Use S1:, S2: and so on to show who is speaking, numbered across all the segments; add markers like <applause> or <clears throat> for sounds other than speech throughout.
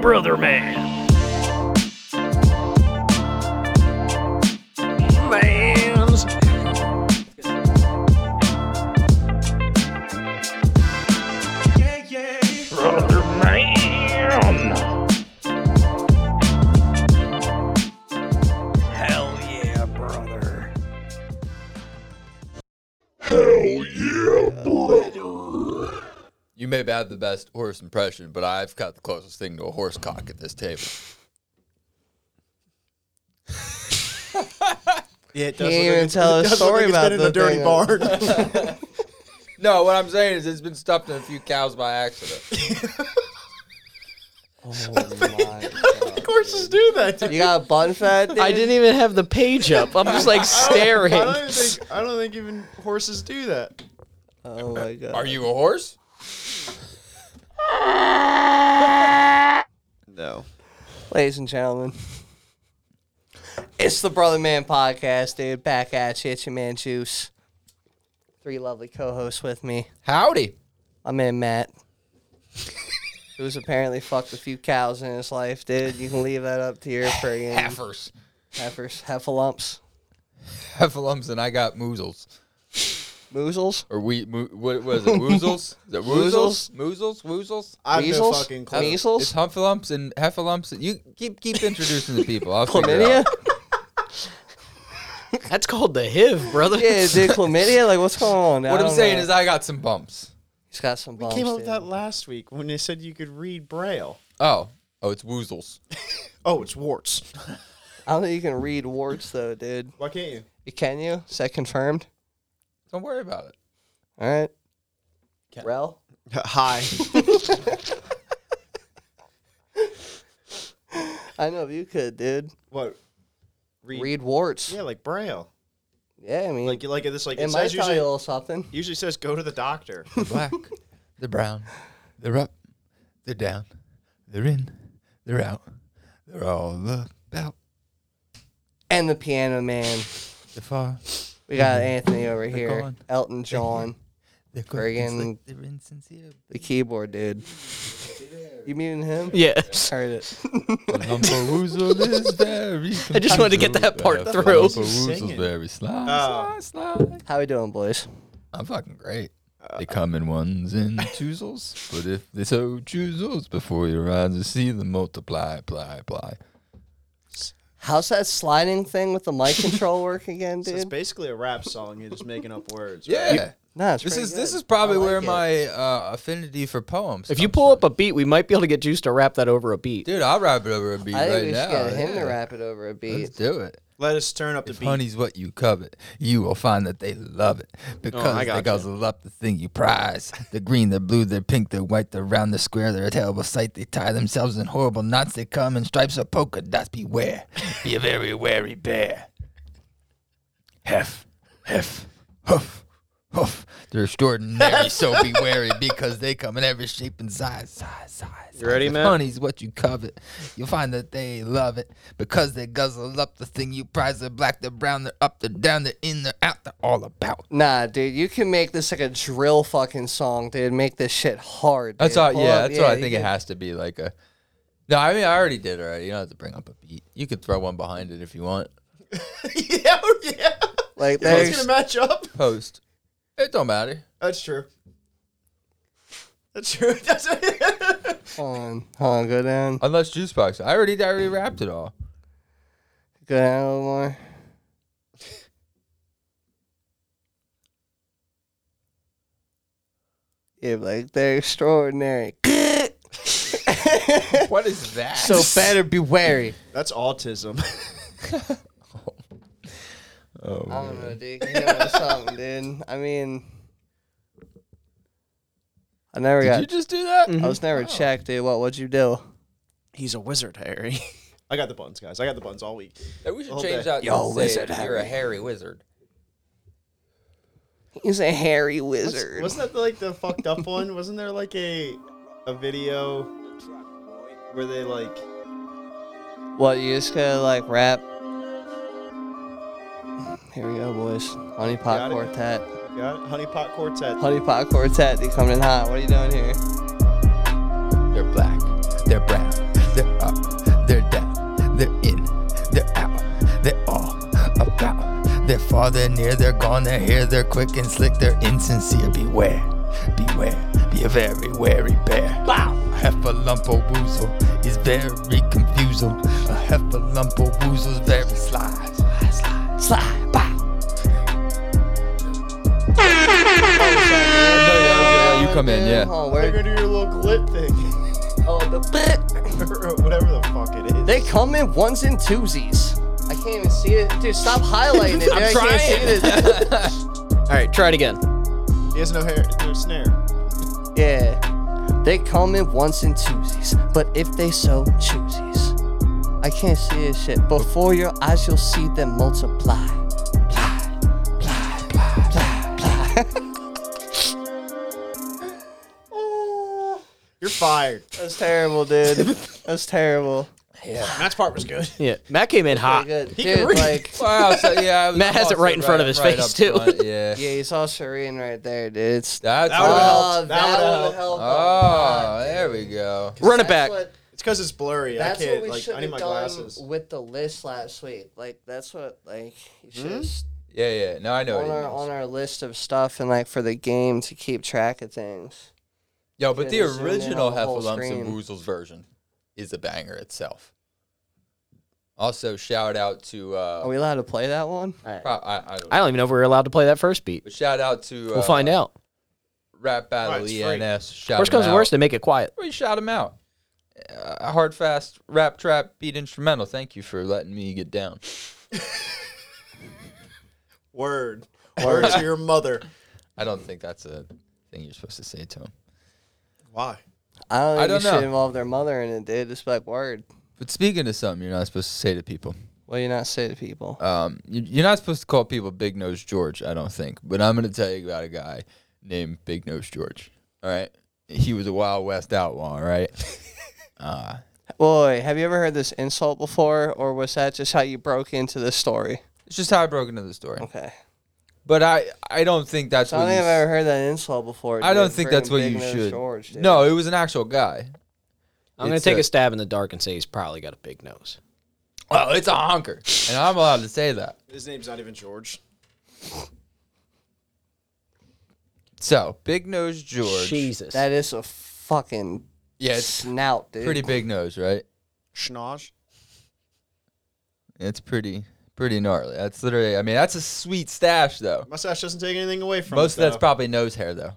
S1: Brother Man. Mans.
S2: Yeah, yeah.
S1: Brother Man. Hell yeah, brother.
S3: You may have had the best horse impression, but I've got the closest thing to a horse cock at this table.
S2: Yeah, it does look
S4: Can't even
S2: like it's-
S5: <laughs>
S2: it
S4: tell a
S2: does look
S4: story
S2: like
S4: about
S2: it's been in
S4: the
S2: a dirty
S4: thing.
S2: barn.
S3: No, what I'm saying is it's been stuffed in a few cows by accident.
S2: Horses do that. dude.
S4: <laughs> You got a bun fat? Dude?
S5: I didn't even have the page up. I'm just
S4: <laughs>
S5: like staring.
S2: I don't even think. I don't think even horses do that.
S4: Oh my god.
S3: Are you a horse?
S2: No.
S4: Ladies and gentlemen, it's the Brother Man podcast, dude. Back at you, it's your man Juice. Three lovely co-hosts with me.
S3: Howdy.
S4: I'm in Matt,
S5: <laughs>
S4: who's apparently fucked a few cows in his life, dude. You can leave that up to your
S5: <laughs>
S4: friggin'
S3: Heifers.
S4: heifers, heffalumps,
S3: Heffalumps and I got moozles.
S4: moozles.
S3: Or we, mo- what <laughs> was it, woozles? Is it woozles? Moozles? Woozles?
S2: I have
S4: Weasels?
S2: no fucking clue.
S4: Measles,
S3: It's humphalumps and heffalumps. You keep keep introducing the people. I'll figure it <laughs>
S4: chlamydia.
S3: out.
S5: That's called the HIV, brother.
S4: Yeah, dude, chlamydia. Like, what's going on?
S3: What I'm saying is I got some bumps.
S4: he's got some
S2: We
S4: bumps.
S2: came up with
S4: dude.
S2: that last week when they said you could read braille.
S3: Oh. Oh, it's woozles.
S2: Oh, it's warts.
S4: I don't think you can read warts though, dude.
S2: Why can't you?
S4: Can you? Is that confirmed?
S3: Don't worry about it.
S4: All right. Rel.
S2: Hi.
S4: I know you could, dude.
S2: what?
S4: Read, warts.
S2: Yeah, like braille.
S4: Yeah, I mean,
S2: Like like this. Like
S4: it
S2: it
S4: might
S2: says
S4: tell you a
S2: usually
S4: little something.
S2: usually says go to the doctor.
S3: black, they're brown, they're up, they're down, they're in, they're out, they're all about
S4: And the piano man.
S3: the far.
S4: We got Anthony over here.
S3: gone.
S4: Elton John.
S3: They're
S4: Friggin'
S3: they're insincere. <laughs>
S4: The keyboard dude. You meaning him?
S5: Yeah.
S4: Heard it.
S3: Woozle <laughs> is very. I
S5: just wanted to get that part through.
S3: Woozle's
S2: Singing.
S3: very sly,
S2: Oh.
S3: sly, sly.
S4: How we doing, boys?
S3: I'm fucking great. They come in ones <laughs> and twosles, but if they so choosels, before your eyes you see them multiply, ply, ply.
S4: How's that sliding thing with
S3: <laughs>
S4: the mic control work again,
S2: So it's
S4: dude?
S2: basically a rap song. You're just making up words. right?
S3: Yeah.
S4: Nah, it's
S3: This
S4: pretty
S3: is this
S4: good.
S3: is probably
S4: I like
S3: where
S4: it.
S3: my uh, affinity for poems.
S5: If you
S3: comes
S5: pull
S3: from.
S5: up a beat, we might be able to get Juice to wrap that over a beat.
S3: Dude, I'll wrap it over a beat
S4: I think
S3: right
S4: we should
S3: now.
S4: get him
S3: yeah.
S4: to wrap it over a beat.
S3: Let's do it.
S2: Let us turn up the
S3: If
S2: beat.
S3: honey's what you covet, you will find that they love it
S5: Oh,
S3: because they
S2: gotcha.
S3: guzzle up the thing you prize. The green, the blue, the pink, the white, the round, the square. They're a terrible sight. They tie themselves in horrible knots. They come in stripes of polka dots. Beware, be a very wary bear. Hef, hef, hoof, hoof. They're extraordinary, so <laughs> be wary because they come in every shape and size, size, size. You
S5: ready,
S3: if
S5: Matt?
S3: Honey's what you covet. You'll find that they love it because they guzzle up the thing you prize. They're black, they're brown, they're up, they're down, they're in, they're out, they're all about.
S4: Nah, dude, you can make this like a drill fucking song, dude. Make this shit hard.
S3: That's
S4: dude.
S3: all.
S4: Pull
S3: yeah,
S4: up-
S3: that's all. I
S4: you
S3: think
S4: can-
S3: it has to be like a. No, I mean I already did already. You don't have to bring up a beat. You could throw one behind it if you want.
S2: <laughs> yeah, oh, yeah.
S4: Like,
S2: It's gonna
S4: there's,
S2: match up.
S3: Post. It don't matter.
S2: That's true. That's true. <laughs> That's
S4: hold on, hold on, go down,
S3: Unless juice box. I already I already wrapped it all.
S4: go down a little more. Yeah, like
S3: <coughs>
S4: they're extraordinary.
S3: What is that?
S4: so better be wary.
S2: That's autism.
S4: I don't know, dude. You know
S3: <laughs>
S4: something, dude. I mean, I never
S3: did
S4: got.
S3: you just do Oh. that?
S4: I was never checked, dude. What would you do? <laughs>
S5: He's a wizard, Harry.
S2: I got the buns, guys. I got the buns all week.
S3: Hey, we should
S2: Hold
S3: change
S2: that.
S3: that. Yo, wizard, you're a hairy wizard.
S4: He's a hairy
S2: What's-
S4: wizard.
S2: Wasn't that like the fucked up one? Wasn't there like a a video where they like
S4: What, you just gotta like rap? Here we go, boys. Honey
S2: Got
S4: Pot
S2: it.
S4: Quartet.
S2: got it? Honey Pot Quartet?
S4: Honey Pot Quartet, they coming in hot. What are you doing here?
S3: They're black. They're brown. They're
S6: far, they're near, they're gone, they're here, they're quick and slick, they're insincere. Beware, beware, be a very wary bear. Wow! A heifer lump o' woozle is very confusal. A heifer lump o' woozle's very sly. Sly, sly, sly,
S3: <laughs>
S6: bye.
S3: you come in, yeah.
S4: Oh,
S2: They're
S4: where,
S2: gonna do your little glit thing, <laughs>
S4: oh, the,
S2: or whatever the fuck it is.
S4: they come in ones and twosies. I can't even see it. Dude, stop highlighting it. Dude.
S7: I'm
S4: I
S7: trying.
S4: can't see it. <laughs>
S7: All right, try it again.
S2: He has no hair, no snare.
S4: Yeah. They come in once and twosies, but if they so choosies. I can't see this shit. Before your eyes, you'll see them multiply.
S2: You're fired.
S4: That's terrible, dude.
S2: <laughs>
S4: That's terrible.
S2: Matt's part was good.
S7: Yeah, Matt came in hot.
S2: Ah,
S4: Pretty good.
S7: can
S4: Dude,
S7: read.
S4: like,
S3: Wow, so,
S7: <laughs>
S3: yeah I was-
S7: Matt has it right in front of his face,
S3: up
S7: too.
S3: front,
S7: <laughs>
S3: yeah.
S4: yeah, you saw Shireen right there, dude. It's,
S3: That's
S2: That would've
S3: all.
S2: helped. That
S4: that
S2: would've
S4: would've helped.
S3: Oh, there we go.
S7: Run
S4: That's
S7: it back.
S4: what-
S2: It's because it's blurry.
S4: that's
S2: I
S4: what
S2: can't.
S4: we
S2: Like,
S4: should
S2: I need
S4: have
S2: my
S4: done
S2: glasses.
S4: with the list last week. Like, that's what, like, you
S2: Hmm?
S4: should have s-
S3: Yeah, yeah. No, I know. what
S4: on
S3: it
S4: our
S3: means.
S4: on our list of stuff and like for the game to keep track of things.
S3: Yo, but the
S4: Could've zoomed in
S3: original
S4: on the whole
S3: Heffalumps and
S4: screen.
S3: Woozles version is a banger itself. Also, shout out to. Uh,
S4: Are we allowed to play that one?
S3: pro- I, I don't know.
S7: I don't even know if we were allowed to play that first beat.
S3: But shout out to. uh,
S7: We'll find out.
S3: Rap Battle
S2: Right, it's free.
S3: ENS. Shout
S7: Worst comes
S3: him
S7: to
S3: out.
S7: worst, they make it quiet.
S3: We shout him out. Uh, hard, fast, rap, trap, beat, instrumental. Thank you for letting me get down.
S2: Word. Word to your mother.
S3: I don't think that's a thing you're supposed to say to him.
S2: Why?
S4: I
S3: I
S4: don't, think
S3: don't
S4: you should
S3: know.
S4: involve their mother in it, dude. Just be like word.
S3: But speaking of something you're not supposed to say to people,
S4: What do you not say to people?
S3: um, you- you're not supposed to call people Big Nose George, I don't think. But I'm going to tell you about a guy named Big Nose George. All right. He was a Wild West outlaw, all right? uh,
S4: Boy, have you ever heard this insult before, or was that just how you broke into this story?
S3: it's just how I broke into the story.
S4: Okay,
S3: But I, I don't think that's
S4: so I
S3: what
S4: don't think
S3: you
S4: I've
S3: s-
S4: ever heard that insult before.
S3: I don't
S4: dude.
S3: think that's what
S4: Friggin'
S3: you
S4: Big Nose
S3: should.
S4: George, dude.
S3: no, it was an actual guy.
S7: I'm going
S3: It's
S7: to take
S3: a-
S7: a stab in the dark and say he's probably got a big nose.
S3: Oh, it's a honker. And I'm allowed to say that.
S2: His name's not even George.
S3: So, Big Nose George.
S7: Jesus.
S4: that is a fucking
S3: Yeah, it's
S4: snout, dude.
S3: pretty big nose, right?
S2: Schnosh.
S3: It's pretty pretty gnarly. That's literally I mean, that's a sweet stash though.
S2: Mustache doesn't take anything away from
S3: Most
S2: it,
S3: of that's
S2: though.
S3: probably nose hair though.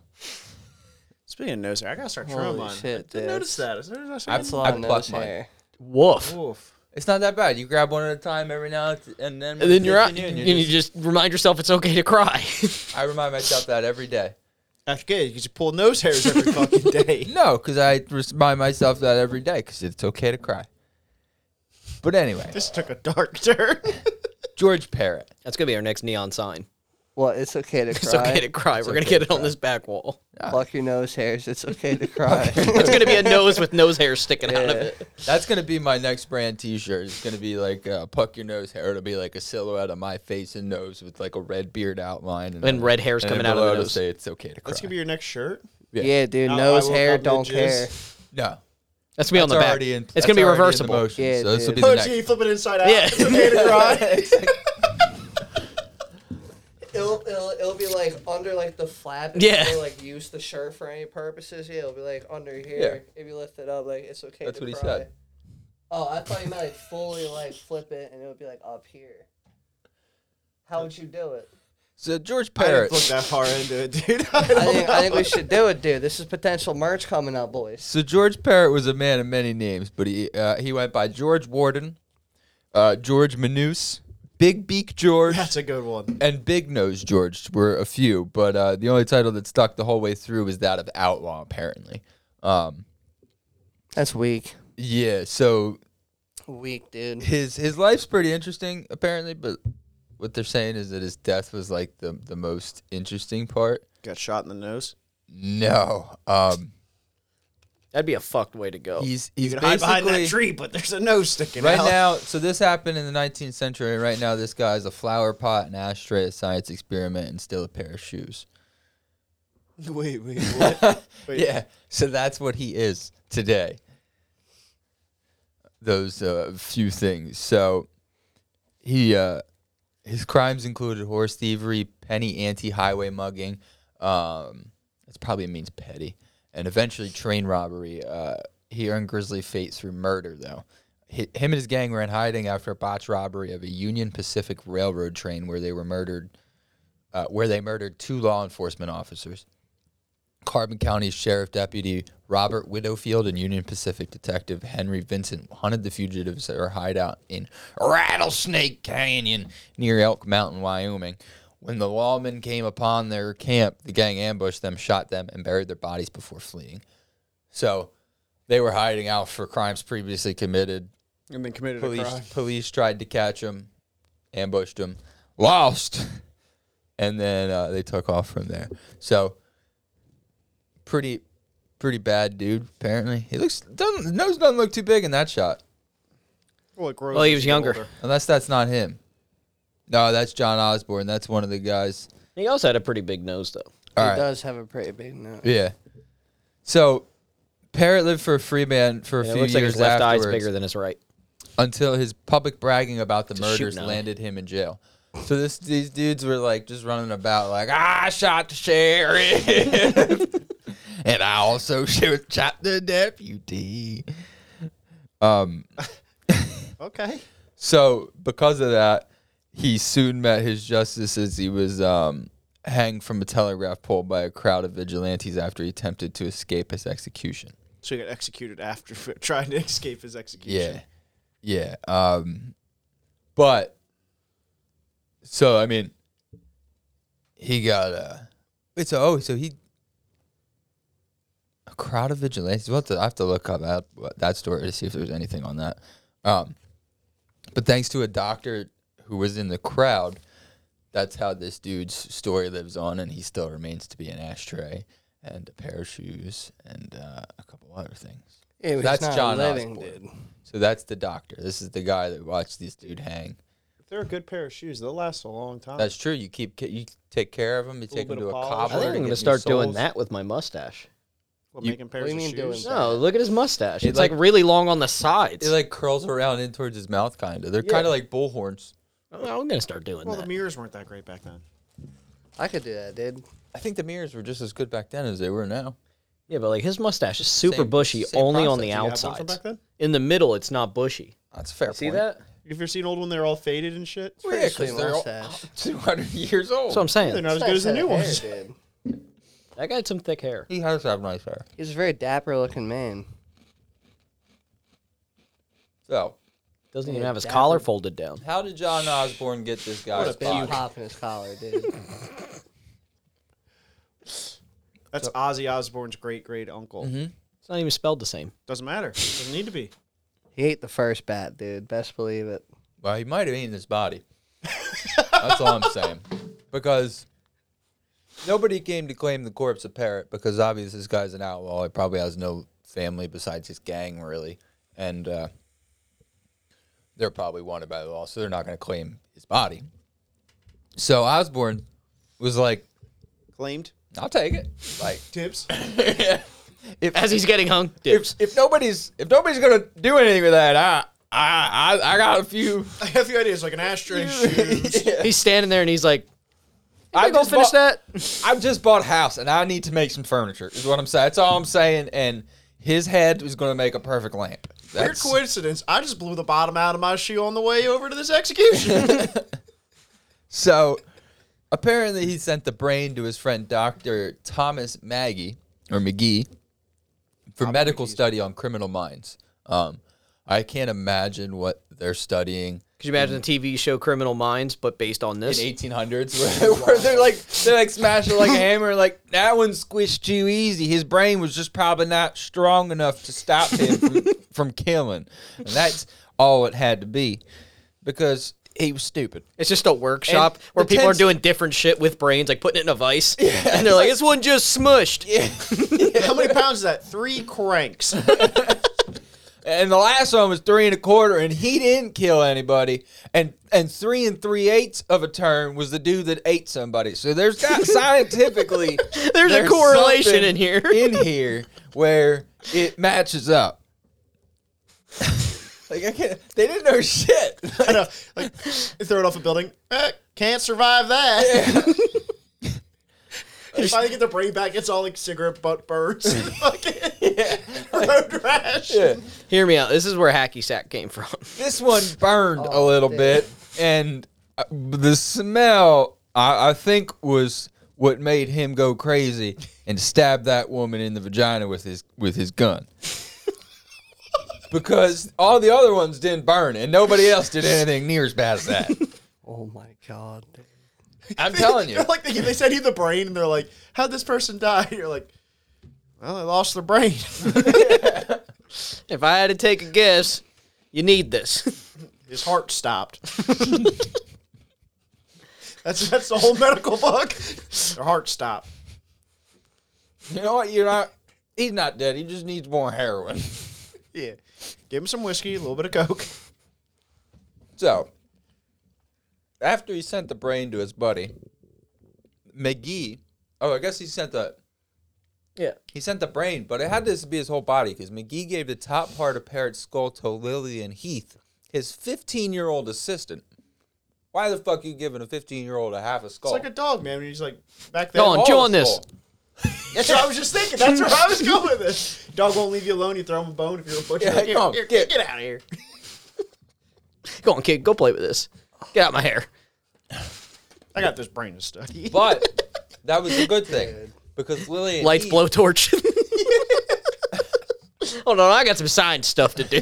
S2: Speaking of nose hair, I gotta start
S4: Holy
S2: trimming mine.
S4: shit,
S2: I didn't
S4: dude.
S2: notice that. Is there- is there-
S4: That's a lot
S3: I
S4: of
S3: plucked
S4: nose
S3: mine.
S4: hair.
S7: Woof.
S2: Oof.
S3: It's not that bad. You grab one at a time every now and th- and then
S7: And then you're out.
S3: continue,
S7: And
S3: and
S7: you just remind yourself it's okay to cry. <laughs>
S3: I remind myself that every day.
S2: That's good because you pull nose hairs <laughs> every fucking day.
S3: No, because I remind myself that every day because it's okay to cry. But anyway,
S2: This took a dark turn.
S3: George Parrott.
S7: That's going to be our next neon sign. <laughs>
S4: Well, it's
S3: <laughs>
S4: okay to cry.
S7: It's okay to cry. We're going to get it on this back wall.
S4: Pluck your nose hairs. It's
S3: <laughs>
S4: okay to cry.
S7: It's going to be a nose with nose hair sticking out of
S4: Yeah.
S7: it.
S3: That's gonna be my next brand T-shirt. It's gonna be like uh, puck your nose hair. It'll be like a silhouette of my face and nose with like a red beard outline and,
S7: And red hair's
S3: and
S7: coming
S3: then
S7: out of the
S3: below it'll
S7: nose.
S3: Say it's okay to cry.
S2: That's gonna be your next shirt.
S3: Yeah.
S4: <laughs> yeah. dude.
S2: Now I
S4: nose
S2: woke
S4: hair,
S2: up in
S4: don't
S2: jizz.
S4: care.
S3: no.
S7: That's me on the
S3: That's
S7: back.
S3: already in-
S7: it's
S3: that's
S7: gonna be
S3: already in the
S7: reversible.
S3: motion,
S4: Yeah,
S3: so this will
S4: dude.
S3: be
S2: Oh
S3: the
S2: gee,
S3: next.
S2: flip it inside out.
S7: Yeah.
S2: It's okay to
S3: <laughs>
S2: cry.
S4: It'll, it'll, it'll be like under like the flap. if
S7: Yeah.
S4: you, like use the shirt for any purposes. Yeah. It'll be like under here. If you lift it up, like it's okay.
S3: That's
S4: to
S3: what he
S4: cry.
S3: said.
S4: Oh, I thought you meant like fully like flip it and it would be like up here. How would you do it?
S3: So George
S2: I didn't
S3: Parrott.
S2: look that far into it, dude. <laughs> I
S4: I
S2: don't
S4: think, I think
S2: know.
S4: we should do it, dude. This is potential merch coming up, boys.
S3: So George Parrott was a man of many names, but he uh, he went by George Warden, uh, George Manuse, Big Beak George,
S2: That's a good one.
S3: and Big Nose George were a few. But uh, the only title that stuck the whole way through was that of Outlaw, apparently. Um,
S4: That's weak.
S3: yeah. So
S4: Weak, dude.
S3: his his life's pretty interesting apparently, but what they're saying is that his death was like the the most interesting part.
S2: Got shot in the nose.
S3: No, um,
S7: That'd be a fucked way to go.
S3: he's he's
S2: Oh, You can hide behind
S3: basically
S2: that tree, but there's a nose sticking
S3: right
S2: out.
S3: now. So this happened in the 19th century. Right now, this guy is a flower pot, an ashtray, a science experiment, and still a pair of shoes.
S2: <laughs>
S3: <laughs>
S2: Wait, wait, what? Wait.
S3: Yeah, so that's what he is today. Those uh, few things. So he uh, His crimes included horse thievery, penny ante, highway mugging. Um, that's probably means petty, and eventually train robbery. Uh, he earned grisly fate through murder, though. Hi- Him and his gang were in hiding after a botched robbery of a Union Pacific Railroad train, where they were murdered, uh, where they murdered two law enforcement officers. Carbon County Sheriff Deputy Robert Widowfield and Union Pacific Detective Henry Vincent hunted the fugitives at their hideout in Rattlesnake Canyon near Elk Mountain, Wyoming. When the lawmen came upon their camp, the gang ambushed them, shot them, and buried their bodies before fleeing. So they were hiding out for crimes previously committed.
S2: And then committed a crime.
S3: Police, police tried to catch them, ambushed them, lost, <laughs> and then uh, they took off from there. So pretty pretty bad dude. Apparently, he looks doesn't nose doesn't look too big in that shot,
S2: Well, it grows
S7: Well, he
S2: as
S7: was
S2: you get
S7: younger.
S2: older.
S3: unless that's not him. No, that's John Osborne. That's one of the guys.
S7: He also had a pretty big nose, though.
S3: All
S4: he
S3: right.
S4: does have a pretty big nose.
S3: Yeah. So Parrot lived for a free man for a
S7: And it
S3: few
S7: looks
S3: years
S7: like his left
S3: afterwards
S7: eye's bigger than his right.
S3: until his public bragging about the
S7: a shoot
S3: murders
S7: now.
S3: landed him in jail. So this these dudes were like just running about like I shot the sheriff, <laughs> and I also shoot, shot the deputy.
S2: Okay.
S3: So because of that, he soon met his justice as he was um, hanged from a telegraph pole by a crowd of vigilantes after he attempted to escape his execution.
S2: So he got executed after <laughs> for trying to escape his execution.
S3: Yeah, yeah. Um, but so I mean, he got uh, wait. So oh, so he a crowd of vigilantes. We'll have to, I have to look up that what- that story to see if there's anything on that. Um, but thanks to a doctor who was in the crowd, that's how this dude's story lives on, and he still remains to be an ashtray and a pair of shoes and uh, a couple other things.
S4: It was
S3: That's
S4: not
S3: John
S4: living,
S3: Osborne.
S4: dude.
S3: So that's the doctor. This is the guy that watched this dude hang.
S2: If they're a good pair of shoes, they'll last a long time.
S3: That's true. You keep ca- you take care of him. You take him
S2: bit
S3: to a
S2: of polish.
S3: cobbler.
S7: I think
S3: to
S7: I'm
S3: get
S7: gonna
S3: new
S7: start doing
S3: soles.
S7: that with my mustache.
S2: what,
S3: you-
S2: making pairs
S4: What do
S2: of
S4: you mean doing
S2: shoes.
S4: that?
S7: No, look at his mustache.
S3: It
S7: it's like,
S3: like-
S7: really long on the sides.
S3: It like curls around in towards his mouth, kind of. They're kind of like bullhorns.
S7: Oh, I'm gonna start doing
S2: Well, the
S7: that.
S2: mirrors weren't that great back then.
S4: I could do that, dude.
S3: I think the mirrors were just as good back then as they were now.
S7: yeah, but like his mustache is super
S3: Same-
S7: bushy,
S3: same
S7: only on
S3: process.
S7: the
S3: You
S2: have one from
S7: outside.
S2: back then?
S7: In the middle, it's not bushy.
S3: That's a fair.
S7: See
S3: point.
S7: that?
S2: Have you ever seen old when they're all faded and shit?
S3: Well, yeah,
S4: Pretty
S3: 'cause they're
S4: mustache.
S3: <laughs> two hundred years old.
S7: That's what I'm
S2: They're
S7: saying.
S2: not as good as the
S4: Nice
S2: new
S4: head of
S2: ones.
S4: hair, dude.
S7: That guy had some thick hair.
S3: he has to have nice hair.
S4: He's a very dapper looking man.
S3: So,
S7: Doesn't
S4: Yeah,
S7: even have his
S4: dapper.
S7: collar folded down.
S3: how did John Osborne get this guy's
S2: What a big
S3: body?
S4: Pop in his collar, dude.
S2: That's Ozzy Osbourne's great great uncle.
S7: It's not even spelled the same.
S2: Doesn't matter. Doesn't need to be.
S4: he ate the first bat, dude. Best believe it.
S3: Well, he might have eaten his body. That's all I'm saying. Because nobody came to claim the corpse of Parrot because obviously this guy's an outlaw. He probably has no family besides his gang, really. And uh, they're probably wanted by the law, so they're not going to claim his body. So Osborne was like,
S2: Claimed.
S3: I'll take it. Like,
S2: <laughs> Tips.
S7: As he's getting hung,
S3: if,
S7: dips.
S3: if nobody's if nobody's gonna do anything with that, I I I, I got a few.
S2: I have the ideas like an ashtray shoes.
S7: He's standing there and he's like,
S3: I
S7: <laughs> "I go
S3: just
S7: finish
S3: bought-
S7: that."
S3: I've just bought a house and I need to make some furniture. Is what I'm saying. That's all I'm saying. And his head is going to make a perfect lamp.
S2: Weird
S3: That's
S2: coincidence. I just blew the bottom out of my shoe on the way over to this execution.
S3: so. Apparently, he sent the brain to his friend Doctor Thomas Maggie or McGee for medical study on criminal minds. Um, I can't imagine what they're studying
S7: Could you imagine the TV show Criminal Minds, but based on
S3: in
S7: this?
S3: 1800s <laughs> where, where they're like they like smash it like a hammer like that one squished too easy his brain was just probably not strong enough to stop him from, from killing and that's all it had to be because he was stupid
S7: It's just a workshop
S3: And
S7: where
S3: the
S7: people
S3: tense-
S7: are doing different shit with brains, like putting it in a <laughs> vice, and they're like, "This one just smushed."
S2: How many pounds is that? Three cranks.
S3: and the last one was three and a quarter and he didn't kill anybody and and three and three eighths of a turn was the dude that ate somebody so there's
S7: <laughs>
S3: got scientifically
S7: There's, a correlation
S3: something <laughs>
S7: in here. <laughs>
S3: in here where it matches up Like I can't. They didn't know shit.
S7: <laughs>
S2: I know. Like, you throw it off a building. Eh, can't survive <laughs> that. you finally get the brain back. It's all like cigarette butt burns. <laughs> and fucking Road rash.
S3: Yeah.
S7: Hear me out. This is where Hacky Sack came from.
S3: This one burned a little bit, and uh, the smell I, I think was what made him go crazy and stab that woman in the vagina with his with his gun. because all the other ones didn't burn, and nobody else did anything near as bad as that.
S4: Oh my god.
S3: I'm
S2: <laughs>
S3: telling you.
S2: They're like they, they send you the brain, and they're like, "How'd this person die?" <laughs> You're like, "Well, I lost their brain." <laughs>
S7: If I had to take a guess, you need this. <laughs>
S2: His heart stopped. <laughs> that's that's the whole medical book. Their heart stopped.
S3: You know what? You're not. He's not dead. He just needs more heroin.
S2: Yeah. Give him some whiskey, a little bit of coke.
S3: So, after he sent the brain to his buddy, McGee. Oh, I guess he sent the.
S4: Yeah.
S3: He sent the brain, but it had to be his whole body because McGee gave the top part of Parrot's skull to Lillian Heath, his 15 year old assistant. Why the fuck you giving a 15 year old a half a
S2: It's
S3: skull?
S2: like a dog, man. When he's like back there.
S7: Go on,
S3: All
S7: chew
S3: a
S7: on this.
S3: skull.
S2: That's what I was just thinking. That's where I was going with this. Dog won't leave you alone. You throw him a bone if you're a butcher.
S3: Yeah,
S2: like,
S3: come on,
S2: here, here,
S3: get-
S2: get out of here.
S7: Go on, kid. Go play with this. Get out my hair.
S2: I got this brain to study.
S3: But that was a good thing because Lillian
S7: Lights,
S3: Heath-
S7: blowtorch. <laughs> Hold on, I got some science stuff
S3: <laughs>
S7: to do.
S3: <laughs>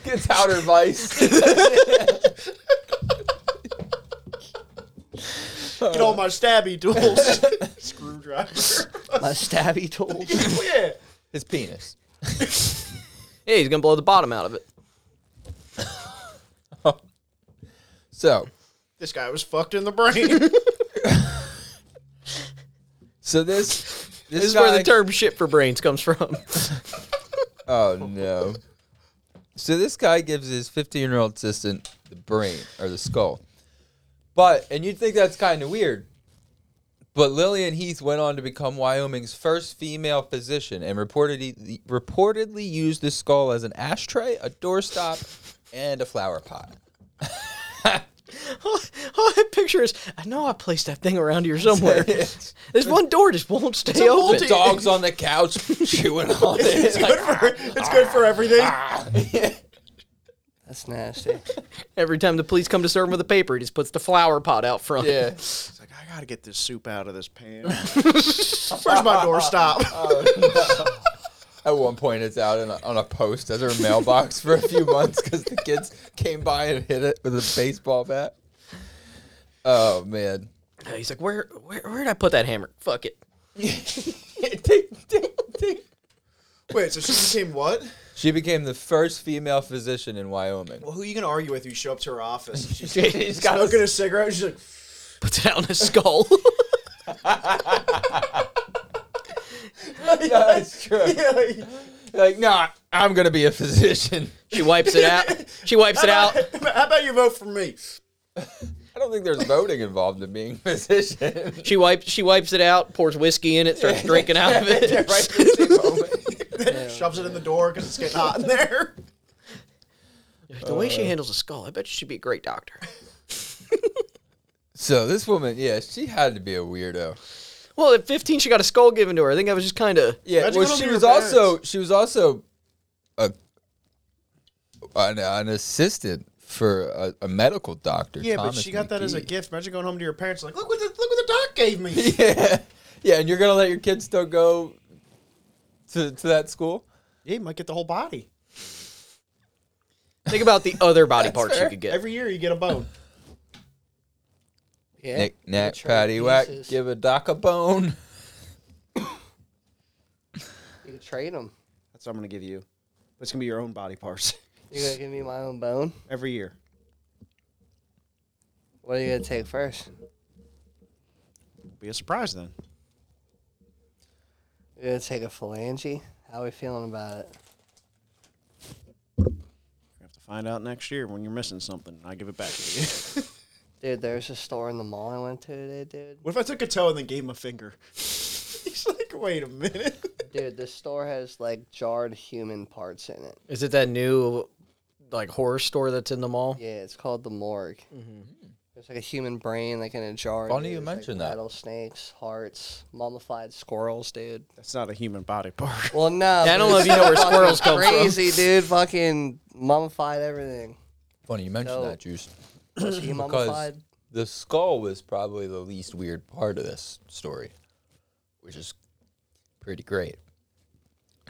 S3: gets out her vice.
S7: <laughs>
S2: Get all my
S3: <laughs>
S2: stabby tools. <laughs> Screwdriver. <laughs>
S4: My stabby tools.
S2: Oh, yeah.
S3: his penis.
S7: hey, he's gonna blow the bottom out of it.
S3: So,
S2: This guy was fucked in the brain.
S3: so this this,
S7: This is where the
S3: guy-
S7: term "shit for brains" comes
S3: <laughs>
S7: from. <laughs>
S3: Oh no. So this guy gives his 15-year-old assistant the brain or the skull. But and you'd think that's kind of weird. But Lillian Heath went on to become Wyoming's first female physician and reportedly reportedly used the skull as an ashtray, a doorstop, and a flower pot.
S7: all, all I picture is, I know I placed that thing around
S3: <laughs>
S7: here somewhere. <laughs> This one door just won't stay open.
S3: The dog's on the couch chewing on it.
S2: <laughs> it's, good for, it's good for everything.
S4: That's nasty.
S7: Every time the police come to serve him with a paper, he just puts the flower pot out front.
S3: Yeah.
S2: It's like, I gotta get this soup out of this <laughs> pan. Where's my <laughs> doorstop?
S3: At one point, it's out in a, on a post as her mailbox for a few months because the kids came by and hit it with a baseball bat. Oh man!
S7: <laughs> He's like, where, where, where did I put that hammer? Fuck it.
S2: Wait, so she became what?
S3: She became the first female physician in Wyoming.
S2: Well, <laughs> who are you gonna argue with? If you show up to her office. And <laughs> she's
S7: He's got
S2: smoking
S3: <laughs>
S2: a cigarette. And she's like, <laughs>
S7: puts it out on his skull. <laughs>
S3: yeah, that's true.
S2: <laughs> yeah, like,
S3: Like, no, nah, I'm gonna be a physician.
S7: she wipes it out. She wipes
S3: <laughs>
S7: it out.
S2: How about you vote for me?
S3: I don't think there's voting involved in being a physician. <laughs>
S7: She wipes. She wipes it out. Pours whiskey in it. <laughs> Starts drinking out of
S2: <laughs>
S7: it. <laughs>
S3: right at the same moment.
S2: Shoves it in the door because it's getting <laughs> hot in there.
S7: The way she handles a skull, I bet she'd be a great doctor.
S3: So this woman, yeah, she had to be a weirdo.
S7: <laughs> Well, at 15, she got a skull given to her. I think that was just kind of.
S3: Yeah,
S2: Imagine
S3: well,
S2: going
S3: she
S2: over to
S3: was
S2: your
S3: also she was also a an, an assistant for a, a medical doctor.
S2: Yeah, but
S3: Thomas
S2: she got that as a
S3: McGee.
S2: gift. Imagine going home to your parents like, look what the, look what the doc gave me.
S3: <laughs> Yeah, yeah, and you're gonna let your kids still go to to that school?
S2: <laughs> yeah, you might get the whole body.
S7: Think about the other <laughs> body parts you could get.
S2: Every year you get a bone.
S4: Yeah.
S3: Nick, knack,
S4: That's right,
S3: patty, whack,
S4: pieces.
S3: give a doc a bone.
S4: You can trade them.
S2: That's what I'm gonna give you. It's gonna be your own body parts <laughs>
S4: You gonna give me my own bone?
S2: every year.
S4: What are you gonna take first?
S2: Be a surprise then.
S4: You gonna take a phalange? How we feeling about it?
S2: You have to find out next year when you're missing something. I give it back to you.
S4: Dude, there's a store in the mall I went to today, dude.
S2: <laughs> what if I took a toe and then gave him a finger? He's like, wait a minute.
S4: Dude, this store has like jarred human parts in it.
S7: Is it that new like horror store that's in the mall?
S4: Yeah, it's called the morgue. There's like a human brain like in a jar.
S3: Funny
S4: dude.
S3: you
S4: There's, like,
S3: mention that.
S4: Rattlesnakes, hearts, mummified squirrels, dude.
S2: That's not a human body part.
S4: Well, no.
S7: Yeah, I don't
S4: but
S7: know if you know <laughs> where
S4: fucking
S7: squirrels come from.
S4: Crazy, dude. Fucking mummified everything.
S3: Funny you mentioned
S4: No.
S3: that, Juice.
S4: Was he mummified?
S3: The skull was probably the least weird part of this story, which is pretty great.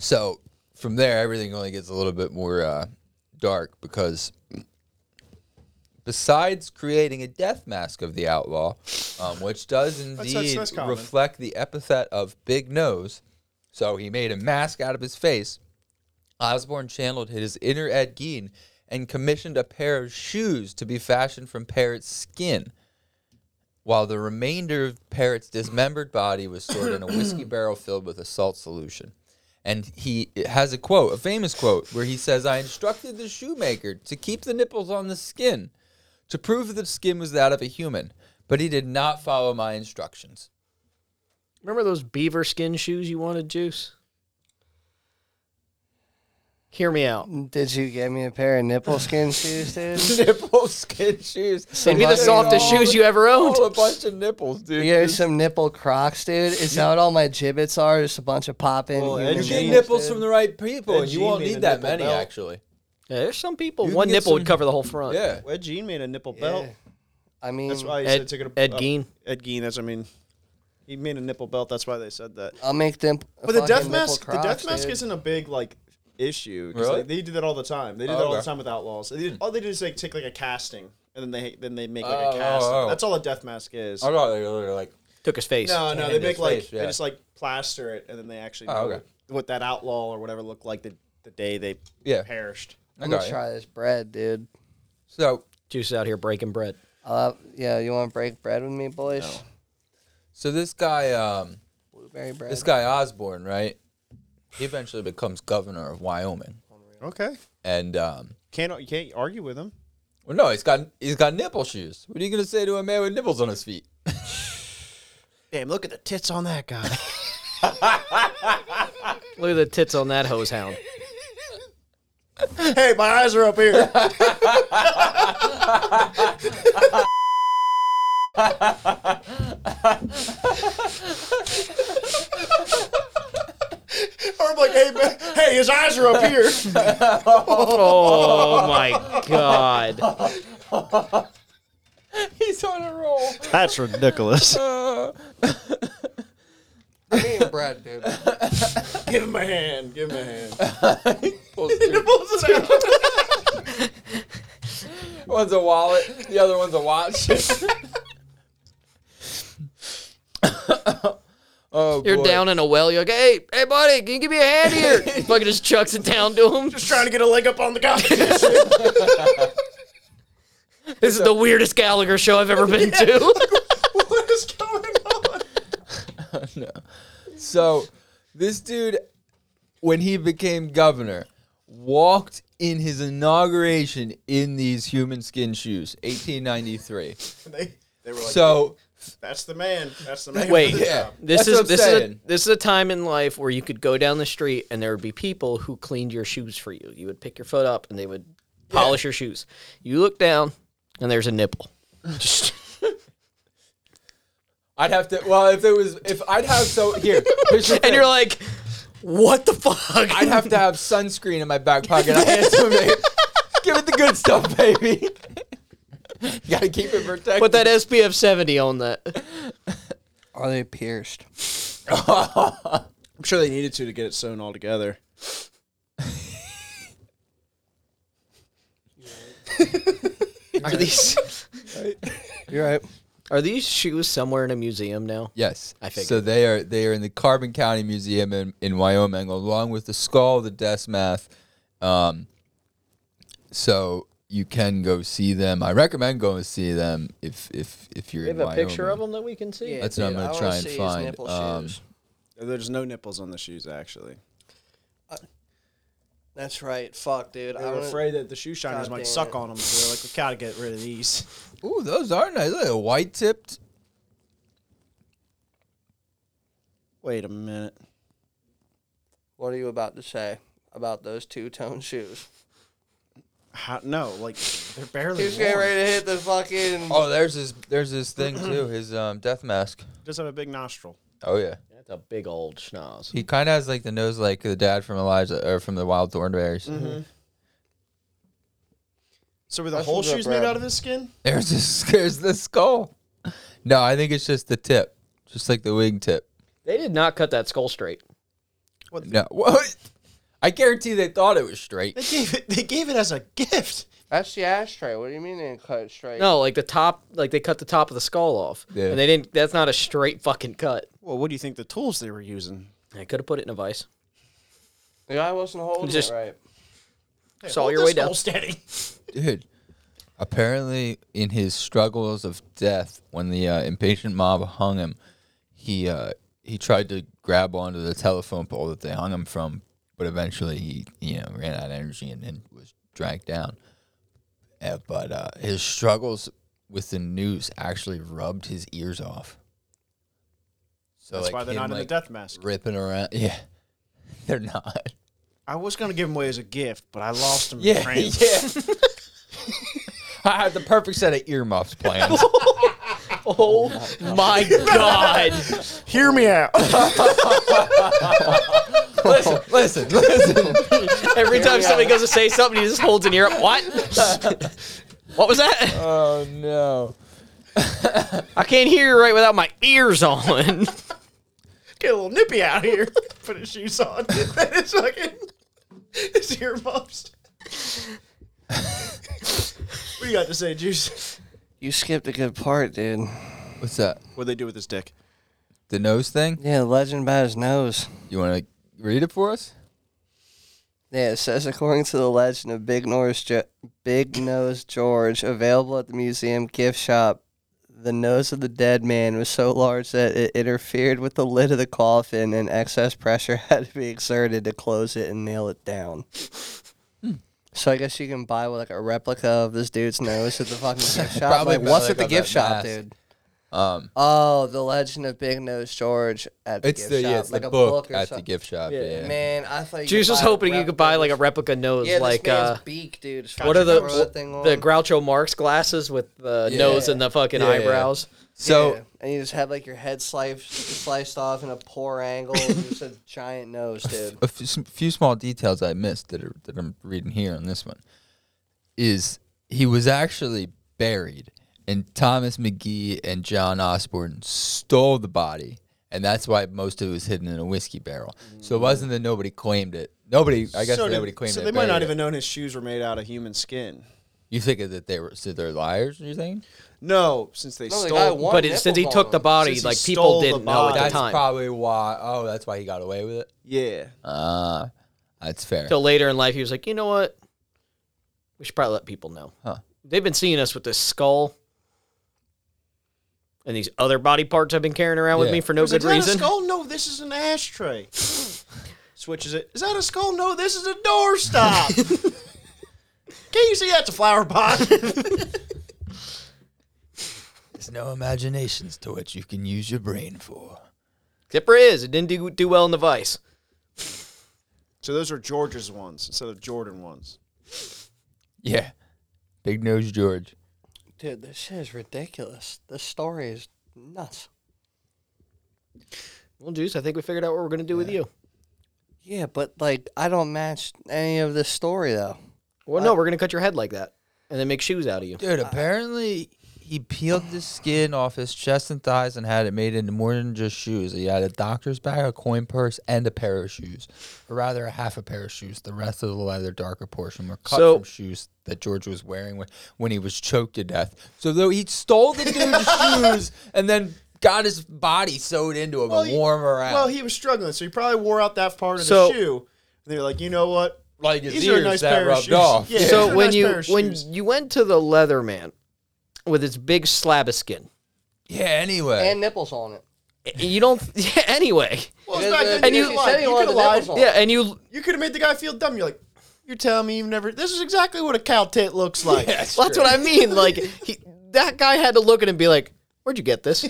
S3: So from there, everything only gets a little bit more uh, dark because besides creating a death mask of the outlaw, um, which does
S2: that's
S3: indeed
S2: less common.
S3: reflect the epithet of Big Nose, so he made a mask out of his face. Osborne channeled his inner Ed Gein and commissioned a pair of shoes to be fashioned from Parrot's skin, while the remainder of Parrot's dismembered body was stored in a whiskey barrel filled with a salt solution. And he has a quote, a famous quote, where he says, I instructed the shoemaker to keep the nipples on the skin to prove that the skin was that of a human, but he did not follow my instructions. <laughs>
S7: Remember those beaver skin shoes you wanted, Juice? Hear me out.
S4: Did you get me a pair of
S2: <laughs>
S4: nipple skin shoes, dude?
S3: Nipple skin shoes.
S7: They'd be the softest shoes you ever owned.
S3: All Oh, a bunch of nipples, dude.
S4: You get some nipple crocs, dude. Is that what all my gibbets are? Just a bunch of popping.
S2: Well,
S4: human
S2: and
S3: You get
S2: James
S4: beings,
S3: nipples
S4: dude?
S3: from the right people, and you
S2: G
S3: won't
S2: made
S3: need
S2: a
S3: that
S2: nipple
S3: many,
S2: belt.
S3: actually.
S7: Yeah, there's some people
S3: You
S7: one
S3: can get
S7: nipple would
S3: some-
S7: cover the whole front.
S3: Yeah.
S2: Ed Gein made a nipple
S4: Yeah.
S2: belt.
S4: I mean,
S2: That's why he said
S7: Ed-
S2: took it
S7: Ed
S2: up-
S7: Gein.
S2: Ed Gein. That's what I mean. He made a nipple belt. That's why they said that.
S4: I'll make them.
S2: But the death mask, the death mask isn't a big like issue. 'cause,
S3: Really?
S2: like, they do that all the time. They do
S3: Oh,
S2: that all the
S3: okay.
S2: time with outlaws. They did, all they do is like take like a casting, and then they then they make like
S3: Oh,
S2: a casting.
S3: oh, oh.
S2: That's all a death mask is.
S3: I thought they were like,
S7: Took his face.
S2: No, no, they
S3: his
S2: make like
S3: face,
S2: they
S3: yeah.
S2: just like plaster it, and then they actually
S3: Oh,
S2: know
S3: okay.
S2: what that outlaw or whatever looked like the, the day they
S3: yeah.
S2: perished.
S4: I'm
S3: Okay.
S4: gonna try this bread, dude.
S3: So,
S7: Juice out here breaking bread.
S4: Uh, yeah, you want to break bread with me, boys?
S3: so this guy, um,
S4: Blueberry bread.
S3: this guy Osborne, right? He eventually becomes governor of Wyoming,
S2: Okay,
S3: and um,
S2: can't you can't argue with him.
S3: well, no, he's got he's got nipple shoes. What are you gonna say to a man with nipples on his feet? <laughs>
S2: Damn, look at the tits on that guy.
S7: Look at the tits on that hose
S2: <laughs>
S7: hound.
S2: <laughs> hey, my eyes are up here. <laughs> Or I'm like, hey, man, hey, his eyes are up here.
S7: Oh my god.
S3: he's on a roll.
S2: That's ridiculous.
S4: Blueberry bread, dude.
S2: <laughs> give him a hand. Give him a hand.
S3: <laughs> one's a wallet, the other one's a watch. <laughs> oh,
S7: You're
S3: boy.
S7: down in a well. You're like, hey, hey, buddy, can you give me a hand
S2: <laughs>
S7: here? Fucking just chucks it down to him.
S2: Just trying to get a leg up on the guy.
S7: <laughs>
S2: <laughs>
S7: This is the weirdest Gallagher show I've ever
S2: <laughs>
S7: been to.
S2: what is going on?
S3: So, this dude, when he became governor, walked in his inauguration in these human skin shoes, 1893.
S2: They, they were like,
S3: So,
S2: that's the man. That's the man. <laughs>
S7: Wait.
S2: for the
S3: yeah,
S2: job."
S7: This
S3: that's
S7: is
S3: what I'm
S7: this is a,
S3: saying.
S7: this is a time in life where you could go down the street and there would be people who cleaned your shoes for you. You would pick your foot up and they would polish your shoes. You look down and there's a nipple. Just-
S3: I'd have to. Well, if it was, if I'd have so here, here's your
S7: <laughs> and you're
S3: thing.
S7: like, what the fuck?
S3: I'd have to have sunscreen in my back pocket. I can't swim
S7: <laughs>
S3: it. Give it the good stuff, baby. <laughs> you gotta keep it protected.
S7: Put that SPF 70 on that.
S4: Are they pierced?
S2: I'm sure they needed to to get it sewn all together.
S7: <laughs> Are these
S4: You're right.
S7: are these shoes somewhere in a museum now?
S3: Yes, I
S7: figured.
S3: so. They are they are in the Carbon County Museum in, in Wyoming, along with the skull, the death math. Um, so you can go see them. I recommend going to see them if if if you're in Wyoming.
S7: them that we can see.
S3: That's what I'm gonna try and find, um,
S2: There's no nipples on the shoes, actually.
S4: That's right. Fuck, dude.
S2: They
S4: I
S2: were
S4: was
S2: afraid that the shoe shiners
S4: God
S2: might
S4: damn
S2: suck
S4: it.
S2: on them, so they're like, we gotta get rid of these.
S3: Ooh, those are nice. Look, a white tipped.
S2: Wait a minute.
S4: What are you about to say about those two tone shoes?
S2: How, no, like they're barely.
S4: He's getting
S2: worn.
S4: ready to hit the fucking.
S3: Oh, there's his there's his
S7: <clears throat>
S3: thing too. His um death mask.
S2: Just have a big nostril.
S3: Oh yeah.
S7: That's a big old schnoz.
S3: He kind of has like the nose like the dad from Elijah or from the Wild Thornberries.
S7: Mm-hmm.
S2: So were the
S4: That's
S2: whole
S4: what's up,
S2: shoes made
S4: Brad.
S2: out of his skin?
S3: There's his <laughs> there's the skull. No, I think it's just the tip, just like the wing tip.
S7: They did not cut that skull straight.
S3: No, <laughs> what? I guarantee they thought it was straight.
S2: They gave it. They gave it as a gift.
S4: That's the ashtray. What do you mean they didn't cut it straight?
S7: No, like the top, like they cut the top of the skull off,
S3: Yeah.
S7: and they didn't. That's not a straight fucking cut.
S2: Well, what do you think the tools they were using?
S7: I could have put it in a vice.
S4: The guy wasn't holding
S7: Just-
S4: it right.
S7: Saw your way down.
S2: Steady.
S3: Dude, apparently in his struggles of death, when the uh, impatient mob hung him, he uh, he tried to grab onto the telephone pole that they hung him from, but eventually he you know ran out of energy and, and was dragged down. Uh, but uh, his struggles with the noose actually rubbed his ears off. So
S2: That's
S3: like,
S2: why they're
S3: him,
S2: not in
S3: like,
S2: the death mask.
S3: Ripping around, <laughs> yeah, they're not.
S2: I was gonna give them away as a gift, but I lost them.
S4: <laughs>
S3: Yeah, <laughs>
S2: in France.
S3: yeah. I had the perfect set of earmuffs
S4: <laughs>
S3: planned.
S7: Oh <laughs> my god!
S2: Hear me out.
S3: listen, listen, listen.
S7: Every time somebody goes to say something, he just holds an ear up. What? <laughs> what was that?
S3: Oh no.
S7: <laughs> I can't hear you right without my ears <laughs> on.
S2: Get a little nippy out here. Put his shoes on. Then it's fucking his earmuffs. <laughs> what do you got to say, Juice?
S4: You skipped a good part, dude.
S3: What's that?
S2: What'd they do with his dick?
S3: The nose thing?
S4: Yeah, legend about his nose.
S3: You want to read it for us?
S4: Yeah, it says according to the legend of Big Nose, jo- Big Nose George, available at the museum gift shop, the nose of the dead man was so large that it interfered with the lid of the coffin, and excess pressure <laughs> had to be exerted to close it and nail it down.
S3: Hmm.
S4: So I guess you can buy like a replica of this dude's nose at the
S3: <laughs>
S4: fucking gift shop.
S3: Probably
S4: like, what's
S3: better
S4: at the
S3: got that
S4: gift shop,
S3: mask.
S4: dude?
S3: Um,
S4: Oh, the legend of Big Nose George at the
S3: it's
S4: gift
S3: the
S4: shop,
S3: yeah, it's
S4: like
S3: the
S4: a
S3: book,
S4: book or
S3: at the
S4: something.
S3: gift shop. Yeah. yeah.
S4: Man, I thought you
S7: Juice
S4: could
S7: was
S4: buy a
S7: hoping you could buy like a replica nose,
S4: yeah,
S7: like
S4: this man's
S7: uh,
S4: beak, dude.
S7: what are the
S4: Throw that thing
S7: the
S4: on.
S7: Groucho Marx glasses with the nose and the fucking
S3: Yeah.
S7: eyebrows?
S3: So
S4: Yeah, and you just have like your head sliced sliced off in a poor angle, and just a giant
S7: <laughs>
S4: nose, dude.
S3: a f- s- few small details I missed that are, that I'm reading here on this one is he was actually buried, and Thomas McGee and John Osborne stole the body, and that's why most of it was hidden in a whiskey barrel. So it wasn't that nobody claimed it. Nobody, I guess,
S2: so did-
S3: nobody claimed
S2: So
S3: it.
S2: they might not
S3: buried it.
S2: even known his shoes were made out of human skin.
S3: You think that they were so they're liars? You think?
S2: No, since they
S4: No, the
S2: stole.
S4: guy won.
S7: But it, since he
S4: nipples
S7: took
S4: on
S7: the
S4: him.
S7: body,
S2: Since he
S7: like
S2: stole the
S7: people didn't know at
S2: body.
S7: the
S3: That's
S7: time.
S3: probably why. Oh, that's why he got away with it.
S2: yeah.
S3: Ah, that's fair.
S7: Till later in life, he was like, you know what? We should probably let people know.
S3: Huh.
S7: They've been seeing us with this skull and these other body parts I've been carrying around with
S3: Yeah.
S7: me for no
S2: Is
S7: good
S2: that a
S7: reason.
S2: skull? No, this is an ashtray. Switches it. Is that a skull? No, this is a doorstop. Can't you see that's a flower pot? <laughs>
S3: There's no imaginations to which you can use your brain for.
S7: Except for his, it didn't do, do well in the vice.
S2: so those are George's ones instead of Jordan ones.
S3: Yeah, big nose George.
S4: dude, this shit is ridiculous. This story is nuts.
S7: Well, Juice, I think we figured out what we're going to do with you.
S4: Yeah, but like I don't match any of this story though.
S7: Well, no, we're going to cut your head like that and then make shoes out of you.
S3: Dude, apparently he peeled the skin off his chest and thighs and had it made into more than just shoes. He had a doctor's bag, a coin purse, and a pair of shoes, or rather, a half a pair of shoes. The rest of the leather, darker portion, were cut
S7: So-
S3: from shoes that George was wearing when, when he was choked to death. So though he stole the <laughs> dude's shoes and then got his body sewed into him and
S2: he-
S3: wore him around.
S2: Well, he was struggling, so he probably wore out that part of
S7: So-
S2: the shoe. And they were like, you know what?
S3: like his
S2: These are a
S3: ears
S2: nice
S3: that
S2: pair of
S3: rubbed
S2: shoes.
S3: off.
S2: Yeah.
S7: so
S2: they're
S7: when
S2: nice pair
S7: you
S2: of
S7: when
S2: shoes.
S7: you went to the leather man with his big slab of skin,
S3: Yeah, anyway.
S4: And nipples on it.
S7: you don't. <laughs> Yeah, anyway,
S2: Well,
S4: Yeah,
S2: it's back
S4: the-
S2: then.
S7: and
S2: you,
S7: you-
S2: could
S7: he
S2: lie.
S4: said he
S2: you
S4: wanted
S2: could have
S4: the
S2: lied.
S4: nipples off.
S7: yeah, and you
S2: You could have made the guy feel dumb. You're like, you're telling me you've never. This is exactly what a cow tit looks like.
S7: Well, that's what I mean. Like he, that guy had to look at him and be like, "Where'd you get this?"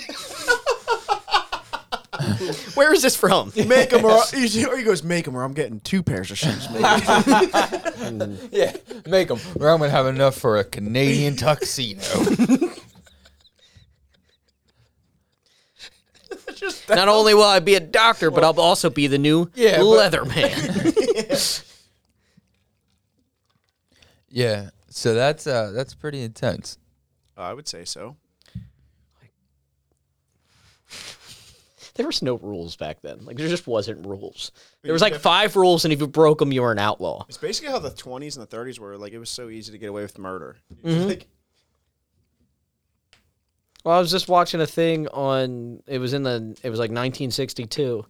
S7: Where is this from?
S2: Make them or, or he goes, make them or I'm getting two pairs of shoes. <laughs> made." Uh,
S3: yeah, make them. Or I'm gonna have enough for a Canadian tuxedo.
S7: <laughs> Not only will I be a doctor, but I'll also be the new
S3: Yeah, but-
S7: leather man.
S3: yeah. So that's uh that's pretty intense.
S2: I would say so.
S7: there was no rules back then. Like there just wasn't rules. There was like five rules, and if you broke them, you were an outlaw.
S2: It's basically how the 20s and the 30s were. Like, it was so easy to get away with murder. Like,
S7: Well, I was just watching a thing on it was in the it was like 1962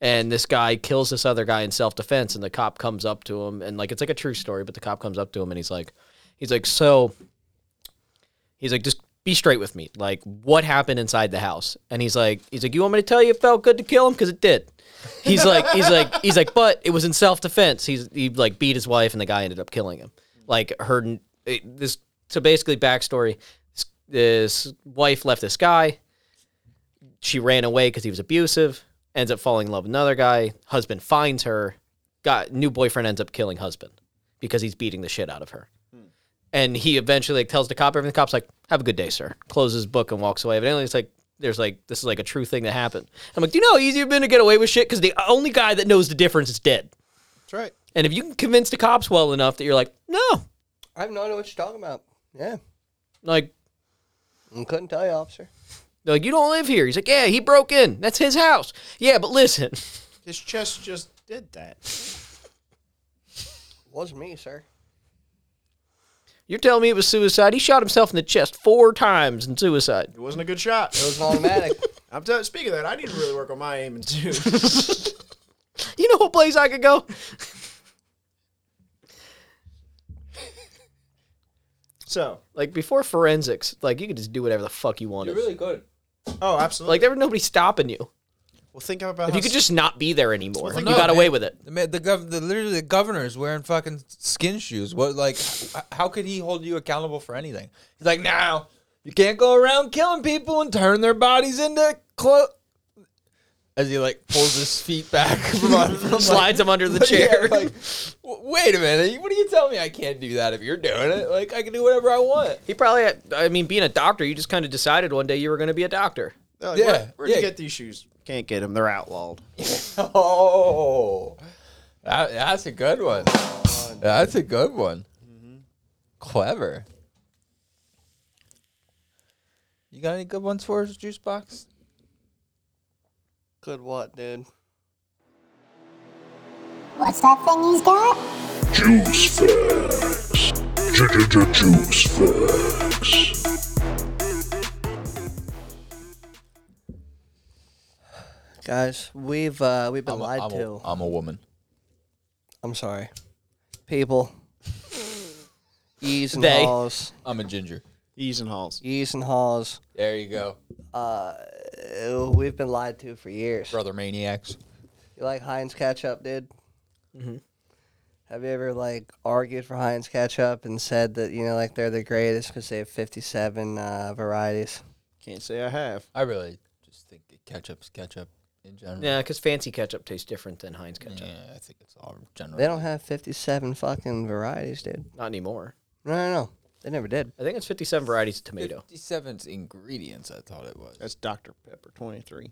S7: and this guy kills this other guy in self-defense and the cop comes up to him and like it's like a true story but the cop comes up to him and he's like he's like so he's like just be straight with me like what happened inside the house and he's like he's like you want me to tell you it felt good to kill him cuz it did he's like he's like he's like but it was in self-defense he's he like beat his wife and the guy ended up killing him like her it, this so basically backstory this, this wife left this guy she ran away because he was abusive ends up falling in love with another guy husband finds her got new boyfriend ends up killing husband because he's beating the shit out of her and he eventually like, tells the cop everything the cop's like have a good day sir closes his book and walks away evidently it's like there's like this is like a true thing that happened i'm like do you know how easy it's been to get away with shit because the only guy that knows the difference is dead
S2: that's right.
S7: and if you can convince the cops well enough that you're like no
S4: I have no idea what you're talking about. Yeah.
S7: like
S4: I couldn't tell you, officer.
S7: They're like, you don't live here. He's like, yeah, he broke in. That's his house. Yeah, but listen, <laughs>
S2: His chest just did that.
S4: Wasn't me, sir.
S7: you're telling me it was suicide. He shot himself in the chest four times in suicide. <laughs>
S2: It wasn't a good shot.
S4: It was an automatic.
S2: I'm tell speaking of that, I need to really work on my aiming too.
S7: You know what place I could go?
S2: <laughs> so,
S7: Like before forensics, like you could just do whatever the fuck you wanted.
S4: good.
S2: oh, absolutely.
S7: like there was nobody stopping you.
S2: well, think about
S7: If
S2: how
S7: you could just not be there anymore,
S3: Well,
S7: you
S3: no,
S7: got
S3: man.
S7: away
S3: <laughs>
S7: with it.
S3: The man, the gov, the literally the governor is wearing fucking skin shoes. What like, h- how could he hold you accountable for anything? He's like, now you can't go around killing people and turn their bodies into clothes. As he like pulls his feet back, <laughs> from, un- from, like-
S7: Slides him under the chair.
S3: Yeah, like, w- wait a minute, what are you telling me? I can't do that if you're doing it. Like I can do whatever I want.
S7: he probably, had, I mean, being a doctor, you just kind of decided one day you were going to be a doctor.
S2: They're like,
S3: Yeah,
S2: where, where'd
S3: yeah.
S2: you get these shoes? Can't get them. They're outlawed.
S3: <laughs> Oh, that, that's a good one. That's a good one. Mm-hmm. Clever. You got any good ones for us, Juice Box?
S4: Good what, dude?
S8: What's that thing he's got?
S9: Juice facts. Juice facts.
S4: Guys, we've uh, we've been lied
S3: I'm
S4: to.
S3: A, I'm a woman.
S4: I'm sorry. People. Ease and
S7: They.
S4: Halls.
S3: I'm a ginger.
S2: E's and halls.
S4: Ease and Halls.
S3: There you go,
S4: Uh, We've been lied to for years.
S3: brother maniacs.
S4: You like Heinz ketchup, dude? Mm-hmm. Have you ever like argued for Heinz ketchup and said that you know like they're the greatest because they have 57 uh, varieties?
S2: Can't say I have.
S3: I really just think that ketchup's ketchup in general.
S7: Yeah, because fancy ketchup tastes different than Heinz ketchup.
S3: Yeah, I think it's all general.
S4: They don't have 57 fucking varieties, dude.
S7: Not anymore.
S4: No, no, no. They never did.
S7: I think it's 57 varieties of tomato.
S3: 57's ingredients. I thought it was.
S2: That's Dr. Pepper 23.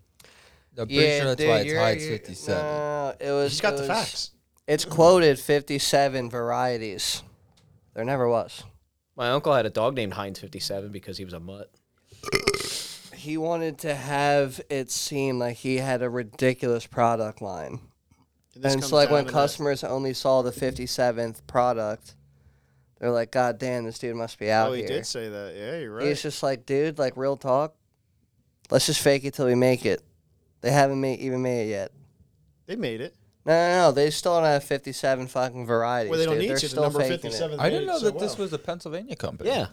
S3: I'm pretty sure that's why it's high. It's 57.
S4: No, it was.
S2: He's got
S4: it
S2: the
S4: was-
S2: facts.
S4: It's quoted 57 varieties. There never was.
S7: My uncle had a dog named Heinz 57 because he was a mutt.
S4: He wanted to have it seem like he had a ridiculous product line.
S2: this
S4: and
S2: comes
S4: so, like,
S2: down
S4: when
S2: to the-
S4: customers only saw the 57th product, they're like, God damn, this dude must be out
S2: Oh, he
S4: here.
S2: did say that. Yeah, you're right.
S4: He's just like, dude, like, real talk. Let's just fake it till we make it. They haven't made, even made it yet.
S2: they made it.
S4: No, no, no. They still don't have 57 fucking varieties.
S2: Well, they don't
S4: dude.
S2: need
S4: They're
S2: to. The
S4: still
S2: number
S4: faking it.
S2: 57.
S3: I
S2: made
S3: didn't
S2: it
S3: know
S2: so
S3: that this
S2: well.
S3: was a Pennsylvania company.
S7: Yeah.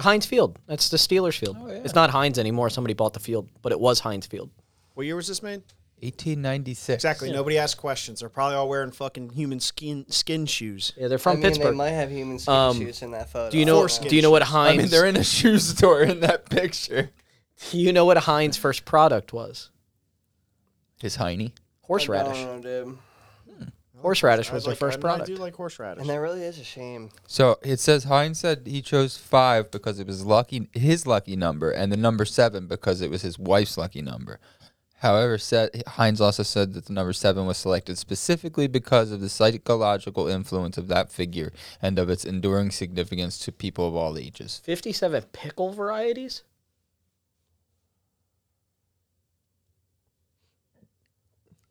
S7: Heinz Field. That's the Steelers field.
S3: yeah.
S7: It's not Heinz anymore. Somebody bought the field, but it was Heinz Field.
S2: What year was this made?
S3: 1896.
S2: Exactly. Nobody asked questions. They're probably all wering fucking human skin skin shoes.
S7: Yeah, they're
S4: I
S7: from
S4: mean, they
S7: Pittsburgh.
S4: might have human skin
S7: Um,
S4: shoes in that photo.
S7: do you know
S2: Foreskin
S7: do you know what
S3: I
S7: Heinz
S3: mean, they're in a <laughs> shoe store in that picture.
S7: do you know what Heinz first product was?
S3: His hiney.
S7: Horseradish.
S4: I don't know, dude.
S7: Horseradish
S2: I was
S7: was their
S2: like,
S7: first
S2: I-
S7: product.
S2: I do like horseradish.
S4: And that really is a shame.
S3: So it says Hines said he chose five because it was lucky his lucky number, and the number seven because it was his wife's lucky number. However, said, Hines also said that the number seven was selected specifically because of the psychological influence of that figure and of its enduring significance to people of all ages.
S7: 57 pickle varieties?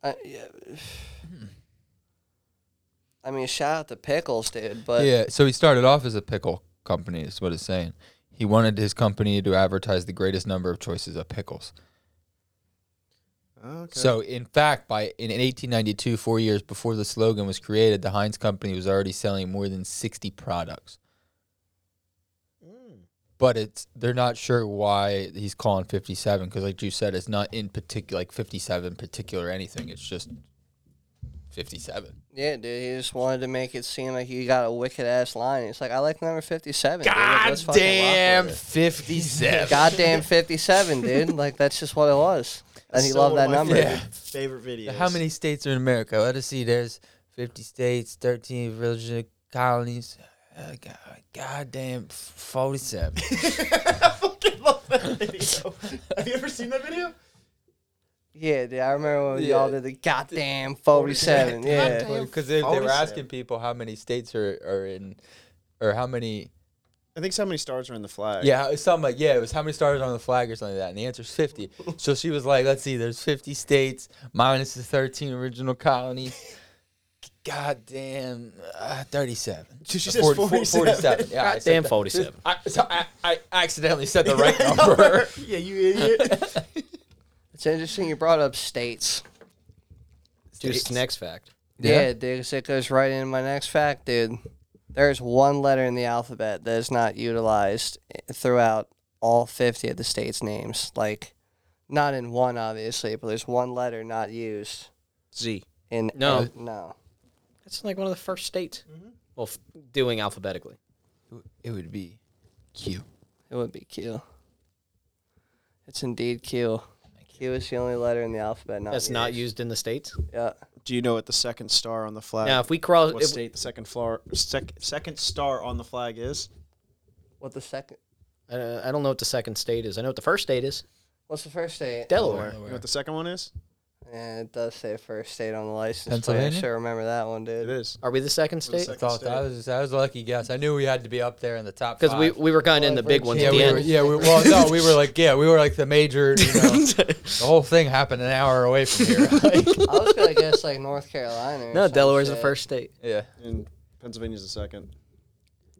S4: I, yeah. <sighs> I mean, shout out to pickles, dude. But
S3: yeah, so he started off as a pickle company, is what it's saying. He wanted his company to advertise the greatest number of choices of pickles.
S2: Okay.
S3: So, in fact, by in 1892, four years before the slogan was created, the Heinz Company was already selling more than 60 products. But it's they're not sure why he's calling 57 because, like you said, it's not in particular like 57 particular anything. It's just 57.
S4: yeah, dude, he just wanted to make it seem like he got a wicked ass line. It's like, I like number fifty-seven. dude. Like, let's fucking rock with
S3: Goddamn
S4: it. <laughs>
S3: 57.
S4: Goddamn fifty-seven, dude. <laughs> Like that's just what it was. And he
S2: Still
S4: loved
S2: one
S4: that
S2: of my
S4: number.
S2: favorite- Favorite videos.
S3: How many states are in America? Let us see. There's 50 states, 13 virgin colonies. Uh, God, goddamn, 47.
S2: I fucking love that video. Have you ever seen that video?
S4: Yeah, dude. I remember when y'all did the goddamn <laughs> forty-seven. Yeah.
S3: Because they, they were
S2: 47.
S3: asking people how many states are, are in, or how many.
S2: I think so many stars are in the flag.
S3: Yeah, it's something like yeah, it was how many stars are on the flag or something like that, and the answer's <laughs> fifty. so she was like, let's see, there's fifty states minus the thirteen original <laughs> colonies. Goddamn, uh, thirty-seven.
S2: She
S3: Uh,
S2: says 47.
S3: Yeah, I said
S7: Goddamn
S3: that.
S7: 47.
S3: I, so I, I accidentally said <laughs> the right number.
S2: yeah, you idiot.
S4: It's interesting you brought up states.
S7: Just next fact.
S4: Yeah, dude, 'cause it goes right into my next fact, dude. There's one letter in the alphabet that is not utilized i- throughout all 50 of the states' names. Like, not in one, obviously, but there's one letter not used
S7: Z.
S4: in.
S7: No.
S4: ev- no.
S7: That's like one of the first states.
S2: Mm-hmm.
S7: Well, f- doing alphabetically.
S3: It would be Q.
S4: It would be Q. It's indeed Q. Q is the only letter in the alphabet
S2: Oh,
S4: not
S7: That's
S4: used.
S7: not used in the states.
S4: Yeah.
S2: Do you know what the second star on the flag?
S7: Now, if we cross,
S2: Uh, what
S7: if-
S2: state the second floor, sec, second star on the flag is?
S4: What the second?
S7: uh, I don't know what the second state is. I know what the first state is.
S4: What's the first state?
S3: Oh,
S7: Delaware.
S2: You know what the second one is?
S4: Yeah, it does say first state on the license plate. I
S3: Pennsylvania?
S4: sure remember that one, dude.
S2: It is.
S7: Are we the second state?
S2: second-
S3: Thought that was that was a lucky guess. I knew we had to be up there in the top
S7: Because we,
S3: five.
S7: we were kind of in the big ones
S3: yeah,
S7: at the
S3: we
S7: end.
S3: were,
S7: <laughs>
S3: yeah, we, well, no, we were like, yeah, we were like the major. You know, the whole thing happened an hour away from
S7: <laughs>
S3: here. Like,
S4: I was gonna guess like North Carolina. Or
S7: No,
S4: some
S7: Delaware's the
S4: shit.
S7: first state.
S3: yeah,
S2: And Pennsylvania's the second.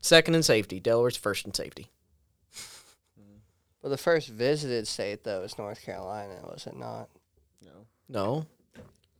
S7: Second in safety. Delaware's first in safety.
S4: Well, the first visited state though is North Carolina, was it not?
S7: No.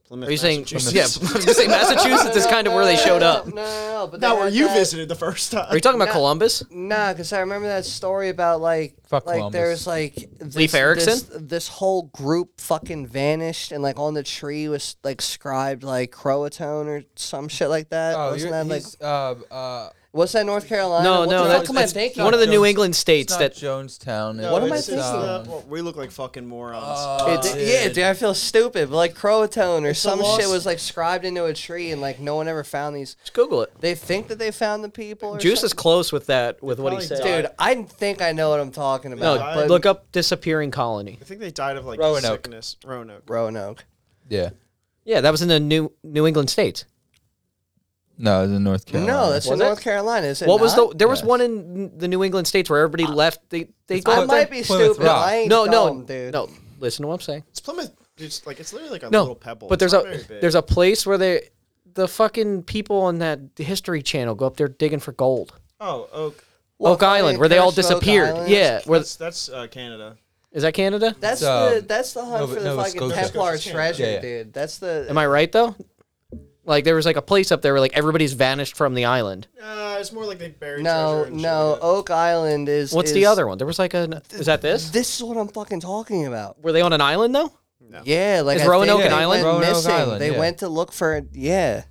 S2: Plymouth,
S7: Are you saying,
S2: Massachusetts.
S7: yeah, <laughs> I'm gonna say Massachusetts is kind of where they showed up.
S4: No, no, no. no
S2: <laughs>
S4: but
S2: Not
S4: they
S2: where
S4: had
S2: you
S4: that-
S2: visited the first time.
S7: Are you talking about
S4: No.
S7: Columbus?
S4: Nah, because I remember that story about like,
S3: Fuck
S4: like
S3: Columbus.
S4: there's like this,
S7: Leif Erikson?
S4: This, this whole group fucking vanished, and like on the tree was like scribed like Croatone or some shit like that.
S3: Oh,
S4: wasn't
S3: you're,
S4: that like
S3: he's, uh, uh,
S4: was that North Carolina?
S7: No,
S4: What
S7: no,
S4: the
S7: that's-
S4: fuck am I
S7: that's
S4: thinking?
S7: one of the
S3: Jones-
S7: New England states
S3: it's
S7: that.
S3: not Jonestown. um,
S2: No,
S3: What
S4: am I
S2: it's- it's,
S4: thinking?
S2: uh, well, we look like fucking morons.
S4: It's, yeah, dude, I feel stupid. But like Croatone or
S2: a
S4: some
S2: loss.
S4: shit was like scribed into a tree, and like no one ever found these.
S7: Just Google it.
S4: They think that they found the people. Or
S7: Juice is close with that, with what he
S2: probably
S7: said.
S4: something? dude. I think I know what I'm talking
S7: No,
S4: about.
S2: I-
S4: but
S7: look up disappearing colony.
S2: I think they died of like
S3: Roanoke.
S2: sickness. Roanoke.
S4: Roanoke.
S3: yeah.
S7: Yeah, that was in the New New England states.
S3: No, it's in North Carolina.
S4: No, that's in
S7: it?
S4: North Carolina. Is it
S7: What was
S4: not?
S7: the? There was
S3: Yes.
S7: one in the New England states where everybody left. They they go
S4: I
S7: up there-
S4: might be
S3: Plymouth
S4: stupid.
S3: Rock.
S4: I ain't
S7: No, no,
S4: dumb, dude.
S7: no. Listen to what I'm saying.
S2: It's Plymouth. It's like it's literally like a
S7: No,
S2: little pebble.
S7: but
S2: It's
S7: there's
S2: not
S7: a
S2: very big.
S7: there's a place where they the fucking people on that History Channel go up there digging for gold.
S2: oh oak.
S7: Oak Island, where they all disappeared. Yeah, where
S2: That's that's uh, Canada.
S7: is that Canada?
S4: That's
S3: It's, um,
S4: the that's the hunt
S3: Nova-
S4: for the
S3: Nova
S4: fucking
S3: Scotia.
S4: Templar treasure,
S3: Yeah, yeah.
S4: dude. That's the.
S7: Am I right though? Like there was like a place up there where like everybody's vanished from the island.
S2: Uh, it's more like they buried.
S4: no,
S2: treasure and shit
S4: no.
S2: like that.
S4: Oak Island is.
S7: What's
S4: is-
S7: the other one? There was like a is that this?
S4: This is what I'm fucking talking about.
S7: Were they on an island though?
S4: Yeah, like
S7: Is
S4: I
S7: Roanoke
S4: think
S7: an
S4: they
S7: island?
S4: Went
S3: Roanoke
S4: missing.
S3: Island,
S4: they
S3: yeah.
S4: went to look for it. Yeah,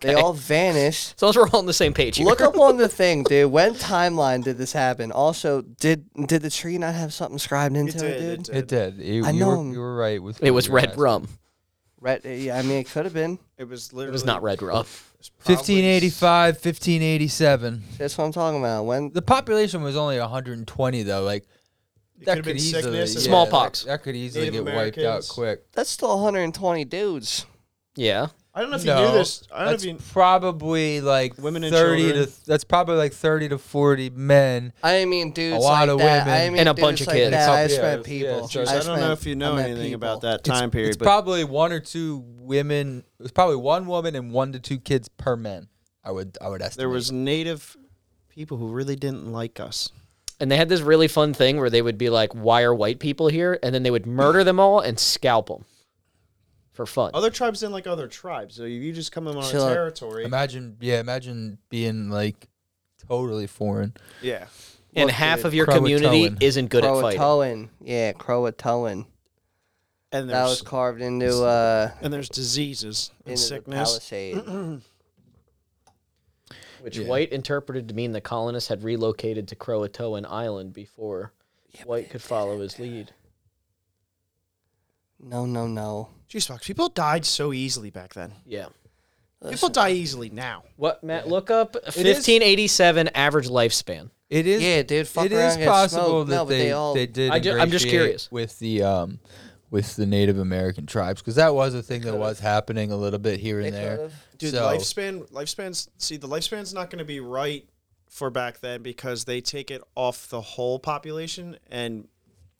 S4: they all vanished.
S7: So we're all on the same page here.
S4: Look up on the thing, dude. When timeline did this happen? Also, did did the tree not have something scribed into
S2: It
S4: it,
S2: did,
S4: dude?
S2: it did.
S3: It did. You,
S4: I
S3: you
S4: know
S3: were-
S4: him.
S3: you were right. With
S7: <laughs> it was
S3: your
S7: red
S3: eyes.
S7: rum.
S4: Red, uh, yeah, I mean, it could have been.
S2: It was literally.
S7: It was not Red Ruff.
S2: it's probably
S3: 1585, 1587.
S4: That's what I'm talking about. When
S3: The population was only 120 though. Like
S2: It
S3: that
S2: could've been
S3: easily,
S2: sickness and-
S3: yeah,
S7: Smallpox.
S3: That, that could easily
S2: Native
S3: get wiped out
S2: Americans.
S3: quick.
S4: that's still 120 dudes.
S7: Yeah.
S2: I don't know if you
S3: No,
S2: knew this. I don't know
S3: that's
S2: if you.
S3: probably like
S2: Women and
S3: 30
S2: children.
S3: to that's probably like 30 to 40 men.
S4: I didn't mean dudes.
S3: lot
S4: like
S3: of
S4: that. I
S3: women.
S4: didn't mean
S7: And a
S4: dudes
S7: bunch of
S4: like
S7: kids.
S4: That. I
S3: Yeah,
S4: just meant
S3: it's-
S4: people.
S3: yeah, it's just-
S2: I
S4: just
S2: don't know
S4: meant-
S2: if you
S4: I
S2: know
S4: meant
S2: anything
S4: people.
S2: about that time period,
S3: It's
S2: but
S3: probably one or two women. It was probably one woman and one to two kids per man. I would I would estimate.
S2: there was native people who really didn't like us.
S7: And they had this really fun thing where they would be like, "Why are white people here?" And then they would murder them all and scalp them for fun.
S2: Other tribes didn't like other tribes. So if you just come in on
S4: Chill
S2: a
S4: out.
S2: territory,
S3: imagine yeah imagine being like totally foreign.
S2: yeah,
S7: and half of your
S3: Croatoan.
S7: community isn't good at fighting.
S4: Croatoan. Yeah, Croatoan.
S2: and
S4: That was
S2: there's
S4: carved into uh
S2: and there's diseases and
S4: into the
S2: sickness.
S4: palisade.
S7: which White interpreted to mean the colonists had relocated to Croatoan Island before White could follow his lead.
S4: No, no, no.
S2: Jeez, fuck, people died so easily back then.
S7: Yeah.
S2: People die easily now.
S7: What Matt? Look up 1587 average lifespan.
S3: It is
S4: Yeah, dude, fuck
S3: it
S4: around
S3: is
S4: and get
S3: possible
S4: smoked.
S3: that
S4: No, but
S3: they,
S4: they all-
S3: they did.
S7: I ju- I'm just
S3: ingratiate
S7: curious.
S3: with the um with the Native American tribes because that was a thing that was happening a little bit here and there.
S4: could've.
S2: Dude,
S3: so
S2: lifespan, lifespans. See, the lifespan's not going to be right for back then because they take it off the whole population, and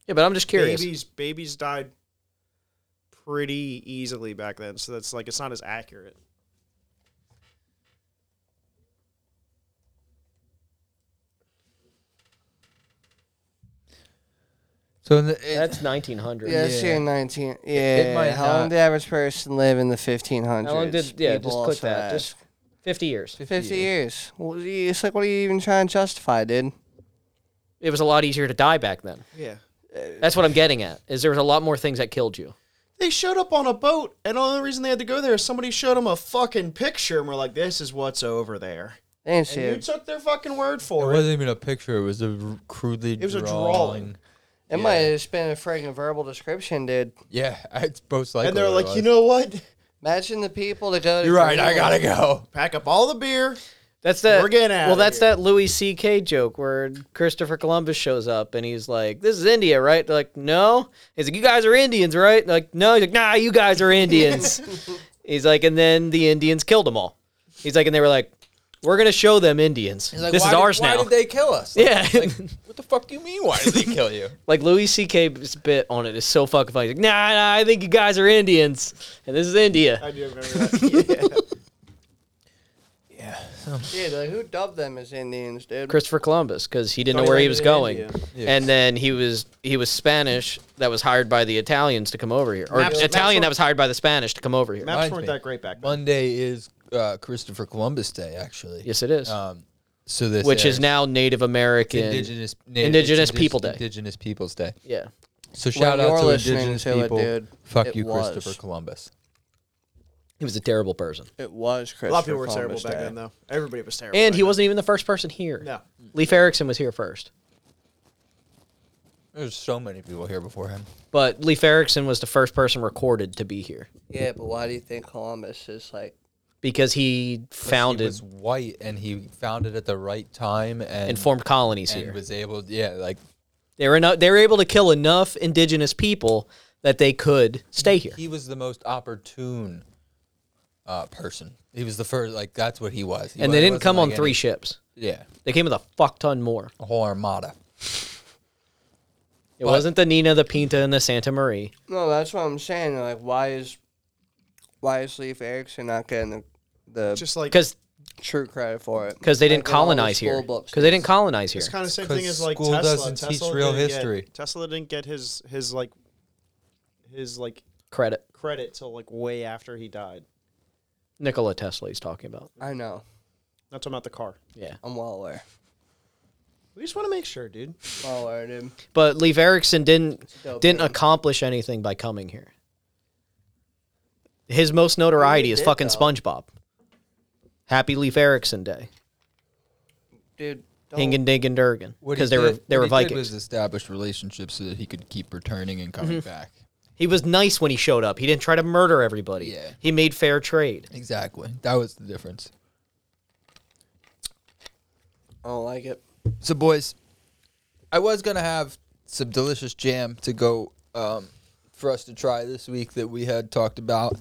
S7: Yeah, but I'm just curious.
S2: babies babies died pretty easily back then. So that's like it's not as accurate.
S3: so in the, it-
S7: That's 1900.
S4: Yeah, that's year 19. Yeah.
S3: might
S4: How
S3: not.
S4: long did the average person live in the 1500s?
S7: How long did? Yeah,
S4: People
S7: just click
S4: also
S7: that.
S4: ask.
S7: Just 50 years.
S4: 50 years. Well, you- it's like, what are you even trying to justify, dude?
S7: It was a lot easier to die back then.
S2: Yeah.
S7: That's what I'm getting at. Is there was a lot more things that killed you.
S2: They showed up on a boat, and the only reason they had to go there is somebody showed them a fucking picture, and we're like, "This is what's over there."
S4: They didn't
S2: And you
S4: see it.
S2: took their fucking word
S3: it
S2: for it.
S3: wasn't even a picture. It was a r- crudely.
S2: It was a
S3: drawing.
S2: drawing.
S4: It might have just been a friggin' verbal description, dude.
S3: Yeah, <laughs> it's most likely.
S2: And
S3: what
S2: they're
S3: it
S2: like, "You
S3: was.
S2: know what?
S4: Imagine the people that go to.
S3: you're right. I gotta
S4: Greenland.
S3: go."
S2: Pack up all the beer."
S7: That's that.
S2: We're getting outta
S7: Well, that's
S2: here.
S7: that Louis C.K. joke where Christopher Columbus shows up and he's like, "This is India, right?" They're like, "No." He's like, "You guys are Indians, right?" They're like, "No." He's like, "Nah, you guys are Indians." he's like, and then the Indians killed them all. He's like, and they were like, "We're gonna show them Indians.
S3: Like,
S7: this
S3: why
S7: is
S3: did-
S7: ours
S3: Why
S7: now."
S3: did they kill us? Like,
S7: <laughs> yeah, like,
S3: what the fuck do you mean? Why did they kill you?
S7: Louis C.K.'s bit on it is so fucking funny. He's like, nah, nah, I think you guys are Indians, and this is India.
S2: I do remember that.
S4: Yeah, they're like, who dubbed them as Indians, dude?
S7: Christopher Columbus because he didn't
S2: Oh,
S7: know where
S2: yeah,
S7: he was
S2: yeah,
S7: going,
S2: yeah.
S7: and then he was he was Spanish that was hired by the Italians to come over here, or
S2: Maps-
S7: Italian
S2: maps
S7: that was hired by the Spanish to come over here.
S3: <laughs>
S2: Maps
S3: Reminds
S2: weren't
S3: me.
S2: that great back then.
S3: Monday is uh, Christopher Columbus Day, actually.
S7: yes, it is,
S3: Um, so this
S7: which
S3: airs-
S7: is now Native American.
S3: Indigenous Native-
S7: Indigenous
S3: Indig-
S7: People Day.
S3: Indigenous Peoples Day.
S7: Yeah,
S3: So
S4: When
S3: shout out
S4: you're
S3: to
S4: listening
S3: Indigenous
S4: to it,
S3: people.
S4: dude,
S3: Fuck
S4: it
S3: you,
S4: was.
S3: Christopher Columbus.
S7: he was a terrible person,
S4: It was Christopher
S2: A lot of people were terrible
S4: Columbus
S2: back
S4: Day.
S2: then, though. Everybody was terrible.
S7: and
S2: back
S7: he wasn't even the first person here.
S2: No.
S7: Leif Erikson was here first,
S3: There's so many people here before him.
S7: but Leif Erikson was the first person recorded to be here
S4: Yeah, but why do you think Columbus is like.
S7: because he
S3: He
S7: founded
S3: was white, and he founded at the right time, and
S7: and formed colonies
S3: and
S7: here.
S3: was able. Yeah, like
S7: They were eno- they were able to kill enough Indigenous people that they could stay here.
S3: he was the most opportune uh, person. He was the first. Like that's what he was. He
S7: and
S3: wa-
S7: they
S3: he
S7: didn't
S3: wasn't
S7: come on
S3: like
S7: three
S3: any-
S7: ships.
S3: Yeah,
S7: They came with a fuck ton more.
S3: a whole armada.
S7: It wasn't the Nina, the Pinta, and the Santa Marie.
S4: No, that's what I'm saying. Like, why is. Why is Leif Erikson not getting the, the
S2: just like
S7: Because
S4: true credit for it?
S7: because they didn't
S4: Like, in all the
S7: colonize here.
S4: school books,
S7: Because they didn't colonize here.
S2: It's kind of same
S3: 'cause
S2: thing as like
S3: school
S2: Tesla.
S3: doesn't teach
S2: Tesla
S3: real
S2: didn't
S3: history.
S2: Get, Tesla didn't get his his like his like
S7: Credit
S2: credit till like way after he died.
S7: Nikola Tesla he's talking about.
S4: I know.
S2: Not talking about the car.
S7: Yeah,
S4: I'm well aware.
S2: We just want to make sure, dude.
S4: Well aware, dude.
S7: but Leif Erikson didn't
S4: dope,
S7: didn't
S4: man.
S7: accomplish anything by coming here. His most notoriety
S4: He
S7: is
S4: did,
S7: fucking
S4: though.
S7: SpongeBob. Happy Leif Erikson Day,
S4: Dude, don't.
S7: Hing and Ding and Durgan,
S3: What he
S7: because they were
S3: did-
S7: they
S3: what
S7: were
S3: he did
S7: Vikings.
S3: Was
S7: Mm-hmm.
S3: establish relationships so that he could keep returning and coming back.
S7: He was nice when he showed up. He didn't try to murder everybody.
S3: Yeah.
S7: He made fair trade.
S3: Exactly. That was the difference.
S4: I don't like it.
S3: So, boys, I was gonna have some delicious jam to go um, for us to try this week that we had talked about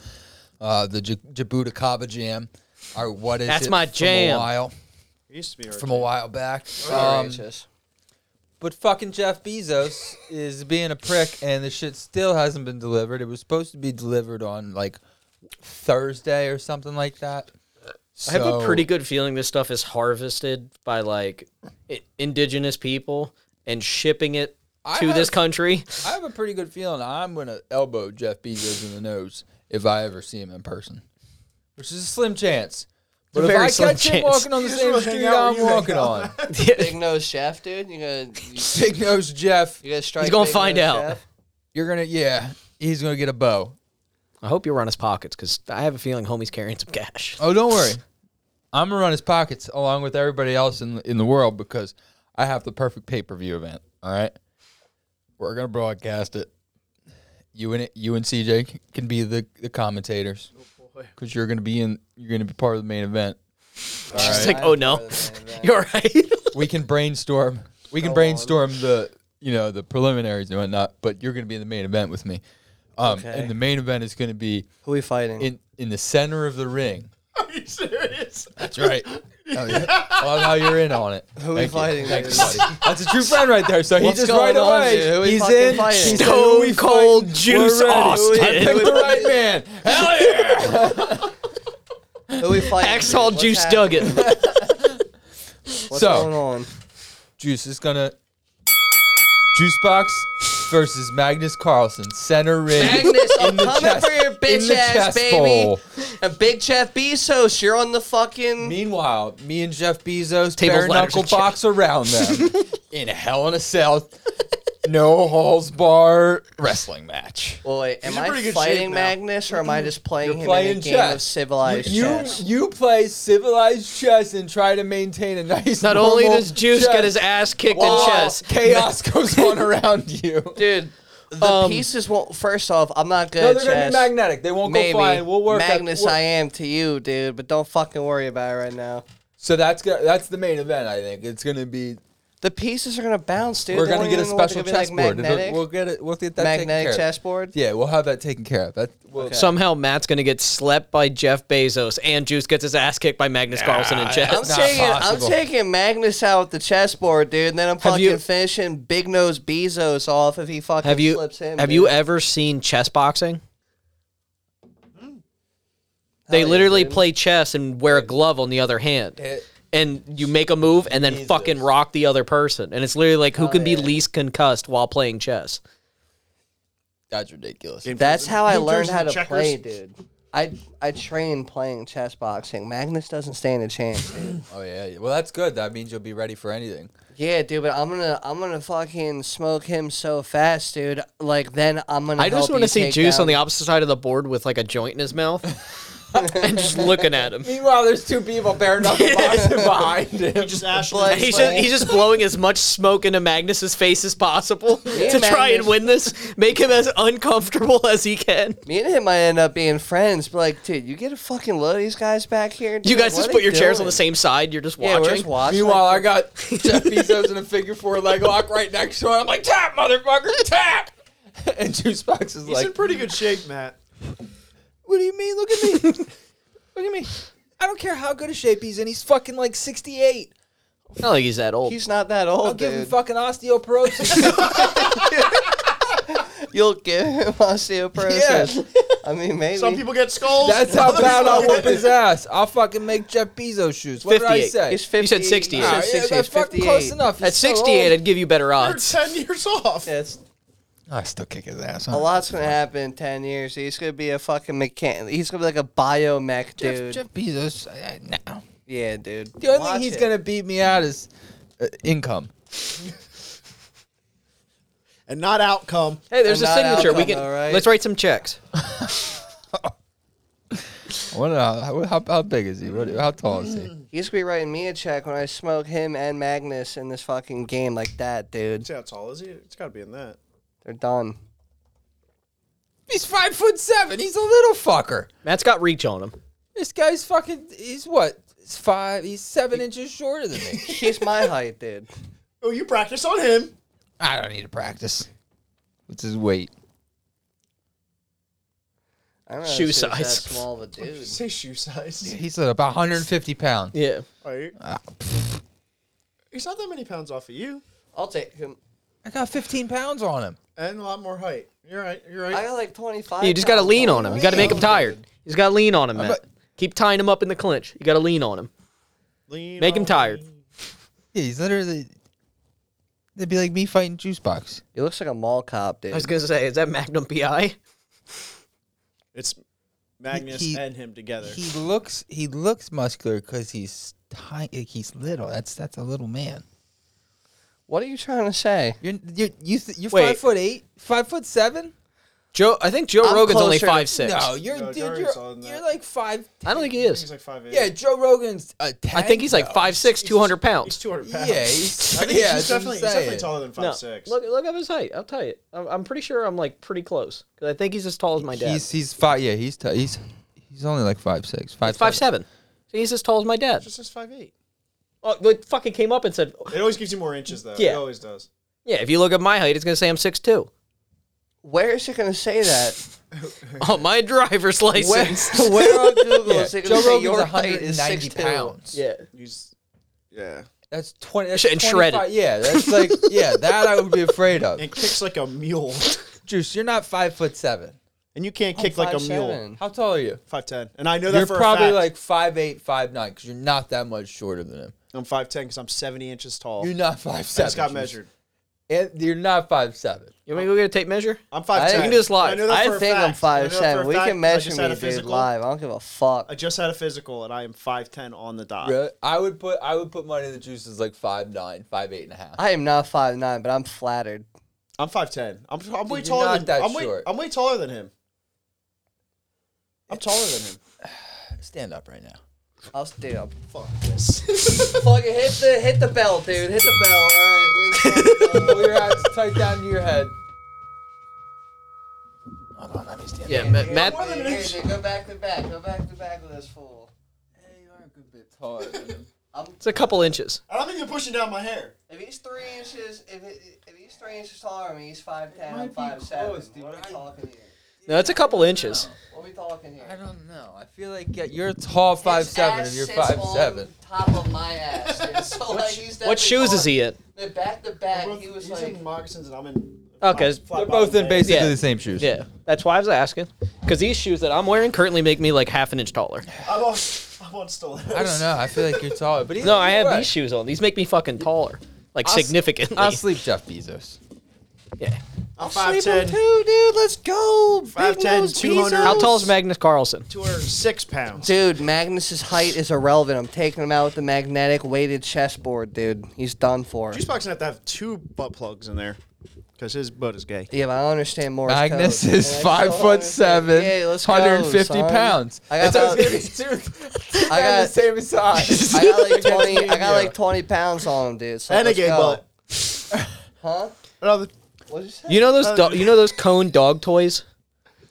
S3: uh, the J- Jabuticaba jam. Or what is
S7: That's
S3: it
S7: my
S3: From
S7: jam.
S3: a while
S2: It used to be
S3: from a while back.
S4: Um,
S3: Um, but fucking Jeff Bezos is being a prick, and the shit still hasn't been delivered. It was supposed to be delivered on like Thursday or something like that.
S7: I have a
S3: So-
S7: pretty good feeling this stuff is harvested by like i- indigenous people and shipping it
S3: I
S7: to this
S3: have- <laughs>
S7: country.
S3: I have a pretty good feeling I'm gonna elbow Jeff Bezos in the nose if I ever see him in person, which is a slim chance. But if
S7: very
S3: I
S7: slim
S3: catch him
S7: chance.
S3: walking on the
S2: You
S3: same
S2: just wanna
S3: street
S2: hang out
S3: I'm
S2: where you hang
S3: walking on,
S2: <laughs>
S7: <laughs>
S4: Big nose chef, dude. You gonna you,
S3: big nose Jeff,
S4: you gonna strike?
S7: gonna
S4: Big
S7: find
S4: Nose
S7: out.
S3: <laughs>
S4: Chef?
S3: you're gonna yeah, he's gonna get a bow.
S7: I hope you run his pockets because I have a feeling homie's carrying some cash.
S3: Oh, don't worry, I'm gonna run his pockets along with everybody else in in the world because I have the perfect pay per view event. All right, we're gonna broadcast it. You and it, you and CJ can be the the commentators. because you're gonna be in you're gonna be part of the main event.
S7: She's like, oh no, <laughs> you're right. <laughs>
S3: We can brainstorm. We can brainstorm the you know the preliminaries and whatnot, but you're gonna be in the main event with me. Um, And the main event is gonna be
S4: Who we fighting?
S3: in in the center of the ring.
S2: Are you serious?
S3: That's right. Oh, yeah. I love how you're in on it.
S4: Who we
S3: Thank you.
S4: fighting,
S3: Thank you,
S4: dude?
S3: buddy. That's a true friend right there. So
S4: What's
S3: he just
S4: going
S3: right
S4: on,
S3: away.
S4: dude? Who we
S3: he's
S4: fucking
S3: in.
S4: fighting?
S3: He said,
S7: Stone
S3: "Who we
S7: Cold
S3: fighting?
S7: Juice
S3: We're ready. I
S7: Austin."
S3: picked the right man. Hell yeah!
S4: Who we fighting?
S7: Axol
S4: What's
S7: Juice
S4: happening?
S7: Duggan.
S4: What's
S3: So-
S4: going on?
S3: Juice is gonna. Juice Box versus Magnus Carlson, center ring.
S4: Magnus, I'm coming
S3: chest-
S4: for your
S3: in
S4: bitch
S3: the
S4: ass,
S3: chest
S4: baby.
S3: bowl.
S4: And Big Jeff Bezos, you're on the fucking.
S3: Meanwhile, me and Jeff Bezos
S7: Tables,
S3: bare
S7: ladders,
S3: knuckle
S7: and chairs.
S3: box around
S7: <laughs>
S3: them in a Hell in a Cell, no halls bar wrestling match.
S4: Well, wait, am
S2: in pretty good
S4: I
S2: shape
S4: fighting
S2: now.
S4: Magnus or am I just playing him in
S3: playing
S4: a game
S3: chess.
S4: of civilized
S3: you
S4: chess?
S3: you play civilized chess and try to maintain a nice.
S7: Not only
S3: normal
S7: does Juice
S3: chess,
S7: get his ass kicked
S3: while
S7: in chess, <laughs>
S3: chaos goes on around you.
S4: Dude, the
S7: um,
S4: pieces won't. First off, I'm not good
S3: No,
S4: at
S3: they're gonna
S4: chess.
S3: be magnetic. They won't
S4: Maybe
S3: go flying. We'll work. that-
S4: Magnus,
S3: we'll-
S4: I am to you, dude, but don't fucking worry about it right now.
S3: So that's go- that's the main event. I think it's gonna be.
S4: The pieces are gonna bounce, dude.
S3: we're
S4: They
S3: gonna
S4: won't
S3: get a
S4: even know what
S3: special
S4: they're gonna be,
S3: chessboard.
S4: Like
S3: It'll-
S4: magnetic,
S3: We'll get it. We'll get that
S4: magnetic
S3: taken care of.
S4: chessboard.
S3: Yeah, we'll have that taken care of. That we'll,
S7: somehow Matt's gonna get slept by Jeff Bezos, and Juice gets his ass kicked by Magnus Carlson in
S4: I'm
S7: chess.
S3: not
S4: taking
S3: possible.
S4: I'm taking Magnus out with the chessboard, dude, and then I'm
S7: Have
S4: fucking
S7: you-
S4: finishing Big Nose Bezos off if he fucking
S7: Have you
S4: flips him.
S7: have
S4: dude.
S7: you ever seen chess boxing?
S4: Mm.
S7: They literally play chess and wear a glove on the other hand.
S3: It-
S7: and you make a move and then
S3: Jesus.
S7: fucking rock the other person. And it's literally like who can be least concussed while playing chess.
S3: that's ridiculous.
S4: That's how I
S2: Who
S4: learned
S2: turns
S4: how to
S2: into
S4: play,
S2: checkers?
S4: dude. I I train playing chess boxing. Magnus doesn't stand a chance, dude.
S3: Oh yeah. yeah. Well, that's good. That means you'll be ready for anything.
S4: yeah, dude, but I'm gonna I'm gonna fucking smoke him so fast, dude. Like then I'm gonna.
S7: I just
S4: want
S7: want to see
S4: <laughs>
S7: Juice on the opposite side of the board with like a joint in his mouth and just looking at
S4: <laughs>
S7: him.
S3: Meanwhile, there's two people <laughs> bare knuckle boxing behind him.
S2: Just Ashley.
S4: Blood
S7: He's just, he's just blowing as much smoke into Magnus's face as possible
S4: <laughs>
S7: to try and
S4: Magnus.
S7: win this, make him as uncomfortable as he can.
S4: Me and him might end up being friends, but like, dude, you get a fucking load of these guys back here. Dude,
S7: You guys
S4: What
S7: just
S4: are
S7: put
S4: you
S7: your chairs on
S4: doing?
S7: the same side. You're just
S4: Yeah, we're
S7: watching.
S4: just watching.
S3: Meanwhile, I got <laughs> Jeff Bezos in a figure four leg lock right next to him. I'm like, tap, motherfucker, tap. <laughs> And Juice Box is
S2: He's
S3: like,
S2: in pretty good shape, Matt.
S3: What do you mean? Look <laughs> at me. Look at me. I don't care how good a shape he's in. He's fucking like 68.
S7: Not like he's that old.
S4: He's not that old,
S3: I'll give him
S4: dude.
S3: fucking <laughs> osteoporosis.
S4: You'll give him
S7: <laughs>
S4: osteoporosis. I mean, maybe.
S2: Some people get skulls.
S3: That's how bad I'll whoop <laughs> his ass. I'll fucking make Jeff Bezos shoes. What did I
S7: 58.
S3: say?
S4: He's
S7: You
S4: 50.
S7: said 60.
S4: He
S7: Ah,
S4: said
S3: Alright,
S4: 60.
S3: yeah,
S4: He's
S3: that's fucking close
S4: 58.
S3: enough. He's
S7: At
S3: so
S7: 68,
S3: old.
S7: I'd give you better
S2: You're
S7: odds.
S2: ten years off.
S4: Yeah, it's-
S3: I Oh, still kick his ass.
S4: a lot's gonna happen in ten years. He's gonna be a fucking mechanic. He's gonna be like a biomech dude.
S6: Jeff, Jeff Bezos, I, I, no.
S4: Yeah, dude.
S3: The only
S4: Watch
S3: thing he's
S4: it.
S3: gonna beat me at is uh, income.
S2: And not outcome.
S7: Hey, there's
S4: And
S7: a
S4: not
S7: signature. We
S4: outcome,
S7: can
S4: though, right?
S7: let's write some checks.
S3: What? How, how, how big is he? What, how tall is he?
S4: He's gonna be writing me a check when I smoke him and Magnus in this fucking game like that, dude.
S2: See how tall is he? It's got to be in that.
S4: They're done.
S3: He's five foot seven. He's a little fucker.
S7: Matt's got reach on him.
S3: This guy's fucking. He's what? He's five. He's seven inches shorter than me. <laughs>
S4: He's
S7: <laughs>
S4: my height, dude.
S2: Oh, you practice on him.
S3: I don't need to practice. What's his weight?
S4: I don't know.
S7: Shoe
S4: if he was that
S7: size.
S4: small of a dude.
S2: Say shoe size.
S3: He's about 150 pounds.
S7: Yeah.
S2: All right.
S3: Ah,
S2: He's not that many pounds off of you,
S4: I'll take him.
S3: I got 15 pounds on him.
S2: and a lot more height. You're right. You're
S4: I
S2: right.
S4: got like 25.
S7: You just got to
S4: pounds
S7: lean on him. You got to make him tired. You just got to lean on him, Matt.
S3: but-
S7: Keep tying him up in the clinch. You got to lean on him.
S2: Lean
S7: Make him
S2: on
S7: tired.
S2: me.
S3: Yeah, he's literally. They'd be like me fighting juice box.
S4: He looks like a mall cop, dude.
S7: I was going to say, is that Magnum PI?
S2: It's Magnus
S3: He-
S2: and him together.
S3: He looks he looks muscular because he's tiny. He's little. That's that's a little man.
S4: What are you trying to say?
S3: You're you're you th- you're
S7: Wait.
S3: five foot eight, five foot seven.
S7: Joe, I think Joe
S4: I'm
S7: Rogan's only
S4: closer to-
S7: five six.
S3: No, you're
S2: No,
S3: dude.
S2: Jordan's
S3: You're,
S2: on that.
S3: you're like five.
S7: I don't think he is.
S2: He's like five eight.
S3: Yeah, Joe Rogan's a
S7: I think he's like
S3: tank,
S7: five six, two hundred
S2: he's
S7: pounds.
S2: two hundred
S3: though. <laughs>
S2: pounds.
S3: Yeah,
S7: <laughs>
S3: he's,
S2: I think
S3: yeah,
S2: he's,
S3: that's what I'm
S2: definitely, he's definitely
S3: saying.
S2: taller than five
S7: No,
S2: six.
S7: look, look up his height. I'll tell you. I'm, I'm pretty sure I'm like pretty close because I think he's as tall as my dad.
S3: He's he's five. Yeah, he's t- he's he's only like five six, five
S7: He's five seven. So he's as tall as my dad.
S2: just says five eight.
S7: Oh, it fucking came up and said,
S2: It always gives you more inches though.
S7: Yeah.
S2: It always does.
S7: "Yeah, if you look at my height, it's gonna say I'm six two.
S4: Where is it going to say that?
S7: <laughs> On my driver's
S4: Where, <laughs>
S7: license. <laughs>
S3: <laughs>
S4: where on Google
S3: Yeah.
S4: is it
S3: Joe
S4: going to say
S3: Rogan's
S4: your height is
S3: 190
S4: 6'2"?
S3: pounds.
S7: Yeah.
S2: He's yeah.
S3: That's twenty. That's
S7: And shredded.
S3: 25 Yeah, that's like yeah, that I would be afraid of.
S2: And kicks like a mule. <laughs>
S3: Juice, you're not five foot seven.
S2: and you can't kick like a mule.
S4: 5'7".
S3: How tall are you?
S2: Five ten. And I know that
S3: You're
S2: for
S3: probably
S2: a fact.
S3: like five eight, five nine, because you're not that much shorter than him.
S2: I'm five ten because I'm seventy inches tall.
S3: You're not five
S2: I
S3: seven.
S2: just got
S3: Juice.
S2: measured.
S3: And you're not five seven.
S7: You want me to go get a tape measure?
S2: I'm five ten.
S4: You can do
S7: this live.
S2: know that
S4: I
S2: for a
S4: think
S2: fact. I know
S4: I'm
S2: that
S4: five
S2: for
S4: seven.
S2: a
S4: We
S2: fact
S4: can
S2: 'cause I
S4: measure
S2: just
S4: me,
S2: had a
S4: dude,
S2: physical.
S4: live. I don't give a fuck.
S2: I just had a physical and I am five ten on the dot.
S3: Really? I would put I would put money in the juice is like five nine, five eight and a half.
S4: I am not five nine, but I'm flattered.
S2: I'm five ten. I'm I'm way
S3: You're
S2: taller
S3: not
S2: than
S3: that
S2: I'm way,
S3: short.
S2: I'm way taller than him. I'm taller than
S4: <laughs>
S2: him.
S3: Stand up right now.
S4: I'll stay up.
S2: Fuck <laughs> this.
S4: Fucking hit the hit the bell, dude. Hit the bell. All right. let's
S7: <laughs>
S4: fucking go.
S3: Pull your hands tight down to your head. Hold on, let me stand
S7: Yeah,
S3: up.
S7: Ma-
S4: Here,
S7: Matt.
S4: here, dude, Go back to back. Go back to back with this fool.
S3: Hey, you are a good bit taller than him.
S7: It's a couple inches.
S2: I don't think you're pushing down my hair.
S4: If he's three inches, if, it, if he's three inches taller than me, he's five ten.
S3: might
S4: I'm
S3: be
S4: five seven.
S3: close, dude.
S4: What are we
S3: I-
S4: talking here?
S7: No, it's a couple inches.
S4: What are we talking here?
S3: I don't know. I feel like yeah, you're tall five seven and you're five seven.
S4: Top of my ass. <laughs> dude. So, like, he's
S7: What
S4: definitely
S7: shoes is
S4: taller.
S7: he in?
S4: The back to back,
S2: Both-
S4: he was
S2: he's
S4: like.
S2: in moccasins and I'm in.
S7: Okay,
S2: flat- flat
S3: They're both in
S2: bottom pants.
S3: basically
S7: Yeah.
S3: the same shoes.
S7: Yeah, that's why I was asking. Because these shoes that I'm wearing currently make me like half an inch taller.
S2: I'm on. I'm on <laughs> stilettos.
S3: I don't know. I feel like you're taller, but he's
S7: No, I have
S3: right.
S7: these shoes on. These make me fucking taller, like
S3: I'll s-
S7: significantly.
S3: I'll sleep Jeff Bezos.
S7: yeah.
S2: I'm five
S3: Sleep him
S2: ten.
S3: too, dude. Let's go. Big
S2: 5'10",
S3: nose
S2: 200.
S7: How
S3: Bezos.
S7: tall is Magnus Carlson?
S2: Two hundred six pounds.
S4: Dude, Magnus's height is irrelevant. I'm taking him out with the magnetic weighted chessboard, dude. He's done for.
S2: Juice box gonna have to have two butt plugs in there, because his butt is gay.
S4: Yeah, but I don't understand Morse
S3: Magnus
S4: code.
S3: is
S4: And I
S3: five
S4: still
S3: foot
S4: understand-
S3: seven,
S4: Yeah, let's go,
S3: 150
S4: son.
S3: pounds.
S4: I got
S3: It's
S4: about-
S3: okay, it's two-
S4: I
S3: they're the
S4: got-
S3: same
S4: <laughs>
S3: size.
S4: I got like
S3: That's me
S4: twenty. I
S3: and
S4: got
S3: you.
S4: like twenty pounds on him, dude. So
S2: And a
S4: let's
S2: gay
S4: go.
S2: butt.
S4: huh?
S2: Another
S4: What'd you say?
S7: You know those do- you know those cone dog toys?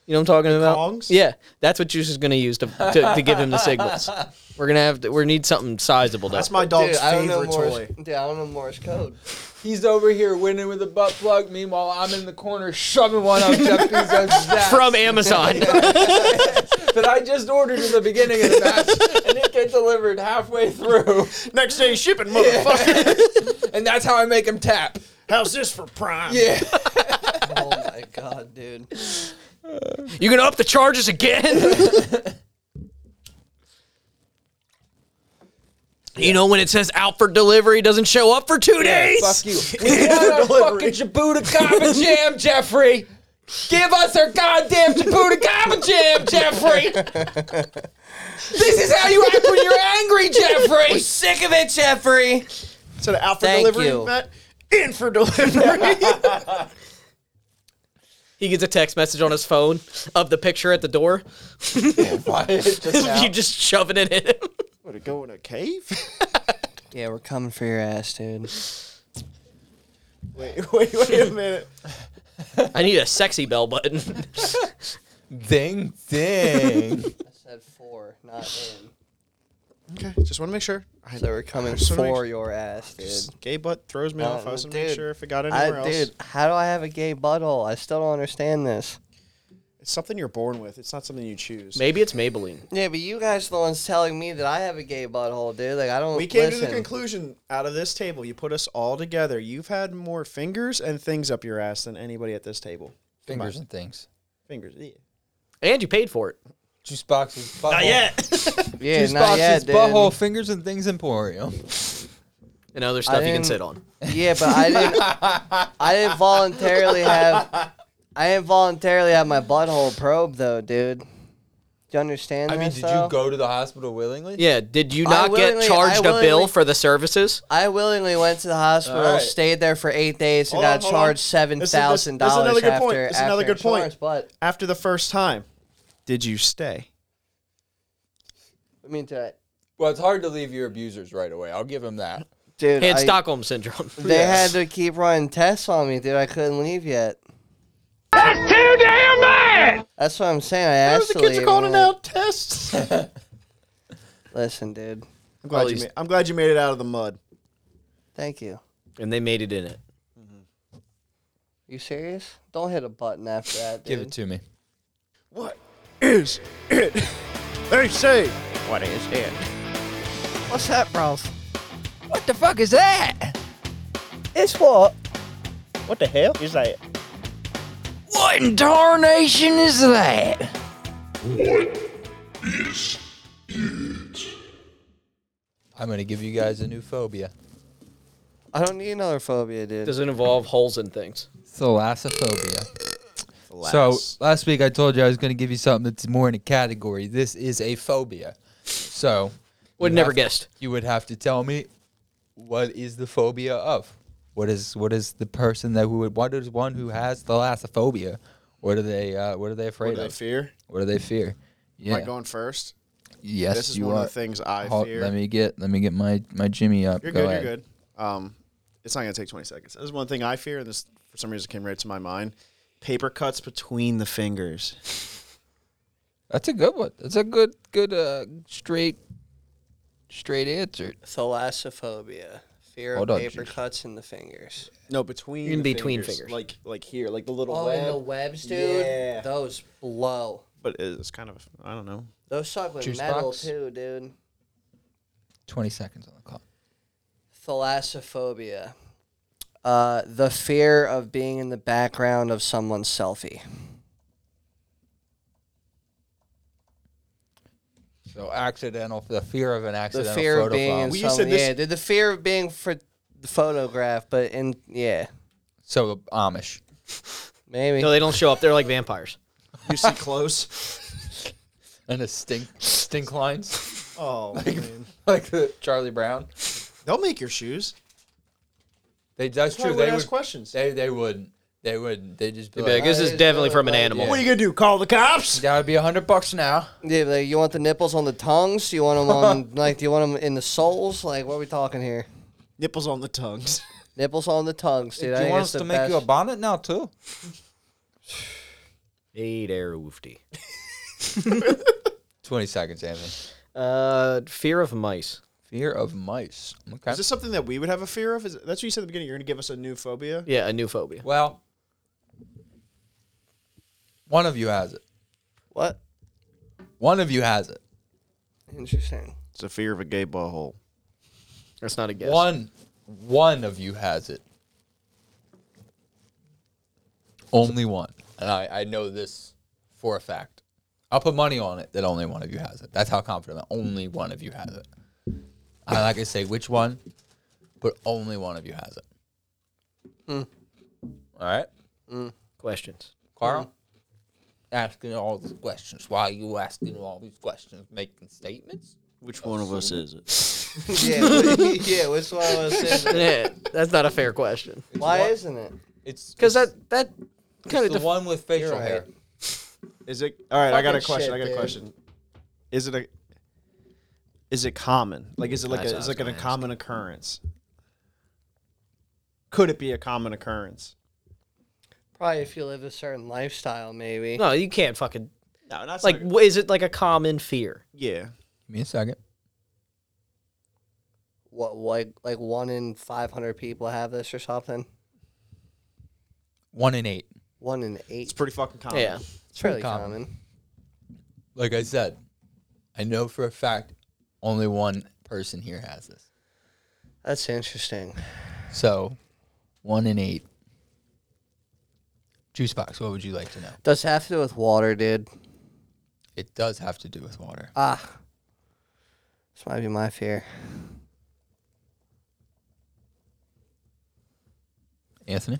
S7: You know what I'm talking about?
S2: Kongs?
S7: Yeah, that's what Juice is gonna use to, to, to give him the signals. We're gonna have to, we need something sizable. Though.
S2: That's my dog's
S4: dude, I don't know
S2: favorite
S4: Morse.
S2: toy.
S4: Dude, I don't know Morse <laughs> code.
S3: He's over here winning with a butt plug. Meanwhile, I'm in the corner shoving one up Jeff <laughs> Bezos' ass
S7: from Amazon.
S3: that I just ordered in the beginning of the match, and it gets delivered halfway through.
S2: Next day shipping, motherfucker.
S3: And that's how I make him tap.
S2: How's this for prime?
S3: Yeah.
S4: Oh my god, dude. <laughs>
S7: you gonna up the charges again? <laughs> You know when it says out for delivery doesn't show up for two days.
S3: Fuck <laughs> you. We want our fucking Djibouti <laughs> Kaba Jam, Jeffrey. Give us our goddamn Djibouti Kaba Jam, Jeffrey. this is how you act when you're angry, Jeffrey.
S4: Sick of it, Jeffrey.
S2: Instead of out for
S4: Thank
S2: delivery,
S4: you.
S2: Matt, in for delivery.
S4: <laughs>
S7: He gets a text message on his phone of the picture at the door. <laughs> you just shoving it in him.
S2: Would it go in a <laughs> cave?
S4: Yeah, we're coming for your ass, dude.
S2: wait, wait, wait a minute.
S7: I need a sexy bell button.
S3: Ding ding.
S4: I said for, not
S2: Okay, just want to make sure. I
S4: in. So we're coming
S2: Just wanna make
S4: for
S2: su-
S4: your ass, dude.
S2: Just gay butt throws me
S4: Uh,
S2: off. I was to make
S4: dude,
S2: sure if it got
S4: I,
S2: anywhere else.
S4: dude, how do I have a gay butthole? I still don't understand this.
S2: It's something you're born with. It's not something you choose.
S7: <laughs> Maybe it's Maybelline.
S4: Yeah, but you guys are the ones telling me that I have a gay butthole, dude. Like I don't.
S2: We came to
S4: listen.
S2: the conclusion out of this table. You put us all together. You've had more fingers and things up your ass than anybody at this table.
S3: Fingers and things.
S2: Fingers. Yeah.
S7: And you paid for it.
S3: Juice boxes. Butthole. Not yet.
S4: Yeah,
S3: Juice
S4: not
S3: boxes.
S4: yet, dude.
S3: butthole. Fingers and things.
S4: <laughs>
S3: Emporium.
S7: And other stuff you can
S4: didn't-
S7: sit on.
S4: Yeah, but I didn't. I didn't voluntarily have. I didn't voluntarily have my butthole probed though, dude. Do you understand?
S3: I mean,
S4: this,
S3: did
S4: though?
S3: you go to the hospital willingly?
S7: Yeah. Did you
S4: I
S7: not get
S4: willingly-
S7: charged
S4: I
S7: a bill
S4: willingly-
S7: for the services?
S4: I willingly went to the hospital,
S3: All right.
S4: stayed there for eight days,
S2: Hold
S4: and got
S2: on, hold on.
S4: charged
S2: This is-
S4: seven
S2: this-
S4: thousand
S2: this is
S4: dollars
S2: another
S4: after
S2: good point. This is
S4: after
S2: another good point.
S4: insurance, But
S2: After the first time, did you stay?
S4: I mean, to,
S3: Well, it's hard to leave your abusers right away. I'll give him that.
S4: dude,
S7: He had
S4: I-
S7: Stockholm syndrome.
S4: <laughs>
S7: <laughs>
S4: they had to keep running tests on me, dude. I couldn't leave yet.
S1: That's too damn bad!
S4: That's what I'm saying. I asked
S2: the
S4: to
S2: kids are
S4: leave,
S2: calling
S4: I'm
S2: it
S4: like,
S2: out
S4: <laughs>
S2: tests. I'm
S4: Listen, dude.
S2: glad, you
S7: these-
S2: made, I'm glad you made it out of the mud.
S4: Thank you.
S7: and they made it in it.
S4: You serious? Don't hit a button after that,
S3: <laughs>
S4: dude.
S3: Give it to me.
S2: What is it? They say
S4: What's that, bro?
S6: What the fuck is that?
S4: It's what?
S2: What the hell is that?
S6: What in tarnation is that?
S3: I'm gonna give you guys a new phobia.
S4: I don't need another phobia, dude.
S7: Does it involve holes in things?
S3: Thalassophobia. So last week I told you I was gonna give you something that's more in a category. This is a phobia. So
S7: Would
S3: you
S7: never
S3: have-
S7: guessed.
S3: You would have to tell me what is the phobia of. What is what is the person that who would what is one who has thalassophobia? What are they uh, what are they afraid
S2: what do they
S3: of?
S2: fear?
S3: what do they fear? Yeah.
S2: Am I going first?
S3: yes,
S2: this is
S3: you
S2: one
S3: are.
S2: of the things I
S3: Hold-
S2: fear.
S3: Let me get let me get my my Jimmy up.
S2: You're
S3: Go
S2: good.
S3: ahead.
S2: You're good. Um, it's not gonna take 20 seconds. This is one thing I fear, and this for some reason came right to my mind. Paper cuts between the fingers.
S3: That's a good one. That's a good good uh straight straight answer.
S4: Thalassophobia. Fear
S3: Hold
S4: of
S3: on,
S4: paper
S3: Juice.
S4: cuts in the fingers.
S2: No, between
S7: In
S2: the
S7: between fingers.
S2: like like here, like the little
S4: Oh,
S2: web.
S4: and the webs, dude.
S2: Yeah.
S4: Those blow.
S2: But it's kind of I don't know.
S4: Those suck with
S3: Juice
S4: metal
S3: box?
S4: too, dude.
S3: Twenty seconds on the clock.
S4: Thalassophobia. Uh, the fear of being in the background of someone's selfie.
S3: So accidental the fear of an
S4: The
S3: accidental
S4: fear of
S3: photo
S4: being in
S3: bomb.
S2: We
S4: some,
S2: said this-
S4: yeah, dude, the fear of being for photographed, but in yeah,
S3: So Amish.
S4: maybe.
S7: No, they don't show up. They're like vampires.
S2: You see close.
S3: And a stink stink lines. <laughs>
S2: <laughs> oh man,
S3: like the Charlie Brown.
S2: they'll make your shoes.
S3: They that's,
S2: That's why
S3: true.
S2: we
S3: They
S2: ask
S3: would,
S2: questions.
S3: they they wouldn't. They wouldn't. They just be
S7: They'd be like,
S3: like,
S7: this is definitely from an animal.
S2: What are you gonna do? Call the cops?
S3: that would be a hundred bucks now.
S4: Yeah, like you want the nipples on the tongues? Do you want them <laughs> on like? Do you want them in the soles? Like, what are we talking here?
S2: Nipples on the tongues.
S4: Nipples on the tongues, dude. I
S3: Do you
S4: think
S3: want
S4: it's
S3: us
S4: the
S3: to make you a
S4: best.
S3: bonnet now too?
S7: Hey there, woofty.
S3: Twenty seconds, Anthony.
S7: Uh, fear of mice.
S3: Fear of mice. Okay.
S2: Is this something that we would have a fear of? Is that's what you said at the beginning? You're gonna give us a new phobia.
S7: Yeah, a new phobia.
S3: well, one of you has it.
S4: what?
S3: One of you has it.
S4: Interesting.
S2: It's a fear of a gay butthole.
S7: That's not a guess.
S3: One, one of you has it. Only one, and I, I know this for a fact. I'll put money on it that only one of you has it. That's how confident. I am. Only one of you has it. I like to say which one, but only one of you has it. Hmm. All right,
S7: Questions.
S3: Carl. Asking all these questions. Why are you asking all these questions? Making statements.
S2: Which one of us is it?
S4: <laughs> yeah, wh- yeah. Which one was it?
S7: yeah, that's not a fair question.
S4: Why isn't it?
S3: It's
S7: Because that that
S3: it's
S7: kind of
S3: the one with facial
S4: right.
S3: hair.
S2: Is it? All right, I got a
S4: Fucking
S2: question.
S4: shit,
S2: I got a
S4: dude.
S2: question. Is it a? Is it common? Like, is it like
S7: That's
S2: a,
S7: what
S2: is
S7: I was
S2: like an, a
S7: gonna ask.
S2: common occurrence? Could it be a common occurrence?
S4: Probably if you live a certain lifestyle, maybe.
S7: no, you can't fucking
S2: No, not
S7: Like, wh- is it like a common fear?
S2: yeah.
S3: Give me a second.
S4: What like like one in five hundred people have this or something?
S3: One in eight.
S4: One in eight.
S2: It's pretty fucking common.
S7: Yeah.
S4: It's fairly
S3: pretty
S4: common.
S3: common. Like I said, I know for a fact only one person here has this.
S4: That's interesting.
S3: So, one in eight. Juice box. What would you like to know?
S4: Does it have to do with water, dude?
S3: It does have to do with water.
S4: Ah, this might be my fear.
S3: Anthony.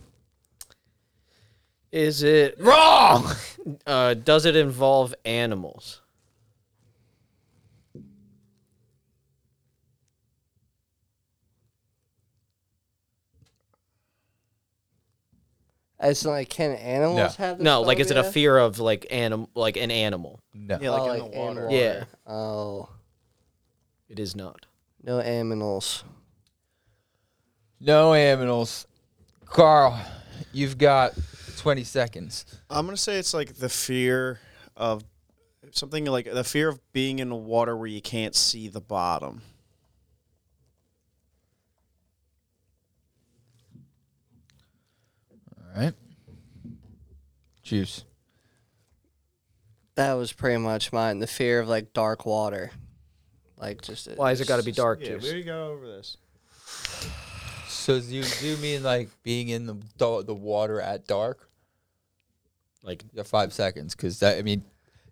S7: Is it wrong? Uh, does it involve animals?
S4: As in, like, can animals have this?
S7: No, like is it a
S4: phobia?
S7: fear of like anim like an animal?
S3: No.
S2: Yeah,
S4: Oh,
S2: like in
S4: like
S2: the water.
S4: animal.
S7: Yeah,
S4: Oh,
S7: it is not.
S4: no aminals.
S3: No aminals. Carl, you've got 20 seconds.
S2: I'm gonna say it's like the fear of something like the fear of being in the water where you can't see the bottom.
S3: All right. Juice.
S4: That was pretty much mine. The fear of like dark water, like just
S7: Why has it got to be dark juice?
S2: go over this.
S3: So do you, do you mean like being in the da- the water at dark?
S7: Like
S3: You got five seconds, because that I mean,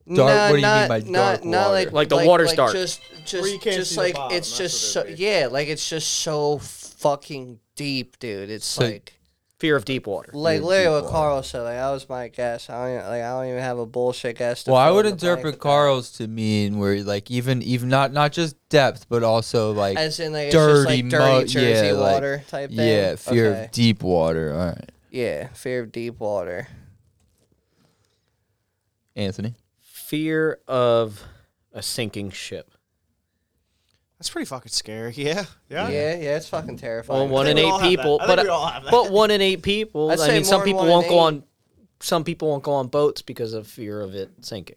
S4: No,
S3: Dark- what do you mean
S4: not-
S3: by
S4: not,
S3: dark
S4: Not
S3: water?
S4: like,
S7: Like the water's dark.
S4: Just, just,
S2: you can't
S4: just
S2: see the
S4: like
S2: bottom,
S4: it's
S2: that's
S4: just so
S2: what it'd be.
S4: yeah, like it's just so fucking deep, dude. It's like
S7: fear of deep water.
S4: like
S3: deep
S4: literally what
S3: water.
S4: Carl said. Like that was my guess. I don't even, like I don't even have a bullshit guess. To
S3: well, I
S4: fill
S3: would
S4: in the blank
S3: interpret
S4: with that.
S3: Carl's to mean where like even even not not just depth, but also like
S4: as in like
S3: dirty,
S4: it's just, like,
S3: mo-
S4: dirty Jersey
S3: yeah, like-
S4: water type thing.
S3: yeah, fear
S4: Okay.
S3: of deep water. All right,
S4: yeah, fear of deep water.
S3: Anthony.
S7: Fear of a sinking ship.
S2: That's pretty fucking scary. <laughs> Yeah. Yeah.
S4: Yeah, yeah, it's fucking terrifying.
S7: Well, one in
S2: we
S7: eight
S2: all have
S7: people,
S2: that. I
S7: but
S2: think we all have that.
S7: but one in eight people.
S4: I'd
S7: I
S4: say
S7: mean, some
S4: more than
S7: people
S4: one in
S7: won't go
S4: eight.
S7: on. Some people won't go on boats because of fear of it sinking.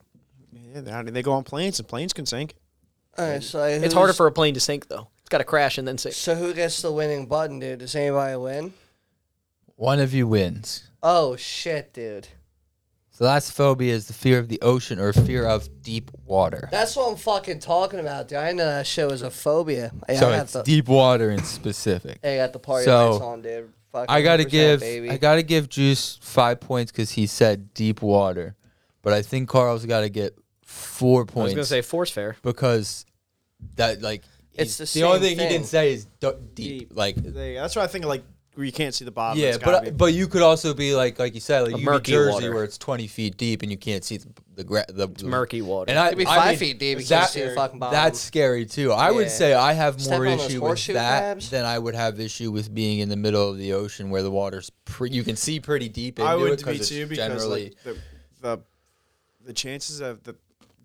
S2: Yeah, they- I mean, they go on planes and planes can sink.
S4: All right, so like,
S7: It's
S4: who's-
S7: harder for a plane to sink though. It's got to crash and then sink.
S4: So who gets the winning button, dude? Does anybody win?
S3: One of you wins.
S4: Oh shit, dude.
S3: So that's phobia is the fear of the ocean or fear of deep water.
S4: That's what I'm fucking talking about, dude. I didn't know that shit was a phobia. I
S3: so
S4: I
S3: it's
S4: got the,
S3: deep water in specific.
S4: I got the party
S3: So,
S4: lights on, dude. Fucking
S3: I gotta
S4: 100%,
S3: give
S4: baby.
S3: I gotta give Juice five points because he said deep water, but I think Carl's got to get four
S7: I was
S3: points
S7: gonna say force fair.
S3: because that like
S4: It's
S3: he's-
S4: the
S3: only
S4: same
S3: thing, he
S4: thing.
S3: didn't say is d- deep.
S2: Deep.
S3: like
S2: They, that's why I think like where you can't see the bottom.
S3: yeah,
S2: it's gotta
S3: but
S2: be-
S3: but you could also be like like you said like you could be
S7: murky
S3: Jersey
S7: water.
S3: where it's twenty feet deep and you can't see the the, gra- the it's
S7: Murky water.
S3: And I,
S4: It'd be
S3: I
S4: five
S3: mean,
S4: feet deep, you can't
S3: that-
S4: see the fucking bottom.
S3: That's scary too. I
S4: Yeah.
S3: would say I have
S4: Step
S3: more
S4: on those
S3: issue with
S4: horseshoe
S3: that
S4: crabs.
S3: than I would have issue with being in the middle of the ocean where the water's pre- you can see pretty deep into
S2: I
S3: it
S2: would
S3: because
S2: be
S3: it's
S2: too because
S3: generally
S2: like the, the the chances of the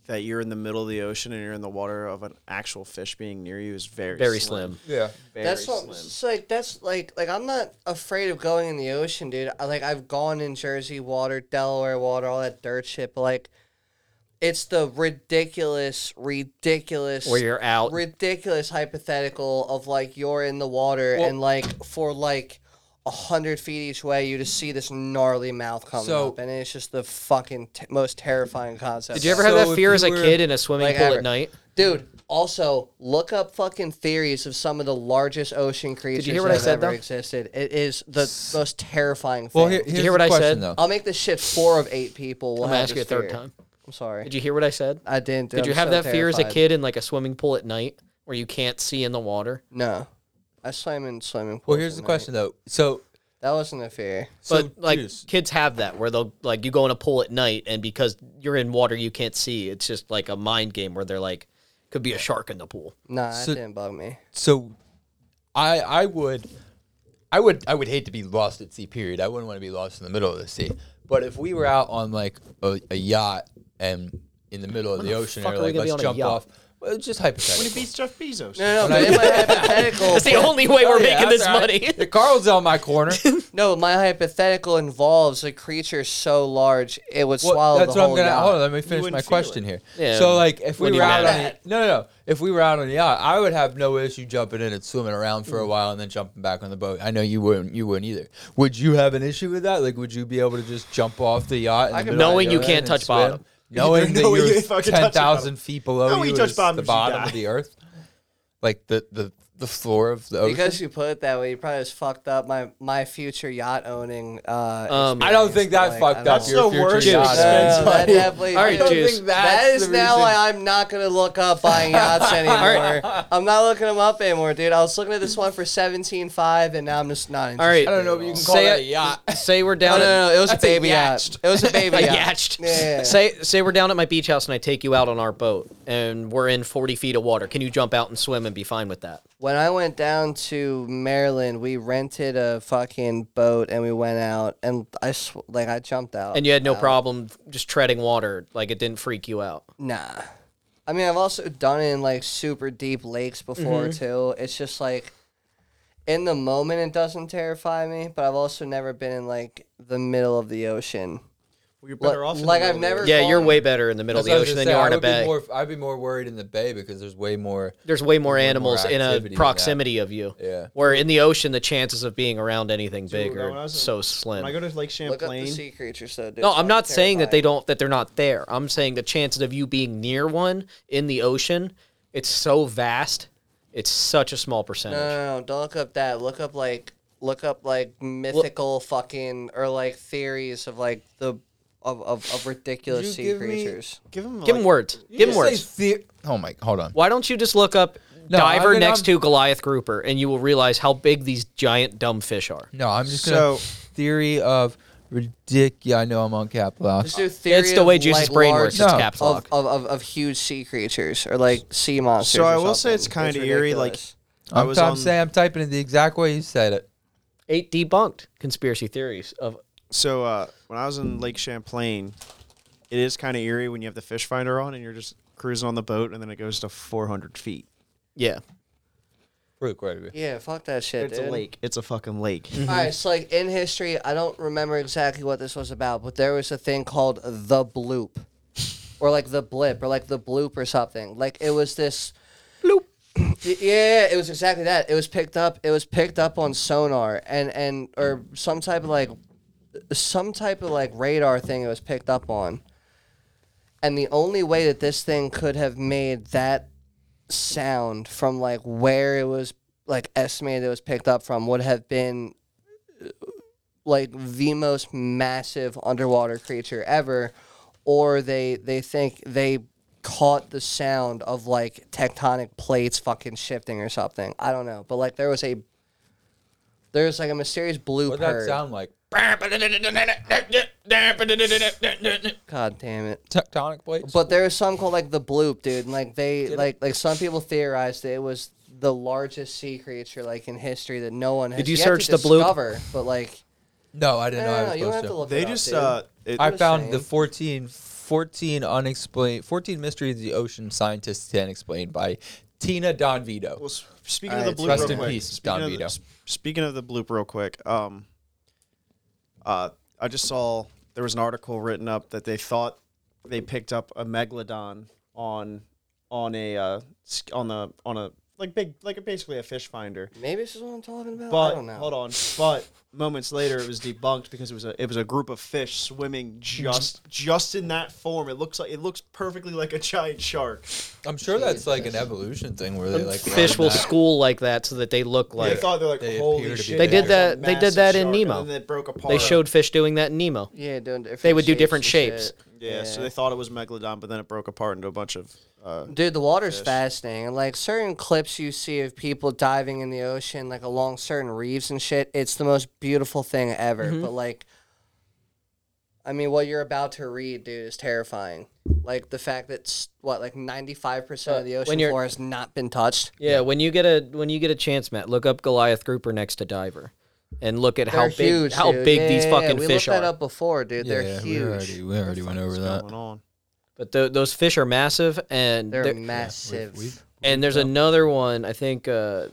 S2: that you're in the middle of the ocean and you're in the water of an actual fish being near you is very
S7: Very slim.
S3: yeah.
S2: Very
S4: that's what,
S2: slim.
S4: it's like that's like like I'm not afraid of going in the ocean, dude. I, like I've gone in Jersey water, Delaware water, all that dirt shit. But like, it's the ridiculous, ridiculous
S7: Where you're out.
S4: ridiculous hypothetical of like you're in the water and like for like a hundred feet each way, you just see this gnarly mouth coming
S3: So-
S4: up, and it's just the fucking t- most terrifying concept.
S7: Did you ever
S3: So
S7: have that
S3: if
S7: fear
S3: you
S7: as a
S3: were-
S7: kid in a swimming
S4: like,
S7: pool
S4: ever.
S7: at night?
S4: dude? Also, look up fucking theories of some of the largest ocean creatures
S7: hear what
S4: that
S7: I
S4: have
S7: said,
S4: ever
S7: though?
S4: existed. It is the most terrifying thing.
S3: Well, here,
S7: you
S3: here's
S7: hear what
S3: the
S7: I
S3: question,
S7: said?
S3: Though.
S4: I'll make this shit four of eight people. Will
S7: I'm gonna
S4: have
S7: ask you a
S4: this fear.
S7: third time.
S4: I'm sorry.
S7: Did you hear what I said?
S4: I didn't.
S7: Did
S4: I'm
S7: you have
S4: so
S7: that fear as a
S4: terrified.
S7: kid in like a swimming pool at night where you can't see in the water?
S4: No, I swam in swimming pools.
S3: Well, here's the
S4: at night.
S3: question though. So
S4: That wasn't a fear.
S3: so
S7: but like
S3: Juice,
S7: kids have that where they'll like you go in a pool at night and because you're in water you can't see. It's just like a mind game where they're like could be a shark in the pool.
S4: Nah, that
S3: So-
S4: didn't bug me.
S3: so I I would I would I would hate to be lost at sea period. I wouldn't want to be lost in the middle of the sea. But if we were out on like a, a yacht and in the middle of the ocean
S7: fuck
S3: and
S7: are
S3: we're like
S7: we gonna be
S3: let's
S7: on a
S3: jump
S7: yacht?
S3: off Well, it's just hypothetical.
S2: When he beats Jeff Bezos.
S4: No, no, but in my hypothetical,
S7: That's the only way we're
S3: Oh, yeah,
S7: making this
S3: that's all right.
S7: money. <laughs>
S3: The Carl's on my corner.
S4: no, my hypothetical involves a creature so large it would
S3: Well,
S4: swallow
S3: that's
S4: the
S3: what I'm
S4: whole
S3: gonna.
S4: yacht.
S3: Hold on, let me finish my
S2: wouldn't feel
S3: question here.
S7: Yeah,
S3: so, like, if we were
S7: wouldn't even
S3: out on
S7: matter.
S3: the, no, no, no, if we were out on the yacht, I would have no issue jumping in and swimming around for
S2: Mm.
S3: a while and then jumping back on the boat. I know you wouldn't. You wouldn't either. Would you have an issue with that? Like, would you be able to just jump off the yacht? in the
S4: I could-
S3: middle of the
S7: Knowing you
S3: ocean
S7: can't
S3: and
S7: touch
S3: swim?
S7: bottom.
S3: <laughs> Knowing that
S2: Knowing you
S3: you're
S2: fucking touch
S3: ten thousand feet below
S2: Knowing you
S3: you
S2: touch
S3: is
S2: bottom,
S3: the
S2: you
S3: bottom of
S2: die.
S3: the earth, like the the the floor of the ocean.
S4: Because you put it that way, you probably just fucked up my, my future yacht owning. Uh,
S7: Um,
S3: I don't think that
S4: Like, I
S3: fucked
S4: don't-
S3: up
S4: That's
S3: your
S2: the
S3: future
S2: worst
S3: yacht.
S2: expense
S4: No, Uh,
S3: <laughs>
S4: that definitely.
S7: All right,
S4: that
S7: Juice.
S4: is- That is now why I'm not gonna look up buying
S7: <laughs>
S4: yachts anymore. I'm not looking them up anymore, dude. I was looking at this one for seventeen five, and now I'm just not. Interested.
S7: All right.
S3: I don't know if you can call
S7: Say
S3: that
S7: it-
S3: a yacht.
S7: <laughs> Say we're
S4: No,
S7: down.
S4: no,
S7: at-
S4: no, It was
S3: That's
S4: a
S3: a
S4: baby yacht.
S3: yacht.
S4: It was a
S7: <laughs>
S4: baby
S7: I
S4: yacht.
S7: yatched.
S4: Yeah.
S7: Say say we're down at my beach house and I take you out on our boat and we're in 40 feet of water. Can you jump out and swim and be fine with that?
S4: When I went down to Maryland, we rented a fucking boat and we went out, and I sw- like I jumped out.
S7: And you had no
S4: Out.
S7: problem just treading water, like it didn't freak you out.
S4: Nah. I mean, I've also done it in like super deep lakes before
S7: Mm-hmm.
S4: too. It's just like in the moment it doesn't terrify me, but I've also never been in like the middle of the ocean.
S2: Well, you're
S4: Like-
S2: better off in the
S4: like I've
S2: middle of the
S4: never-
S7: Yeah, you're
S4: falling-
S7: way better in the middle of
S3: That's
S7: the
S3: what I was
S7: ocean
S3: gonna
S7: than you
S3: say,
S7: are
S3: I
S7: in a
S3: would be
S7: bay.
S3: more- I'd be more worried in the bay because there's way more.
S7: There's way more
S3: way more
S7: animals in a
S3: activity than
S7: proximity of you.
S3: Yeah.
S7: Where in the ocean, the chances of being around anything big
S2: when I
S7: are
S2: was in-
S7: so
S2: When I
S7: slim.
S2: go to Lake
S4: Look up the
S2: Champlain,
S4: sea creatures though. Dude.
S7: No,
S4: It's
S7: I'm not
S4: fucking
S7: saying that they
S4: terrifying.
S7: don't that they're not there. I'm saying the chances of you being near one in the ocean, it's so vast. It's such a small percentage.
S4: No, no, no, don't look up that. Look up like look up like mythical fucking or like theories of like the of of, of ridiculous
S3: you
S4: sea
S3: give me-
S4: creatures.
S2: give him
S7: Give him words. Give him words.
S3: oh my, hold on.
S7: Why don't you just look up
S3: No, I
S7: diver
S3: mean,
S7: next
S3: I'm-
S7: to Goliath grouper and you will realize how big these giant dumb fish are.
S3: No, I'm just
S2: So-
S3: gonna theory of ridiculous. Yeah, I know I'm on cap lock.
S4: Just do theory
S7: it's the
S4: of,
S7: way Jesus'
S4: like,
S7: brain
S4: large-
S7: works. It's
S3: No.
S7: caps
S4: of,
S7: lock.
S4: of, of, of huge sea creatures or like sea monsters.
S2: So
S4: or
S2: I will say
S4: something.
S2: it's kinda eerie, like-
S4: ridiculous.
S2: I
S3: I'm,
S2: was
S3: I'm
S2: on-
S3: saying I'm typing it the exact way you said it.
S7: Eight debunked conspiracy theories of
S2: So uh, when I was in Lake Champlain, it is kind of eerie when you have the fish finder on and you're just cruising on the boat and then it goes to 400 feet.
S7: yeah.
S3: Pretty quick.
S4: yeah, fuck that shit,
S2: It's
S4: dude.
S2: a lake. It's a fucking lake.
S4: All right, so like in history, I don't remember exactly what this was about, but there was a thing called the bloop, or like the blip, or like the bloop, or something. Like it was this bloop. <clears throat> yeah, it was exactly that. It was picked up. It was picked up on sonar and and or some type of like some type of like radar thing. It was picked up on. And the only way that this thing could have made that sound from like where it was like estimated it was picked up from would have been uh, like the most massive underwater creature ever or they they think they caught the sound of like tectonic plates fucking shifting or something i don't know but like there was a there was like a mysterious blue
S3: What that
S4: bird
S3: sound like?
S4: god damn it
S3: Tectonic plates.
S4: But there was some called like the bloop, dude. And, like they like like some people theorized that it was the largest sea creature like in history that no one has
S7: you
S4: yet
S7: search
S4: to
S7: the bloop?
S4: discover. But like
S3: no, I didn't
S4: no,
S3: know. I
S4: no,
S3: was
S4: no, you don't
S3: supposed
S4: have
S3: to.
S4: to look.
S2: they
S4: it up,
S2: just
S4: dude.
S2: uh, it,
S3: I
S4: just
S3: found the
S4: saying.
S3: 14, 14 unexplained, 14 mysteries of the ocean scientists can explain by Tina Donvito.
S2: well, s- speaking of
S4: Alright,
S2: the bloop,
S3: rest
S2: real
S3: in
S2: quick,
S3: peace,
S2: speaking,
S3: Don
S2: of
S3: Vito.
S2: the, s- speaking of the bloop, real quick, um, uh, I just saw there was an article written up that they thought they picked up a megalodon on on a uh, s- on the on a like big like a, basically a fish finder.
S4: maybe this is what I'm talking about.
S2: But
S4: I don't know.
S2: hold on. But moments later, it was debunked because it was a it was a group of fish swimming just just in that form. It looks like it looks perfectly like a giant shark.
S3: I'm sure that's like an evolution thing where they like
S7: Fish
S3: learn
S7: will
S3: that.
S7: school like that so that they look
S2: They
S7: like
S2: thought they're like
S3: They appear
S2: holy
S3: to be
S2: shit.
S3: They did
S2: that's a
S7: that- they did
S2: massive
S7: that in
S2: shark,"
S7: Nemo.
S2: And then it broke apart.
S7: they showed fish doing that in Nemo.
S4: Yeah, doing different
S7: They would do different
S4: and
S7: shapes.
S4: shit.
S2: Yeah, so they thought it was megalodon, but then it broke apart into a bunch of. Uh,
S4: Dude, the water's fascinating. And like certain clips you see of people diving in the ocean, like along certain reefs and shit, it's the most beautiful thing ever.
S7: Mm-hmm.
S4: But like, I mean, what you're about to read, dude, is terrifying. Like the fact that s- what, like 95 percent of the ocean
S7: you're-
S4: floor has not been touched.
S7: Yeah, when you get a when you get a chance, Matt, look up Goliath grouper next to diver, and look at how
S4: They're
S7: big
S4: huge.
S7: how
S4: dude.
S7: big
S4: Yeah,
S7: these
S4: yeah, yeah.
S7: fucking
S4: we
S7: fish
S4: looked that
S7: are.
S4: up before, dude. They're
S3: Yeah,
S4: huge.
S3: We already, we already went over
S2: what's
S3: that.
S2: going on?
S7: But tho- those fish are massive, and
S4: They're
S7: they're-
S4: massive.
S7: and there's another one. I think uh,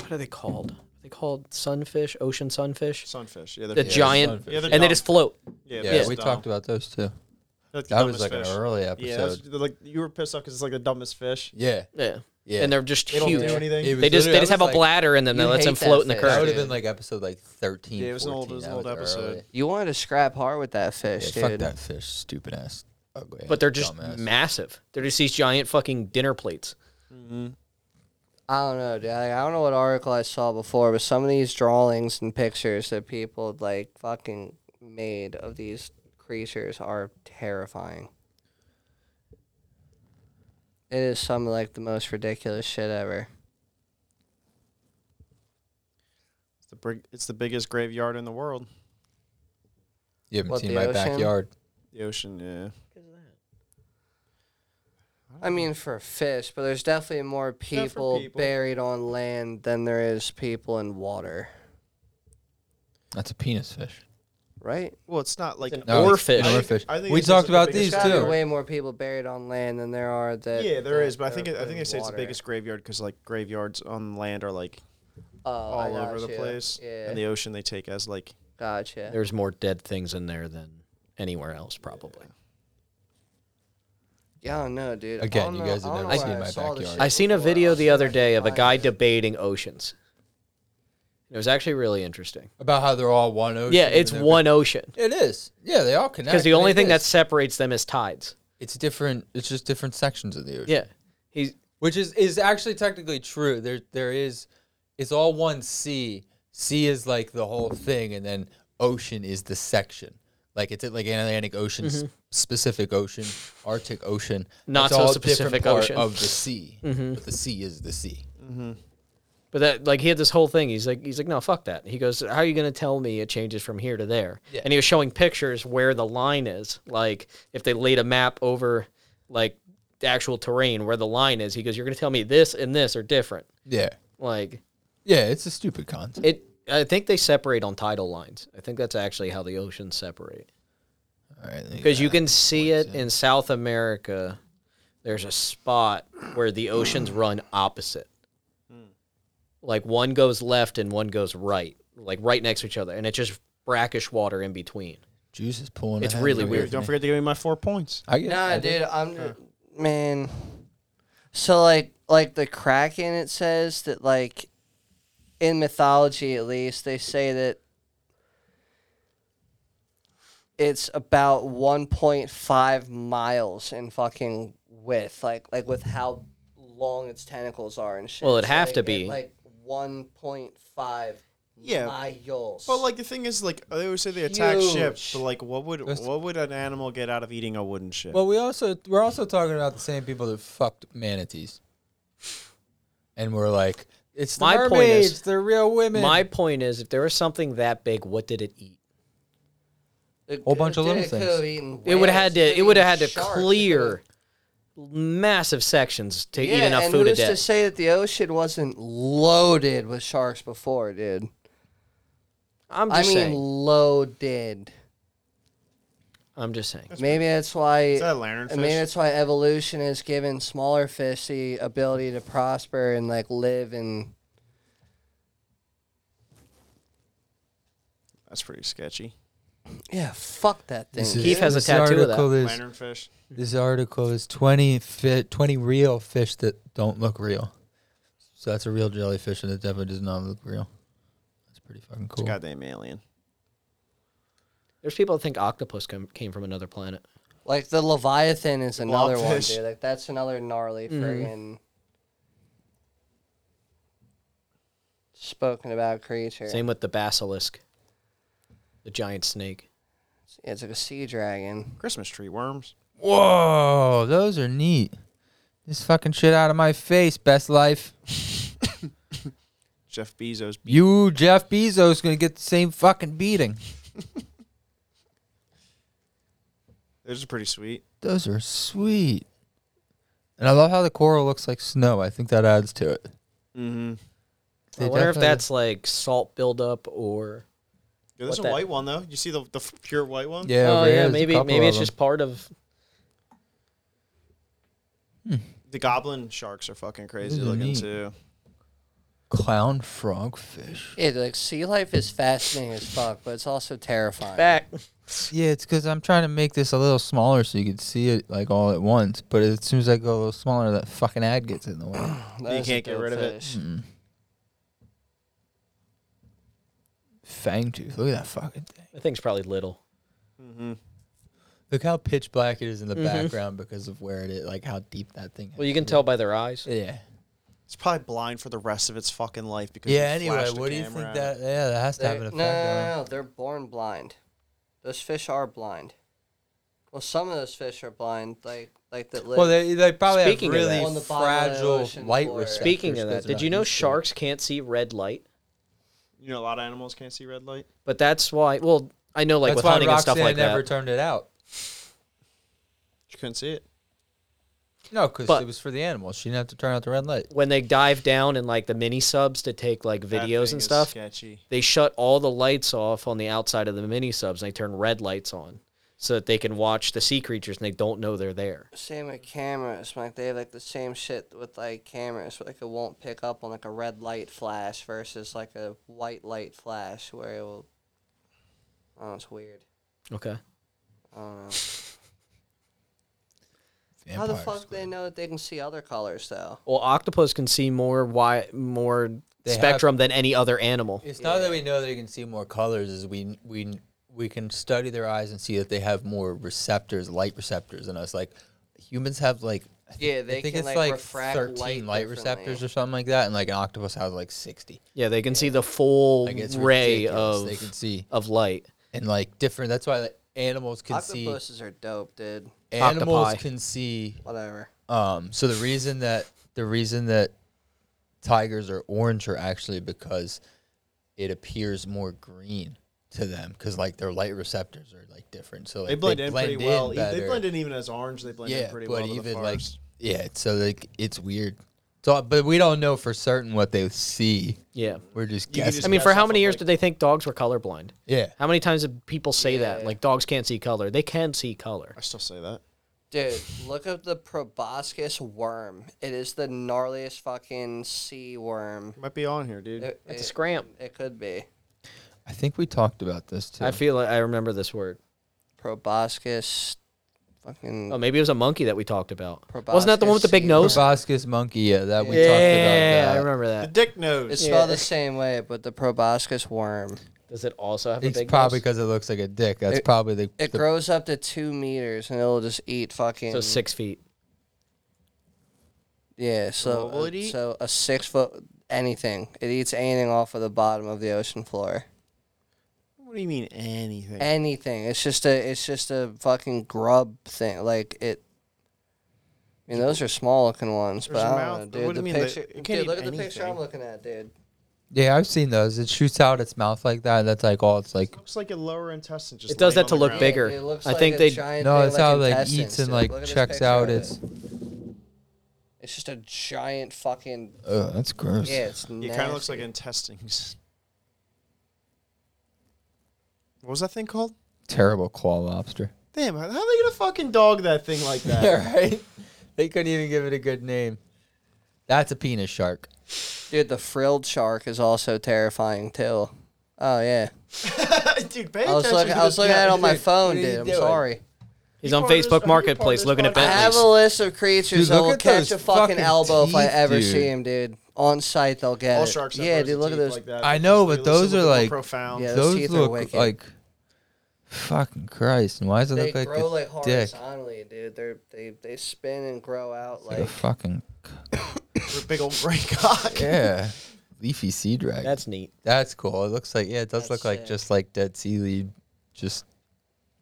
S7: what are they called? Are they called sunfish, ocean sunfish,
S2: Sunfish. Yeah, they're
S7: the
S2: yeah,
S7: giant,
S3: sunfish.
S2: Yeah, they're
S7: and they
S2: dumb.
S7: just float.
S2: Yeah,
S3: Yeah, we talked about those too.
S2: about
S3: That was like an early
S2: Yeah, that's-
S3: episode.
S2: like you were pissed off because it's like the dumbest fish.
S3: Yeah,
S7: Yeah,
S3: yeah.
S7: and they're just
S2: They don't
S7: huge.
S2: do anything.
S3: It was
S7: They just
S3: literally-
S7: they
S3: that
S7: just have a
S3: was like-
S7: bladder in them that
S4: You
S7: lets them
S4: hate that
S7: float in the
S4: fish.
S3: That would
S7: current.
S3: have been
S4: dude.
S3: like episode like thirteen.
S2: Yeah, it was an old-
S3: 14.
S2: it was an
S3: That
S2: old episode.
S3: early.
S4: You wanted to scrap hard with that
S3: Yeah,
S4: fish,
S3: fuck
S4: dude.
S3: that fish, stupid ass, ugly. ass,
S7: But they're just
S3: dumbass.
S7: massive. They're just these giant fucking dinner plates.
S4: I don't know, dude. Like, I don't know what article I saw before, but some of these drawings and pictures that people like fucking made of these creatures are terrifying. It is some of like the most ridiculous shit ever.
S2: It's the big, it's the biggest graveyard in the world.
S3: You haven't
S4: What,
S3: seen
S4: the
S3: my
S4: ocean?
S3: backyard.
S2: The ocean. Yeah.
S4: I mean, for fish, but there's definitely more
S2: for
S4: people,
S2: people.
S4: buried on land than there is people in water,
S3: That's a penis fish.
S4: right?
S2: Well, it's not like
S7: an
S3: No, it's
S7: or
S3: an
S7: fish. I
S3: Or
S7: think-
S3: fish.
S2: I think
S3: We
S2: it's just
S3: talked about
S2: the
S4: There's
S3: these
S2: biggest-
S4: gotta be
S3: too.
S4: way more people buried on land than there are that.
S2: yeah, there
S4: that
S2: is, but I think
S4: are
S2: it, I think they
S4: in
S2: say it's the
S4: water.
S2: biggest graveyard because like graveyards on land are like
S4: Oh, I
S2: all over the
S4: gotcha.
S2: place,
S4: Yeah,
S2: and the ocean they take as like
S4: gotcha.
S7: There's more dead things in there than anywhere else, probably.
S4: Yeah, I don't know, dude. I
S3: Again,
S4: don't
S3: you
S4: know-
S3: guys have
S4: I don't
S3: never
S4: know
S3: seen
S4: where
S3: my
S4: saw this
S3: backyard.
S4: shit
S7: I seen a
S4: before.
S7: video
S4: I'll see
S7: the
S4: if
S7: other
S4: I can
S7: day of a
S4: find
S7: guy
S4: it.
S7: debating oceans. It was actually really interesting.
S3: About how they're all one ocean.
S7: Yeah,
S3: even
S7: it's
S3: though-
S7: one ocean
S3: It is. Yeah, they all connect.
S7: because the
S3: and
S7: only
S3: it
S7: thing
S3: is.
S7: that separates them is tides.
S3: it's different. It's just different sections of the ocean.
S7: Yeah, he's
S3: which is is actually technically true. There there is, it's all one sea. Sea is like the whole thing, and then ocean is the section. Like it's like an Atlantic Ocean, s- specific ocean, Arctic Ocean.
S7: Mm-hmm. Not
S3: It's
S7: so
S3: all
S7: specific
S3: different part
S7: ocean. Mm-hmm.
S3: of the sea. But the sea is the sea.
S7: But that like he had this whole thing. He's like he's like no fuck that. He goes how are you gonna tell me it changes from here to there? And he was showing pictures where the line is. Like if they laid a map over like the actual terrain where the line is, he goes you're gonna tell me this and this are different.
S3: Yeah,
S7: Like
S3: yeah. It's a stupid concept.
S7: it. I think they separate on tidal lines. I think that's actually how the oceans separate.
S3: All right, there
S7: Because
S3: go.
S7: you can see it in South America. There's a spot where the oceans run opposite. Like one goes left and one goes right, like right next to each other, and it's just brackish water in between.
S3: juice is pulling.
S7: It's
S3: ahead
S7: really
S3: over
S7: weird.
S3: here.
S2: Don't forget to give me my four points.
S3: I get.
S4: Nah,
S3: I
S4: dude, I'm man. So like, like the kraken, it says that like, in mythology at least, they say that it's about 1.5 miles in fucking width, like like with how long its tentacles are and shit.
S7: Well, it'd
S4: So
S7: have
S4: they
S7: to
S4: get,
S7: be.
S4: like 1.5
S2: Yeah.
S4: miles.
S2: But like the thing is, like they always say they attack ships,
S4: Huge.
S2: but like what would what would an animal get out of eating a wooden ship?
S3: Well, we also we're also talking about the same people that fucked manatees, and we're like, it's the
S7: My
S3: mermaids.
S7: point is-
S3: they're real women.
S7: My point is, if there was something that big, what did it eat?
S4: It
S3: Whole
S4: could-
S3: bunch of
S4: dude,
S3: little
S4: it could
S3: things.
S4: have eaten
S7: It would have
S4: whales,
S7: had to. It
S4: could've
S7: would have had
S4: eaten
S7: to
S4: sharks, it could've-
S7: clear massive sections to eat
S4: Yeah,
S7: enough
S4: and
S7: food a
S4: who's
S7: day.
S4: to say that the ocean wasn't loaded with sharks before, dude?
S7: I'm
S4: I
S7: just
S4: mean,
S7: saying.
S4: loaded.
S7: I'm just saying.
S4: Maybe that's why.
S2: is that a lanternfish?
S4: and Maybe that's why evolution has given smaller fish the ability to prosper and like live and.
S2: That's pretty sketchy.
S4: Yeah, fuck that thing.
S3: This
S4: dude.
S7: Keith has a
S3: this
S7: tattoo of that.
S3: article is-
S2: Lanternfish.
S3: this article is 20, fit, 20 real fish that don't look real. So that's a real jellyfish, and it definitely does not look real. That's pretty fucking cool.
S2: Goddamn alien.
S7: There's people that think octopus come, came from another planet.
S4: like the leviathan is another one,
S2: Blobfish.
S4: dude. Like that's another gnarly
S7: Mm-hmm.
S4: friggin' spoken about creature.
S7: Same with the basilisk, the giant snake.
S4: It's like a sea dragon.
S2: Christmas tree worms.
S3: Whoa, those are neat. This fucking shit out of my face, best life.
S2: Jeff Bezos.
S3: You, Jeff Bezos, gonna get the same fucking beating.
S2: Those are pretty sweet.
S3: Those are sweet. And I love how the coral looks like snow. I think that adds to it.
S2: Mm-hmm.
S7: I
S3: They
S7: wonder if
S3: definitely-
S7: that's like salt buildup or
S2: Yeah, there's
S7: What
S2: a
S7: that-
S2: white one though. You see the the f- pure white one?
S3: Yeah,
S7: oh
S3: over here,
S7: yeah
S3: there's a
S7: maybe
S3: couple
S7: maybe
S3: of
S7: it's
S3: them.
S7: just part of
S2: The goblin sharks are fucking crazy
S3: Those are
S2: looking
S3: neat.
S2: too.
S3: Clown frog fish.
S4: Yeah, like sea life is fascinating as fuck, but it's also terrifying.
S7: Back.
S3: Yeah, it's because I'm trying to make this a little smaller so you can see it like all at once. But as soon as I go a little smaller, that fucking ad gets in the way. <clears throat>
S4: That
S2: You
S4: is a
S2: can't get
S4: good
S2: rid of it.
S4: fish.
S3: Fang tooth. Look at that fucking thing.
S7: That thing's probably little.
S3: Look how pitch black it is in the background because of where it is, like how deep that thing.
S7: Mm-hmm. Well, you can tell by their eyes.
S3: Yeah.
S2: It's probably blind for the rest of its fucking life because
S3: Yeah.
S2: you flashed
S3: Anyway,
S2: the
S3: what do you
S2: camera
S3: think
S2: at
S3: that? Yeah, that has to have
S4: They're,
S3: an
S4: no,
S3: effect.
S4: no,
S3: on
S4: no, no, they're born blind. Those fish are blind. Well, some of those fish are blind, like like that live.
S3: Well, they, they probably
S7: Speaking of
S3: have
S7: that-
S3: really
S4: On the bottom of the
S3: fragile
S4: ocean
S3: light
S4: floor.
S3: receptors.
S7: Speaking of
S3: 'cause
S7: that,
S3: they're
S7: did you
S3: not
S7: know
S3: used to it.
S7: sharks can't see red light?
S2: You know, a lot of animals can't see red light.
S7: But that's why. Well, I know like
S3: That's
S7: with
S3: why
S7: hunting and stuff
S3: Roxanne
S7: like
S3: never
S7: that.
S3: turned it out.
S2: You couldn't see it.
S3: No, because
S7: But-
S3: it was for the animals. She didn't have to turn out the red light.
S7: when they dive down in like the mini subs to take like
S2: That
S7: videos
S2: thing
S7: and
S2: is
S7: stuff,
S2: Sketchy.
S7: they shut all the lights off on the outside of the mini subs and they turn red lights on so that they can watch the sea creatures and they don't know they're there.
S4: same with cameras. Like they have like the same shit with like cameras. Like it won't pick up on like a red light flash versus like a white light flash, where it will. Oh, it's weird.
S7: Okay.
S4: I don't know. How the fuck do they know that they can see other colors though?
S7: Well, octopus can see more wi- more
S3: have-
S7: spectrum than any other animal.
S3: It's not that we know they can see more colors. Is we we we can study their eyes and see that they have more receptors, light receptors than us. Like humans have like I think-
S4: Yeah, they
S3: I think
S4: can,
S3: it's
S4: like,
S3: like
S4: refract
S3: thirteen
S4: light
S3: light receptors
S4: differently.
S3: or something like that, and like an octopus has like sixty.
S7: Yeah, they can see the full
S3: Like it's
S7: ray
S3: ridiculous.
S7: of
S3: they can see
S7: of light.
S3: and like different. That's why like, animals can see
S4: Octopuses are dope, dude.
S3: animals
S7: Octopi.
S3: can see
S4: Whatever.
S3: Um, so the reason that the reason that tigers are orange are actually because it appears more green to them because like their light receptors are like different. So like,
S2: They blend in
S3: blend
S2: pretty well. E-
S3: better.
S2: They blend in even as orange. They blend
S3: yeah,
S2: in pretty
S3: but
S2: well. to the
S3: even like
S2: forest.
S3: yeah, so like it's weird. So, but we don't know for certain what they see.
S7: Yeah.
S3: We're just
S2: You can
S3: guessing.
S7: I
S2: just
S7: mean, for
S2: guess
S7: how
S2: off
S7: many
S2: of,
S7: years
S2: like-
S7: did they think dogs were colorblind?
S3: yeah,
S7: How many times did people say that?
S4: Yeah.
S7: Like dogs can't see color. They can see color.
S2: I still say that.
S4: Dude, look up the proboscis worm. It is the gnarliest fucking sea worm.
S2: It might be on here, dude.
S4: It,
S7: It's a
S4: it-
S7: scramp.
S4: it could be.
S3: I think we talked about this too.
S7: I feel like I remember this word.
S4: Proboscis fucking
S7: Oh, maybe it was a monkey that we talked about. Wasn't that the one with the big
S4: Proboscis.
S7: nose?
S3: Proboscis monkey. Yeah, that we talked
S7: yeah, I
S3: about. That.
S7: remember
S2: The
S7: that.
S2: dick
S4: it's
S2: nose.
S4: spelled the same way, but the proboscis worm.
S7: Does it also have a
S3: It's
S7: big
S3: probably
S7: nose?
S3: because it looks like a dick. That's probably the,
S4: It
S3: the
S4: grows up to two meters and it'll just eat fucking
S7: So six feet.
S4: Yeah, so
S2: what would it
S4: a,
S2: eat?
S4: so a six foot anything. It eats anything off of the bottom of the ocean floor.
S2: What do you mean anything?
S4: Eh. Anything. It's just a it's just a fucking grub thing. Like it I mean, those are small looking ones, but
S2: There's a
S4: I don't
S2: mouth,
S4: know,
S2: but
S4: dude.
S2: what do
S4: the
S2: you mean they-
S4: picture,
S2: it can't
S4: dude,
S2: eat
S4: look at the picture I'm
S2: anything.
S4: looking at, dude.
S3: Yeah, I've seen those. It shoots out its mouth like that. And that's like all. It's like
S2: Looks like a lower intestine. Just
S7: It does
S2: laying
S7: that to
S2: on the
S7: look
S2: ground.
S7: big. Bigger.
S4: It looks
S7: I
S4: like
S7: think
S4: a
S7: they-
S4: giant
S3: no,
S4: thing,
S3: it's how like
S4: intestines,
S3: eats and
S4: dude.
S3: like
S4: Look at this
S3: checks
S4: picture
S3: out
S4: of it.
S3: its.
S4: It's just a giant fucking.
S3: Ugh, that's gross.
S4: Yeah, it's
S2: It
S4: nasty.
S2: kind of looks like intestines. What was that thing called?
S3: Terrible claw
S4: <laughs>
S3: lobster.
S2: Damn, how how are they gonna fucking dog that thing like
S3: <laughs>
S2: that? <laughs>
S3: right. They couldn't even give it a good name. That's a penis shark.
S4: Dude, the frilled shark is also terrifying too. Oh yeah,
S2: dude, pay
S4: I was
S2: attention
S4: looking.
S2: to
S4: I was
S2: this
S4: looking
S2: guy.
S4: at
S2: <laughs>
S4: it on my
S3: Dude,
S4: phone,
S3: what are
S4: dude.
S3: you
S4: I'm
S3: doing?
S4: sorry.
S7: He's on
S2: part of this
S7: Facebook
S2: fucking
S7: Marketplace
S2: podcast.
S7: looking at
S4: I have
S7: Bentleys.
S4: a list of creatures
S3: Dude,
S4: that
S3: look
S4: will
S3: at
S4: catch
S3: those
S4: a fucking
S3: fucking
S4: elbow if I
S3: teeth,
S4: ever
S3: dude.
S4: see him, dude. On site, they'll get
S2: All
S4: it.
S2: sharks. have
S4: yeah,
S2: rows
S4: dude.
S2: of
S4: Look at
S2: teeth
S4: those.
S2: Like that.
S3: I know, but
S2: They look-
S3: those
S2: they
S3: are
S2: look more
S3: like-
S2: profound.
S4: Yeah, those
S3: Those
S4: teeth are
S3: look
S4: wicked.
S3: like fucking Christ. And why does it
S4: they
S3: look like
S4: grow
S3: a
S4: like
S3: dick?
S4: horizontally, dude. They they they spin and grow out
S3: Like a
S4: like.
S3: fucking
S4: <laughs>
S2: For a big old <laughs> gray cock.
S3: yeah. Leafy sea dragon.
S7: That's neat.
S3: That's cool. It looks like yeah, it does look
S4: That's
S3: like
S4: sick.
S3: just like dead sea lead, just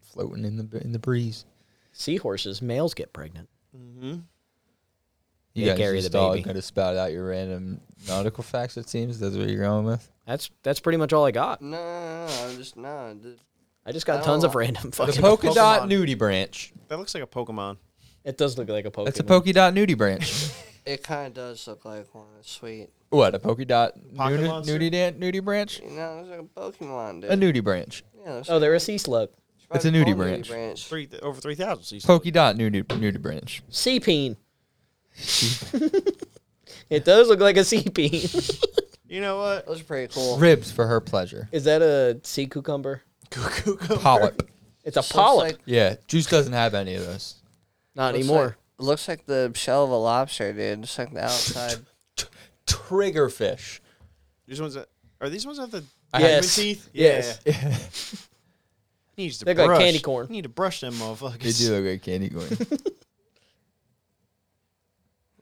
S3: floating in the in the breeze.
S7: Seahorses, males get pregnant.
S3: You
S7: They
S3: guys
S7: carry
S3: just
S7: the
S3: all
S7: baby.
S3: gonna spout out your random nautical facts. It seems that's what you're going with.
S7: That's that's pretty much all I got.
S4: No, no, no, I'm just no. dude.
S7: I just got
S4: I
S7: tons
S4: don't-
S7: of random
S3: The
S7: fucking.
S3: polka dot
S2: Pokemon.
S3: nudie branch.
S2: That looks like a Pokemon.
S7: <laughs> It does look like a Pokemon.
S3: That's a polka dot nudie
S2: <laughs>
S3: branch.
S4: It kind of does look like one. It's sweet.
S3: what a polka dot
S2: Pocket
S3: nudie,
S2: monster?
S3: nudie dan- nudie branch?
S4: You know, it's like a Pokemon, dude.
S3: A nudie branch.
S4: yeah, it's
S7: Oh, they're a sea slug.
S3: It's a
S4: probably
S3: nudie
S4: called
S3: branch.
S4: branch.
S2: Three over three thousand.
S3: Polka dot nudie nudie branch.
S7: Sea peen. <laughs> It does look like a sea bean.
S2: You know
S3: <laughs>
S2: what?
S4: Those are pretty cool.
S3: Ribs for her
S2: <laughs>
S3: pleasure.
S7: <laughs> Is that a sea cucumber?
S3: Polyp.
S7: It's a
S4: Looks
S7: polyp.
S4: like,
S3: Yeah, juice doesn't have any of those.
S7: Not
S4: looks
S7: anymore.
S4: Like, looks like the shell of a lobster, dude.
S3: <laughs>
S4: Just like the outside.
S3: Triggerfish.
S2: These ones that, are these ones that have the
S7: Yes.
S2: human teeth?
S7: Yes.
S2: Yeah. Needs to
S7: They look
S2: brush.
S7: like candy corn.
S2: Need to brush them
S3: <laughs> They
S2: motherfuckers.
S3: do look like candy
S2: <laughs>
S3: corn.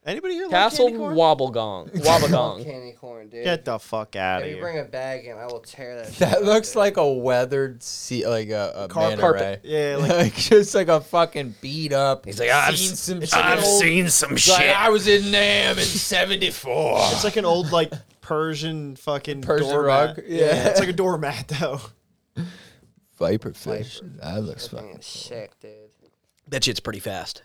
S2: Anybody here
S7: Castle
S2: like candy corn?
S7: Wobblegong. Wobblegong.
S4: candy corn, dude.
S2: Get the fuck out
S4: If
S2: of
S4: you
S2: here.
S4: bring a bag in, I will tear that. shit
S3: that
S4: up,
S3: looks
S4: dude.
S3: like a weathered sea, like a, a
S2: Car-
S3: man
S2: carpet.
S3: array.
S2: Yeah, <laughs> like-
S3: like, just like a fucking beat up. He's
S1: like, "I've
S3: seen
S1: s-
S3: some.
S1: I've
S3: shit."
S1: seen some
S3: He's like,
S1: shit.
S3: I was in Nam in '74.
S2: It's like an old like Persian fucking
S3: Persian
S2: doormat.
S3: rug?
S2: Yeah.
S3: Yeah.
S2: it's like a doormat though.
S3: Viperfish. That looks
S4: That thing
S3: fucking.
S4: is sick, dude.
S7: That shit's pretty fast.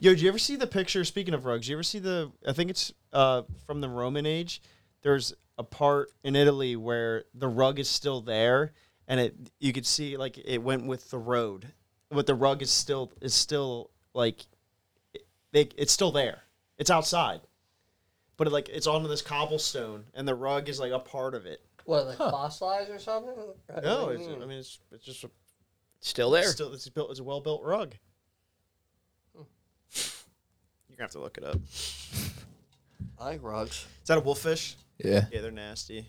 S2: Yo, do you ever see the picture? Speaking of rugs, you ever see the? I think it's uh, from the Roman age. There's a part in Italy where the rug is still there, and it you could see like it went with the road, but the rug is still is still like, it, they, it's still there. It's outside, but it, like it's onto this cobblestone, and the rug is like a part of it. Mm-hmm.
S4: What, like fossilized or something? Or
S2: No,
S4: what do
S2: it's,
S4: you
S2: I
S4: mean?
S2: mean it's it's just a,
S7: Still there.
S2: it's still it's built it's a well built rug. You're Hmm. gonna have to look it up. Is
S4: I like rugs.
S2: that a wolfish?
S3: Yeah.
S2: Yeah, they're nasty.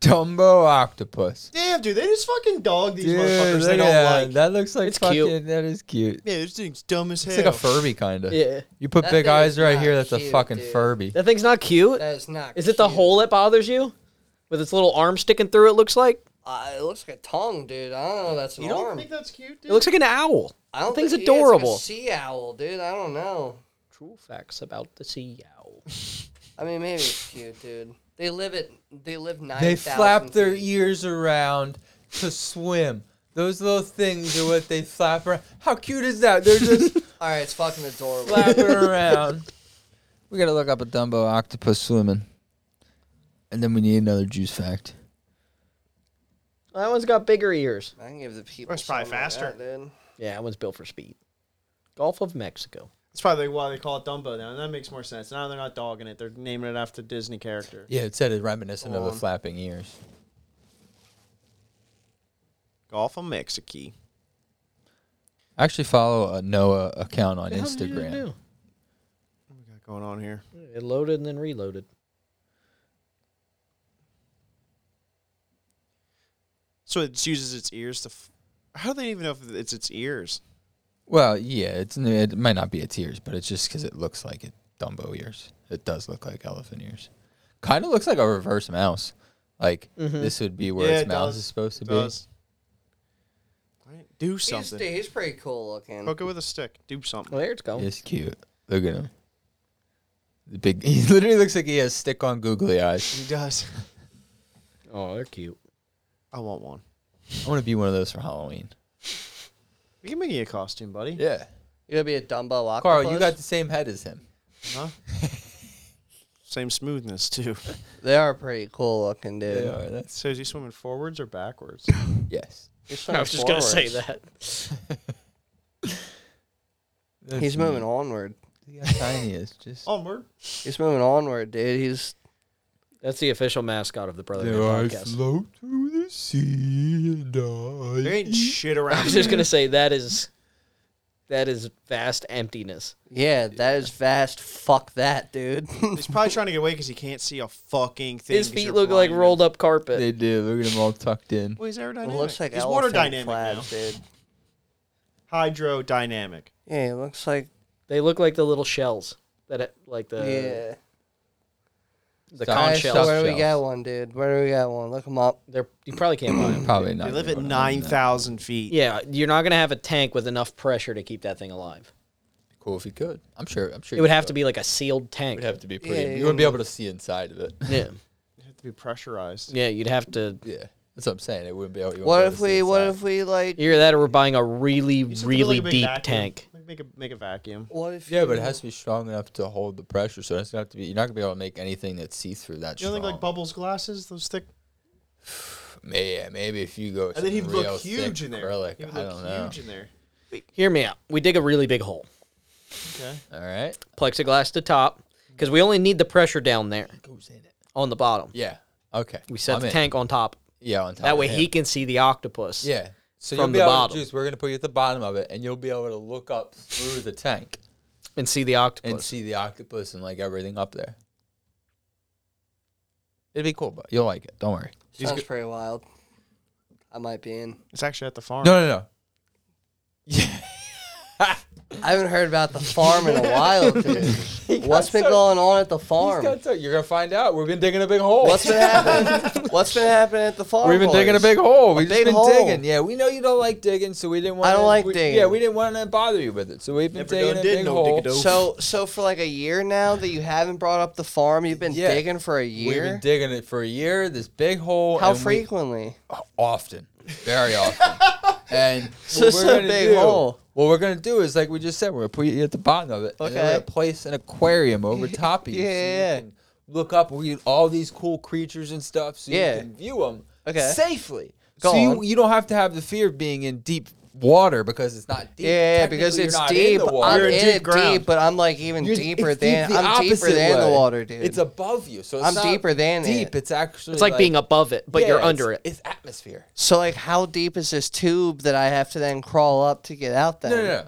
S3: Dumbo octopus.
S2: Damn, dude, they just fucking dog these
S3: Dude,
S2: motherfuckers.
S3: look
S2: They
S3: at
S2: don't
S3: that.
S2: like.
S3: That looks like
S7: It's
S3: fucking.
S7: cute.
S3: That is cute.
S2: yeah, this thing's dumb as hell.
S3: It's like a Furby kind of.
S7: Yeah.
S3: You put
S4: That
S3: big
S4: thing
S3: eyes
S4: is
S3: right
S4: not
S3: here. That's a
S4: cute,
S3: fucking
S4: dude.
S3: Furby.
S7: That thing's not cute.
S4: That is not.
S7: Is it the
S4: cute.
S7: hole that bothers you? With its little arm sticking through, it looks like?
S4: Uh, it looks like a tongue, dude. I don't know. That's an
S2: You don't
S4: arm.
S2: think that's cute, dude?
S7: It looks like an owl.
S4: I don't
S7: That thing's
S4: think yeah, it's like a
S7: adorable.
S4: sea owl, dude. I don't know.
S7: True facts about the sea owl.
S4: I mean, maybe it's cute, dude. They live it. They live nine.
S3: They flap their ears around to swim. Those little things are what they flap around. How cute is that? They're just
S4: All right, it's fucking adorable.
S3: <laughs> flapping around. We gotta look up a Dumbo octopus swimming, and then we need another juice fact.
S7: That one's got bigger ears.
S4: I can give the people.
S2: It's probably
S4: something like
S2: faster.
S4: that, dude.
S7: Yeah, that one's built for speed. Gulf of Mexico.
S2: That's probably why they call it Dumbo now. and That makes more sense. Now they're not dogging it; they're naming it after Disney character.
S3: Yeah, it said it's reminiscent of the
S4: Um,
S3: flapping ears.
S2: Golf of Mexico.
S3: I actually follow a Noah account on Instagram.
S2: What we got going on here?
S7: It loaded and then reloaded.
S2: So it uses its ears to. F- How do they even know if it's its ears?
S3: Well, yeah, it's n- it might not be its ears, but it's just because it looks like it Dumbo ears. It does look like elephant ears. Kind of looks like a reverse mouse. Like this would be where
S2: Mm-hmm. yeah,
S3: its
S2: it
S3: mouth
S2: does.
S3: is supposed to
S2: It
S3: be.
S2: does. Right? Do
S4: He's, dude,
S2: something.
S4: he's pretty cool looking.
S2: Hook it with a stick. Do something.
S7: Well, there it's going.
S3: It's cute. Look at him. The big. <laughs> He literally looks like he has stick on googly eyes.
S2: He does.
S7: Oh, they're cute.
S2: <laughs> I want one.
S3: I want to be one of those for Halloween.
S2: We can make you a costume, buddy.
S3: Yeah.
S4: You gonna be a Dumbo octopus?
S3: Carl, you got the same head as him.
S2: <laughs> Huh? Same smoothness too. <laughs>
S4: They are pretty cool looking, dude.
S3: That's
S2: So is he swimming forwards or <laughs> backwards?
S3: yes.
S4: I was
S7: Just gonna say that.
S4: He's moving onward.
S3: Look how tiny he is. Just.
S2: Onward.
S4: He's moving onward, dude. He's
S7: That's the official mascot of the Brotherhood podcast.
S3: float through the sea and
S2: There ain't shit around.
S7: I <laughs> was just gonna say that is that is vast emptiness.
S4: yeah. That is vast. Fuck
S3: <laughs>
S4: that, dude.
S2: He's probably trying to get away because he can't see a fucking thing.
S7: His feet look like rolled up carpet.
S3: They do. Look at him all tucked <clears throat> in.
S2: Well, he's aerodynamic.
S4: It looks like
S2: he's
S4: elephant
S2: water dynamic
S4: flaps, dude.
S2: now. Hydrodynamic.
S4: Yeah, it looks like
S7: They look like the little shells that it- like
S3: Uh,
S7: the
S4: yeah.
S7: the
S3: Stop.
S7: conch
S3: Guys,
S7: shells.
S3: stop.
S4: Where do we
S3: shells.
S4: got one, dude? Where do we got one? Look him up.
S7: They're, you probably can't buy
S3: <clears throat>
S7: them.
S3: Probably not.
S2: They live at
S3: gonna
S2: nine
S3: own that.
S2: thousand feet.
S7: Yeah, you're not gonna have a tank with enough pressure to keep that thing alive.
S3: Cool if he could. I'm sure. I'm sure.
S7: It would have to be like a sealed
S3: It
S7: tank.
S3: would have to be pretty.
S4: Yeah,
S3: you wouldn't be able to see inside of it.
S7: yeah,
S2: They have to be pressurized.
S7: yeah, you'd have to.
S3: <laughs> Yeah, that's what I'm saying. It wouldn't be. able- you
S4: What
S3: wouldn't
S4: if
S3: be
S4: we?
S3: able to see
S4: What
S3: inside.
S4: if we like?
S7: Either that, or we're buying a really,
S2: He's something like
S7: really
S2: a big
S7: deep
S2: vacuum.
S7: tank.
S2: Like make a make a vacuum.
S4: What if?
S3: Yeah, but it
S4: you-
S3: has to be strong enough to hold the pressure. So it's gonna have to be. You're not gonna be able to make anything that see through that.
S2: You
S3: strong.
S2: don't think like Bubbles glasses? Those thick.
S3: Yeah, maybe if you go.
S2: And then he'd
S3: something
S2: look
S3: real
S2: huge
S3: thick
S2: in there.
S3: acrylic,
S2: He would
S3: I
S2: look
S3: don't know.
S2: huge in there.
S7: Hear me out. We dig a really big hole.
S3: All right.
S7: Plexiglass to top because we only need the pressure down there on the bottom.
S3: Yeah. Okay.
S7: We set
S3: I'm
S7: the
S3: in.
S7: tank on top.
S3: Yeah. On top.
S7: That
S3: of
S7: way
S3: him.
S7: he can see the octopus.
S3: Yeah. So
S7: from
S3: you'll be
S7: the
S3: able
S7: bottom.
S3: to juice. We're gonna put you at the bottom of it, and you'll be able to look up through the tank
S7: And see the
S3: and
S7: octopus.
S3: see the octopus and like everything up there. It'd be cool, but you'll like it. Don't worry.
S4: Sounds pretty wild. I might be in.
S2: It's actually at the farm.
S3: No, no, no.
S4: I haven't heard about the farm in a
S3: <laughs>
S4: while, dude. What's been
S3: so-
S4: going on at the farm?
S3: He's got to- you're gonna find out. We've been digging a big hole. <laughs>
S4: What's been happening? What's been happening at the farm?
S3: We've been digging a
S4: boys?
S3: big hole. We've just
S4: big
S3: been
S4: hole.
S3: digging. Yeah, we know you don't like digging, so we didn't want.
S4: don't like
S3: we,
S4: digging.
S3: Yeah, we didn't want to bother you with it, so we've been
S2: Never
S3: digging
S2: done
S3: a
S2: did
S3: big
S2: no
S3: hole.
S2: digging-do.
S4: So, so for like a year now that you haven't brought up the farm, you've been
S3: Yeah.
S4: digging for a
S3: We've
S4: year.
S3: been digging it for a year. This big hole.
S4: How
S3: and we-
S4: frequently?
S3: often, very often.
S4: <laughs>
S3: and
S4: So
S3: what
S4: it's
S3: we're
S4: a
S3: gonna
S4: big
S3: do,
S4: hole.
S3: What we're gonna do is, like we just said, we're gonna put you at the bottom of it. And then
S4: Okay.
S3: we're gonna place an aquarium
S4: <laughs>
S3: over top of you. so you
S4: Yeah.
S3: can look up. We get all these cool creatures and stuff, so
S4: Yeah.
S3: you can view them
S4: Okay.
S3: safely.
S4: Go
S3: so you,
S4: on.
S3: you don't have to have the fear of being in deep water because it's not deep.
S4: Yeah, because
S3: Technically, you're
S4: it's
S3: not in
S4: deep.
S3: the
S4: I'm
S3: water.
S2: You're
S4: in
S2: in deep
S4: it
S2: ground.
S4: deep, but I'm like even
S3: You're-
S4: deeper
S3: it's deep
S4: than
S3: the
S4: I'm deeper
S3: opposite
S4: than the
S3: way.
S4: water, dude.
S3: It's above you, so it's
S4: I'm
S3: not
S4: deeper than it.
S3: deep. It's actually
S7: it's like, being above it, but
S3: yeah,
S7: you're
S3: it's-
S7: under it.
S3: It's atmosphere.
S4: so like, how deep is this tube that I have to then crawl up to get out? Then
S3: No, no,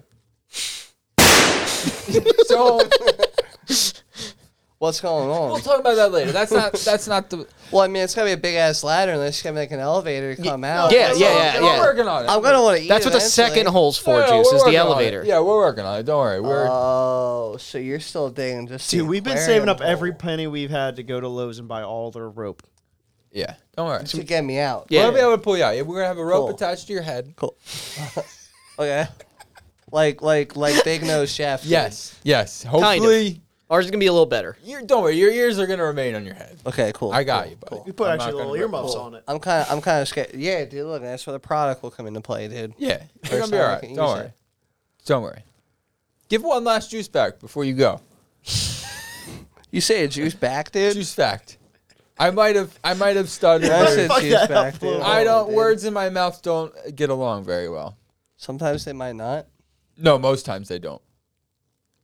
S3: no. <laughs> so
S4: what's going
S3: we'll
S4: on?
S3: talk about that later. That's not. That's not the.
S4: Well, I mean, it's gotta be a big ass ladder unless it's gonna be like an elevator to come out.
S7: yeah, yeah, yeah,
S3: We're
S7: yeah.
S3: working on it.
S4: I'm gonna want to eat.
S7: That's what the
S4: eventually.
S7: second
S3: No,
S7: hole's for,
S3: no,
S7: Juice,
S3: we're
S7: is the
S3: working on it.
S7: elevator. Uh,
S3: Yeah, we're working on it. Don't worry. We're
S4: Oh, so you're still digging just the
S2: Dude, we've been
S4: aquarium
S2: saving up
S4: hole
S2: every penny we've had to go to Lowe's and buy all their rope.
S3: yeah. Don't worry.
S4: to get me out.
S7: Yeah.
S3: We'll be able to pull you out. Yeah, We're gonna have a rope
S4: Cool.
S3: attached to your head.
S4: Cool. <laughs> okay. Like like like big nose chef. dude.
S3: Yes. Yes.
S7: of.
S3: Hopefully,
S7: Ours is going to be a little better.
S3: you're, don't worry. Your ears are gonna remain on your head.
S4: Okay. Cool.
S3: I got
S4: cool,
S3: you, buddy.
S4: cool.
S2: We put
S3: I'm
S2: actually
S3: not gonna
S2: little
S3: rip-
S2: earmuffs on it.
S4: I'm kind of I'm kind of scared. Yeah, dude. Look, that's where the product will come into play, dude.
S3: Yeah, you're
S4: First
S3: gonna be
S4: time
S3: all
S4: I
S3: right.
S4: can
S3: Don't
S4: use
S3: worry.
S4: it.
S3: Don't worry. Give one last juice back before you go.
S4: You say a juice back, dude.
S3: Juice fact. I might have. I might have stuttered.
S4: I said
S2: Fuck
S4: juice
S2: that up
S4: back,
S2: a little
S4: dude.
S3: I don't.
S4: Dude.
S3: Words in my mouth don't get along very well.
S4: Sometimes they might not.
S3: No, most times they don't.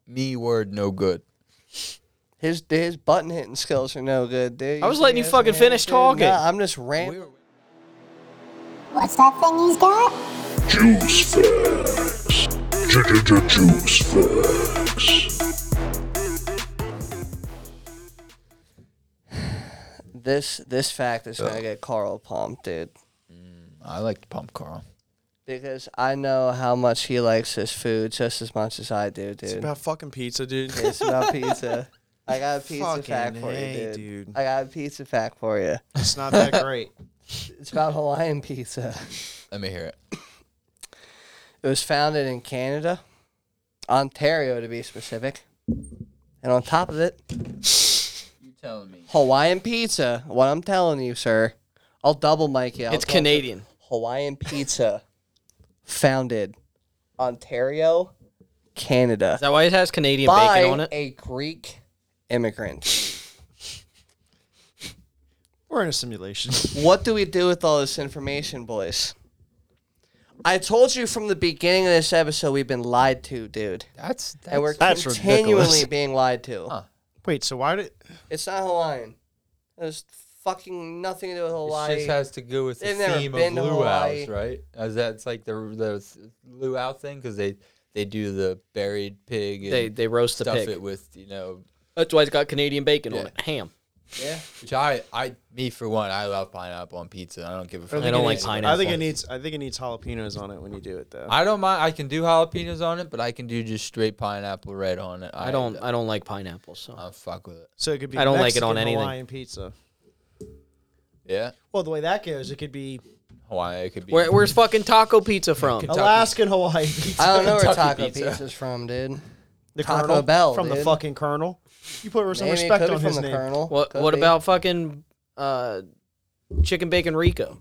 S3: Me word no good.
S4: His his button hitting skills are no good, dude.
S7: I was
S4: see
S7: letting you
S4: his
S7: fucking
S4: hand,
S7: finish
S4: dude?
S7: talking.
S4: Nah, I'm just ranting.
S8: What's that thing he's got?
S9: Juice facts. Juice facts.
S4: This this fact is gonna get Carl pumped, dude.
S3: I like to pump Carl.
S4: Because I know how much he likes his food just as much as I do, dude. It's about,
S2: fucking pizza, dude. <laughs>
S7: <laughs>
S4: pizza. I got a pizza
S2: Fucking
S4: fact for you,
S2: hey,
S4: dude.
S2: dude.
S4: I got a pizza fact for you.
S2: It's not that <laughs> great.
S4: It's about Hawaiian pizza.
S3: Let me hear it.
S4: It was founded in Canada, Ontario to be specific. And on top of it,
S3: You telling me?
S4: Hawaiian pizza. What I'm telling you, sir. I'll double mic you. I'll
S7: It's
S4: double-
S7: Canadian.
S4: Hawaiian pizza founded Ontario, Canada.
S7: Is that why it has Canadian
S4: by
S7: bacon on it?
S4: a Greek immigrant.
S2: We're in a simulation.
S4: what do we do with all this information, boys? I told you from the beginning of this episode we've been lied to, dude.
S3: That's
S4: And we're
S2: That's
S4: continually
S2: ridiculous.
S4: being lied to.
S3: Huh.
S2: <laughs> Wait, so why did
S4: It's not Hawaiian. There's fucking nothing to do with
S3: It
S4: Hawaii.
S3: just has to do with the
S4: They've never
S3: theme of
S4: been to Hawaii.
S3: luau's, right? As that's like the the s- luau thing because they they do the buried pig. And
S7: They, they roast the
S3: stuff
S7: pig.
S3: it with you know.
S7: That's why it's got Canadian bacon on
S3: Yeah.
S7: it. Ham.
S3: Yeah. Which I I me for one I love pineapple on pizza. I don't give a fuck.
S7: I don't like pineapple.
S2: I think it needs I think it needs jalapenos on it when you do it though.
S3: I don't mind. I can do jalapenos on it, but I can do just straight pineapple red on it.
S7: I don't I don't like pineapples. So.
S3: I fuck with it.
S2: so it could be
S7: I don't like it on
S2: Mexican
S7: anything.
S2: Hawaiian pizza.
S3: Yeah.
S2: Well, the way that goes, it could be
S3: Hawaii. It could be.
S7: Where,
S3: <laughs>
S7: where's fucking taco pizza from?
S2: Alaskan Hawaiian pizza.
S4: <laughs> I don't know where
S3: Kentucky
S4: taco
S3: pizza.
S4: pizza's from, dude.
S2: <laughs> the
S4: Taco
S2: Colonel
S4: Bell,
S2: from the
S4: dude.
S2: fucking Colonel. You put some
S4: Maybe it
S2: respect
S4: could be
S2: on
S4: from
S2: his
S4: the
S2: name.
S4: Colonel.
S7: What
S4: Could
S7: what
S4: be.
S7: about fucking uh, chicken bacon rico?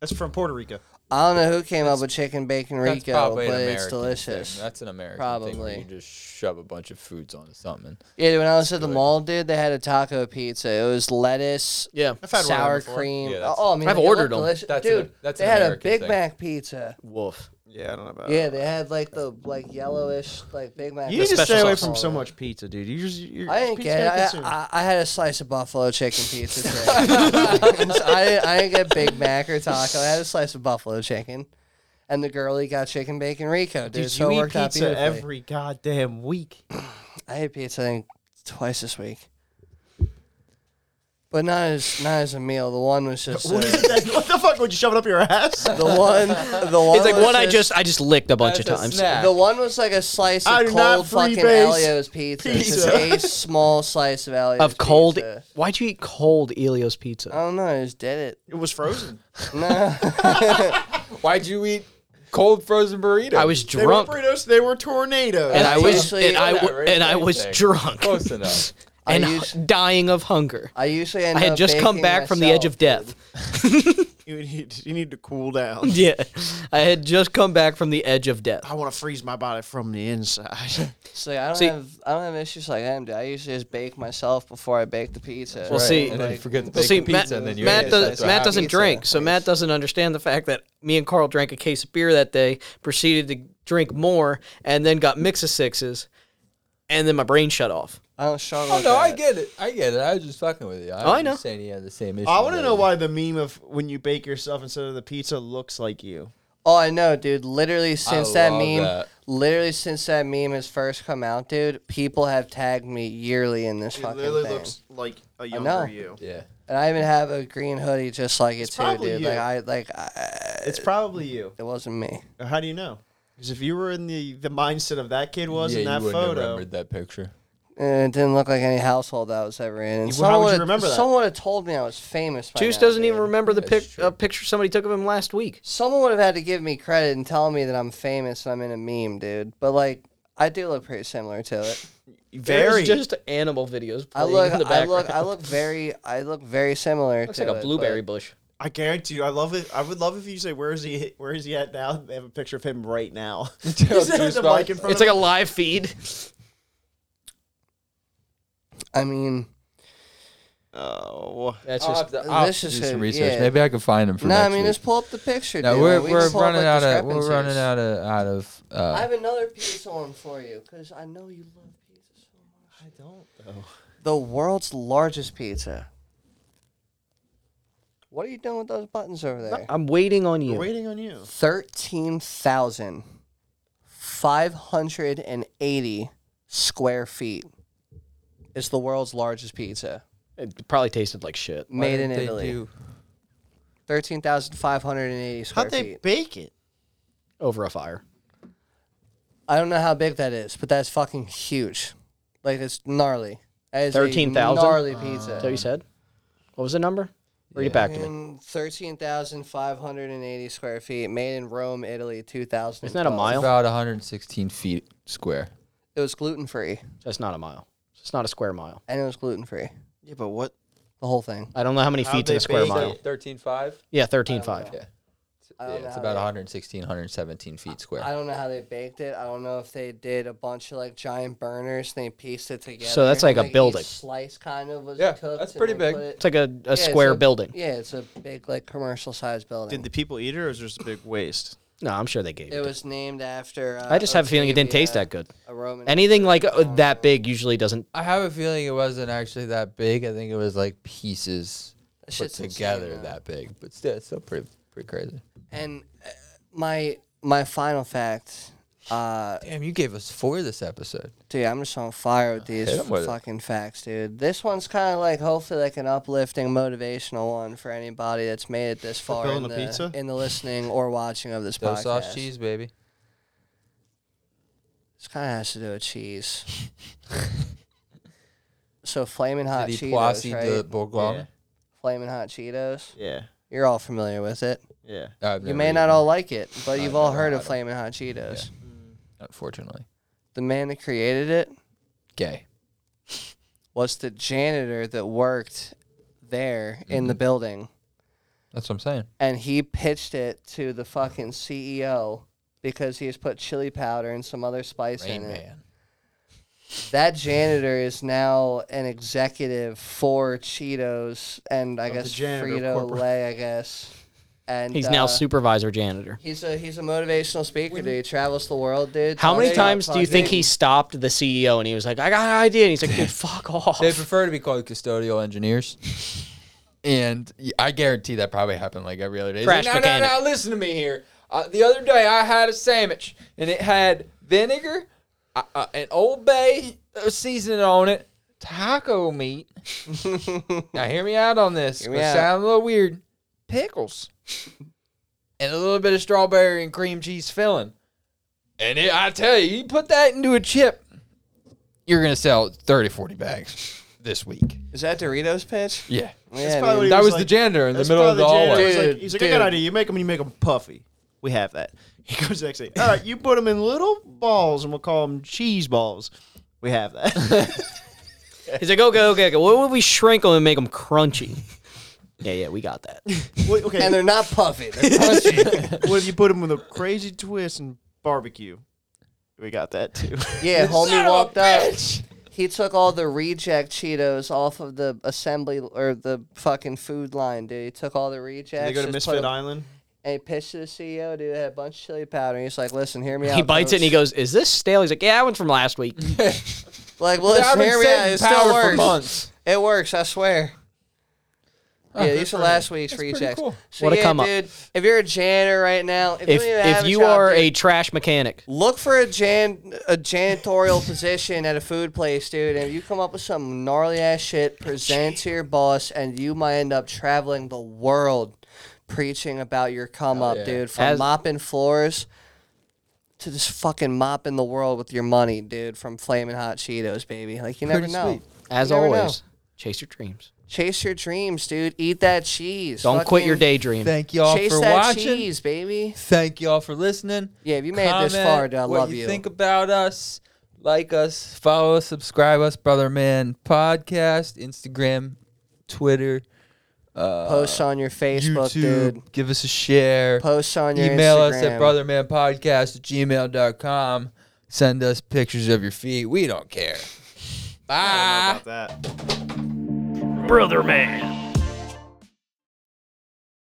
S2: That's from Puerto Rico.
S4: I don't know who came up with chicken bacon
S3: That's
S4: rico,
S3: probably an
S4: but it's
S3: American
S4: delicious.
S3: thing. That's an American thing. Where
S4: Probably.
S3: you just shove a bunch of foods onto something.
S4: Yeah, when I was at the mall, dude, they had a taco pizza. It was lettuce,
S7: Yeah.
S2: I've had one
S4: sour
S2: before.
S4: cream.
S3: Yeah, that's-
S4: oh, I mean,
S7: I've
S4: it looked
S7: ordered 'em.
S4: delicious.
S3: That's an-
S4: dude.
S3: that's
S4: they
S3: an
S4: had a
S3: American
S4: Big
S3: thing.
S4: Mac pizza.
S7: Woof.
S10: Yeah, I don't know about.
S4: Yeah, they had like the like yellowish like Big Mac.
S10: You
S4: with
S10: need to
S4: special
S10: stay away
S4: sauce
S10: from
S4: all
S10: so
S4: over it.
S10: much pizza, dude. You just you're,
S4: I didn't
S10: pizza
S4: get.
S10: gotta
S4: it.
S10: consume.
S4: I, I, I had a slice of buffalo chicken pizza today.
S10: <laughs>
S4: <laughs> I, didn't- I didn't get Big Mac or taco. I had a slice of buffalo chicken, and the girlie got chicken bacon rico. Dude,
S10: dude,
S4: so
S10: you eat
S4: worked out
S10: pizza
S4: beautifully.
S10: every goddamn week.
S4: I ate pizza I think, twice this week, but not as not as a meal. The one was just
S2: <laughs>
S4: uh,
S2: What, is it that, what the fuck? Would you shove it up your ass?
S4: the one. The one.
S7: It's like
S4: was
S7: one I just I just licked a bunch of
S3: That's a
S7: times.
S3: snack.
S4: The one was like a slice of
S2: I do not
S4: cold fucking
S2: freebase
S4: Elio's pizza. Just
S2: pizza.
S4: a small slice of Elio's
S7: Of cold.
S4: pizza. Uh,
S7: Why'd you eat cold Elio's pizza?
S4: I don't know. I just
S7: <laughs>
S4: did
S2: It was frozen.
S4: it. No.
S3: Why'd you eat cold frozen burrito?
S7: I was
S2: They weren't
S7: drunk.
S2: burritos. They were tornadoes.
S7: And I was
S4: Actually,
S7: and I w-
S3: whatever,
S7: and I was
S3: anything.
S7: drunk
S3: close enough.
S4: I
S7: and
S4: use-
S7: dying of hunger.
S4: I usually end
S7: I had
S4: up
S7: just come
S4: baking
S7: back from the edge
S4: myself.
S7: of death. <laughs>
S2: you, need, you need to cool down.
S7: Yeah, I had just come back from the edge of death.
S2: I want to freeze my body from the inside.
S4: So I don't
S7: See-
S4: have I don't have issues like him. Do I usually just bake myself before I bake the pizza?
S7: Well, see-
S3: and then you forget to bake
S7: Well, see,
S3: the
S7: Matt,
S3: pizza, and then you
S7: Matt,
S3: ate it.
S7: does,
S3: That's what
S7: Matt
S3: happened.
S7: doesn't drink, so Matt doesn't understand the fact that me and Carl drank a case of beer that day, proceeded to drink more, and then got mix of sixes, and then my brain shut off.
S4: I don't struggle.
S3: Oh
S4: with
S3: no, <laughs> I
S4: that.
S3: get it. I get it. I was just fucking with you. I,
S7: Oh, I
S3: was
S7: know.
S3: just Saying he had the same issue.
S2: I want to
S3: that
S2: know
S3: we-
S2: why the meme of when you bake yourself instead of the pizza looks like you.
S4: Oh, I know, dude. Literally since that
S3: love
S4: meme,
S3: that.
S4: literally since that meme has first come out, dude, people have tagged me yearly in this fucking thing.
S2: like a
S4: know.
S2: you.
S3: Yeah.
S4: and I even have a green hoodie just like it too,
S2: probably
S4: dude.
S2: you.
S4: Like I like I,
S2: It's probably you.
S4: it wasn't me.
S2: How do you know? Because if you were in the, the mindset of that kid was
S3: yeah,
S2: in that
S3: you wouldn't have
S2: photo,
S3: remembered that picture.
S4: And it didn't look like any household I was ever in. And
S2: Well, how would you
S4: someone-
S2: remember that?
S4: Someone would have told me I was famous. By
S7: Juice
S4: now,
S7: doesn't
S4: dude.
S7: even remember the
S3: That's
S7: pic-
S3: true.
S7: uh, picture somebody took of him last week.
S4: Someone would have had to give me credit and tell me that I'm famous and I'm in a meme, dude. But like, I do look pretty similar to
S7: <laughs>
S4: it.
S2: very.
S7: There's just animal videos.
S4: I
S7: Playing
S4: look,
S7: in the
S4: I
S7: background.
S4: look, I look very, I look very similar.
S7: Looks
S4: to
S7: like a
S4: it,
S7: blueberry bush.
S2: I guarantee you. I love it. I would love if you say where is he? Where is he at now? They have a picture of him right now. He's <laughs> there with
S3: Juice
S2: the
S3: box.
S2: mic in front
S7: It's
S2: of
S7: like a
S3: <laughs>
S7: live feed.
S4: but I mean,
S2: him. Oh,
S7: That's
S3: I'll
S7: just
S3: have to, I'll have
S4: this
S3: to
S4: is
S3: do
S4: who-
S3: some research.
S4: yeah.
S3: Maybe I can find him for
S4: no, I
S3: next
S4: mean,
S3: week.
S4: just pull up the picture.
S3: No,
S4: dude.
S3: we're,
S4: We can
S3: we're
S4: pull up,
S3: running
S4: like,
S3: out of we're
S4: discrepancies.
S3: running out of out of.
S4: I
S3: Uh,
S4: have another pizza on for you because I know you love pizza so much.
S2: I don't. Though.
S4: The world's largest pizza. What are you doing with those buttons over there?
S7: <laughs> I'm waiting on
S2: We're
S7: you.
S2: waiting on you.
S4: thirteen thousand five hundred and eighty square feet. It's the world's largest pizza,
S7: It probably tasted like shit.
S4: made in
S3: they
S4: Italy.
S3: do-
S4: Thirteen thousand five hundred and eighty square
S2: How'd they
S4: feet.
S2: bake it?
S7: Over a fire.
S4: I don't know how big that is, but that's fucking huge. Like it's gnarly. That is a
S7: 13,000?
S4: gnarly
S7: Is that what you
S4: pizza.
S7: said? What was the number? Read it back to me.
S4: And Thirteen thousand five hundred and eighty square feet, made in Rome, Italy, two thousand.
S7: Isn't that a mile?
S3: about 116 feet square.
S4: It was gluten free,
S7: That's not a mile. It's not a square mile.
S4: and it was gluten free.
S2: Yeah, but what?
S4: The whole thing.
S7: I don't know how many
S2: How'd
S7: feet's in
S2: they
S7: a square
S2: bake
S7: mile.
S2: it?
S3: 13.5.
S7: Yeah, thirteen five.
S3: Yeah.
S4: I don't
S3: Yeah, it's
S4: know.
S3: about 116, 117 feet
S4: I
S3: square.
S4: don't know how they baked it. I don't know if they did a bunch of like giant burners and they pieced it together.
S7: So that's like a
S4: each
S7: building.
S4: slice kind of was
S3: Yeah,
S4: cooked.
S3: that's
S4: and
S3: pretty
S4: they
S3: big.
S4: put it-
S7: It's like a, a
S4: Yeah, it's
S7: square
S4: a-
S7: building.
S4: Yeah, it's a big like commercial sized building.
S10: Did the people eat it, or is there just a big waste?
S7: No, I'm sure they gave
S4: it
S7: it.
S4: was named after. Uh,
S7: I just have a feeling it didn't taste
S4: Octavia,
S7: that good.
S4: A Roman.
S7: Anything like uh, that big usually doesn't.
S3: I have a feeling it wasn't actually that big. I think it was like pieces
S4: That
S3: put
S4: shit's insane,
S3: together
S4: though.
S3: that big. But still, it's still pretty pretty crazy.
S4: And uh, my my final fact. Uh,
S3: Damn, you gave us four this episode.
S4: dude, I'm just on fire with these
S3: Hit 'em with it.
S4: fucking facts, dude. This one's kind of like hopefully like an uplifting, motivational one for anybody that's made it this far in
S2: building a
S4: the,
S2: pizza?
S4: in the listening or watching of this
S3: Dough
S4: podcast.
S3: sauce cheese, baby.
S4: This kind of has to do with cheese.
S3: <laughs>
S4: so flaming hot
S3: Did he
S4: Cheetos,
S3: posse
S4: right?
S3: de Bourgogne?
S4: Flaming hot Cheetos.
S2: Yeah,
S4: You're all familiar with it.
S2: yeah.
S3: I've
S4: You
S3: never
S4: may
S3: eaten
S4: not all like it, but
S3: I've
S4: you've all
S3: never
S4: heard
S3: had
S4: of
S3: 'em.
S4: flaming hot Cheetos.
S3: it, Unfortunately,
S4: The man that created it
S3: gay.
S4: was the janitor that worked there in
S3: Mm-hmm.
S4: the building,
S3: That's what I'm saying.
S4: and he pitched it to the fucking CEO because he has put chili powder and some other spice
S3: Rain
S4: in it.
S3: Man.
S4: That janitor is now an executive for Cheetos and I
S2: Of the
S4: guess
S2: janitor
S4: Frito
S2: corpor-
S4: Lay. I guess And
S7: He's now
S4: uh,
S7: supervisor janitor.
S4: He's a he's a motivational speaker, dude. He travels the world, dude.
S7: How many
S4: talks about
S7: times do you think he
S4: fucking-
S7: stopped the CEO and he was like, I got an idea? And he's
S4: <laughs>
S7: like, dude, fuck off.
S3: They prefer to be called custodial engineers. And y- I guarantee that probably happened like every other day. He's
S7: Crash
S3: like, no, no, no,
S7: mechanic."
S3: listen to me here. Uh, the other day I had a sandwich and it had vinegar, uh, uh, an Old Bay uh, seasoning on it, taco meat. now hear me out on this.
S4: Hear me
S3: It
S4: out.
S3: sounds a little weird. Pickles and a little bit of strawberry and cream cheese filling. And it, I tell you, you put that into a chip, you're gonna sell 30, 40 bags this week.
S4: Is that Doritos pitch?
S3: Yeah.
S4: Yeah,
S2: probably
S4: dude.
S2: what
S3: That
S2: He was
S3: was the
S2: like-
S3: janitor in the
S2: That's
S3: middle of
S2: probably
S3: the
S2: janitor.
S3: hallway.
S2: He's like-
S4: Dude,
S2: he's like, I got
S4: dude.
S2: an idea. You make them, you make them puffy. We have that. <laughs> He goes next day. All right, you put them in little balls, and we'll call them cheese balls. We have that.
S7: He's like, okay, okay, okay. What would we shrink them and make
S4: <laughs>
S7: them crunchy? yeah, yeah, we got that.
S2: Wait, okay,
S4: And they're not puffy. They're crunchy.
S2: what if you put them with a crazy twist and barbecue? We got that too.
S4: <laughs>
S2: <laughs>
S4: yeah, homie walked up. He took all the reject Cheetos off of the assembly or the fucking food line, dude. He took all the rejects.
S2: they go to
S4: just put
S2: Misfit
S4: 'em-
S2: Island.
S4: And he pitched to the CEO, dude. Had a bunch of chili powder. And he's like, "Listen, hear me out."
S7: he bites it and he goes, Is this stale? He's like, Yeah, that one's from
S4: <laughs>
S7: last week.
S4: goes, "Like, listen, hear me out. It still
S3: for
S4: works.
S3: months.
S4: It works. I swear."
S2: Ah,
S4: Yeah, these are last week's rejects. So
S7: What a
S4: yeah,
S7: come up.
S4: dude, If you're a janitor right now, if, you,
S7: If,
S4: don't even have
S7: if
S4: a
S7: you
S4: job,
S7: are
S4: dude,
S7: a trash mechanic,
S4: Look for a jan a janitorial position at a food place, dude. And if you come up with some gnarly ass shit, present to your boss, and you might end up traveling the world preaching about your come up, dude. From
S7: As-
S4: mopping floors to just fucking mopping the world with your money, dude. From flaming hot Cheetos, baby. Like you never know.
S7: as
S4: You never know.
S7: always, chase your dreams.
S4: chase your dreams, dude. Eat that cheese.
S7: Don't quit your
S4: Fucking
S7: daydream.
S3: Thank y'all
S4: Chase
S3: for
S4: that
S3: watching.
S4: cheese, baby.
S3: Thank y'all for listening.
S4: Yeah, if you made it this far, dude, I
S3: what
S4: love
S3: you.
S4: you.
S3: Think about us, like us, follow us, subscribe us, brother man podcast, Instagram, Twitter,
S4: Posts on your Facebook,
S3: YouTube.
S4: dude.
S3: Give us a share.
S4: Posts on your
S3: Email
S4: Instagram.
S3: us at brothermanpodcast at gmail.com. Send us pictures of your feet. We don't care. Bye.
S2: About that.
S1: Brother Man.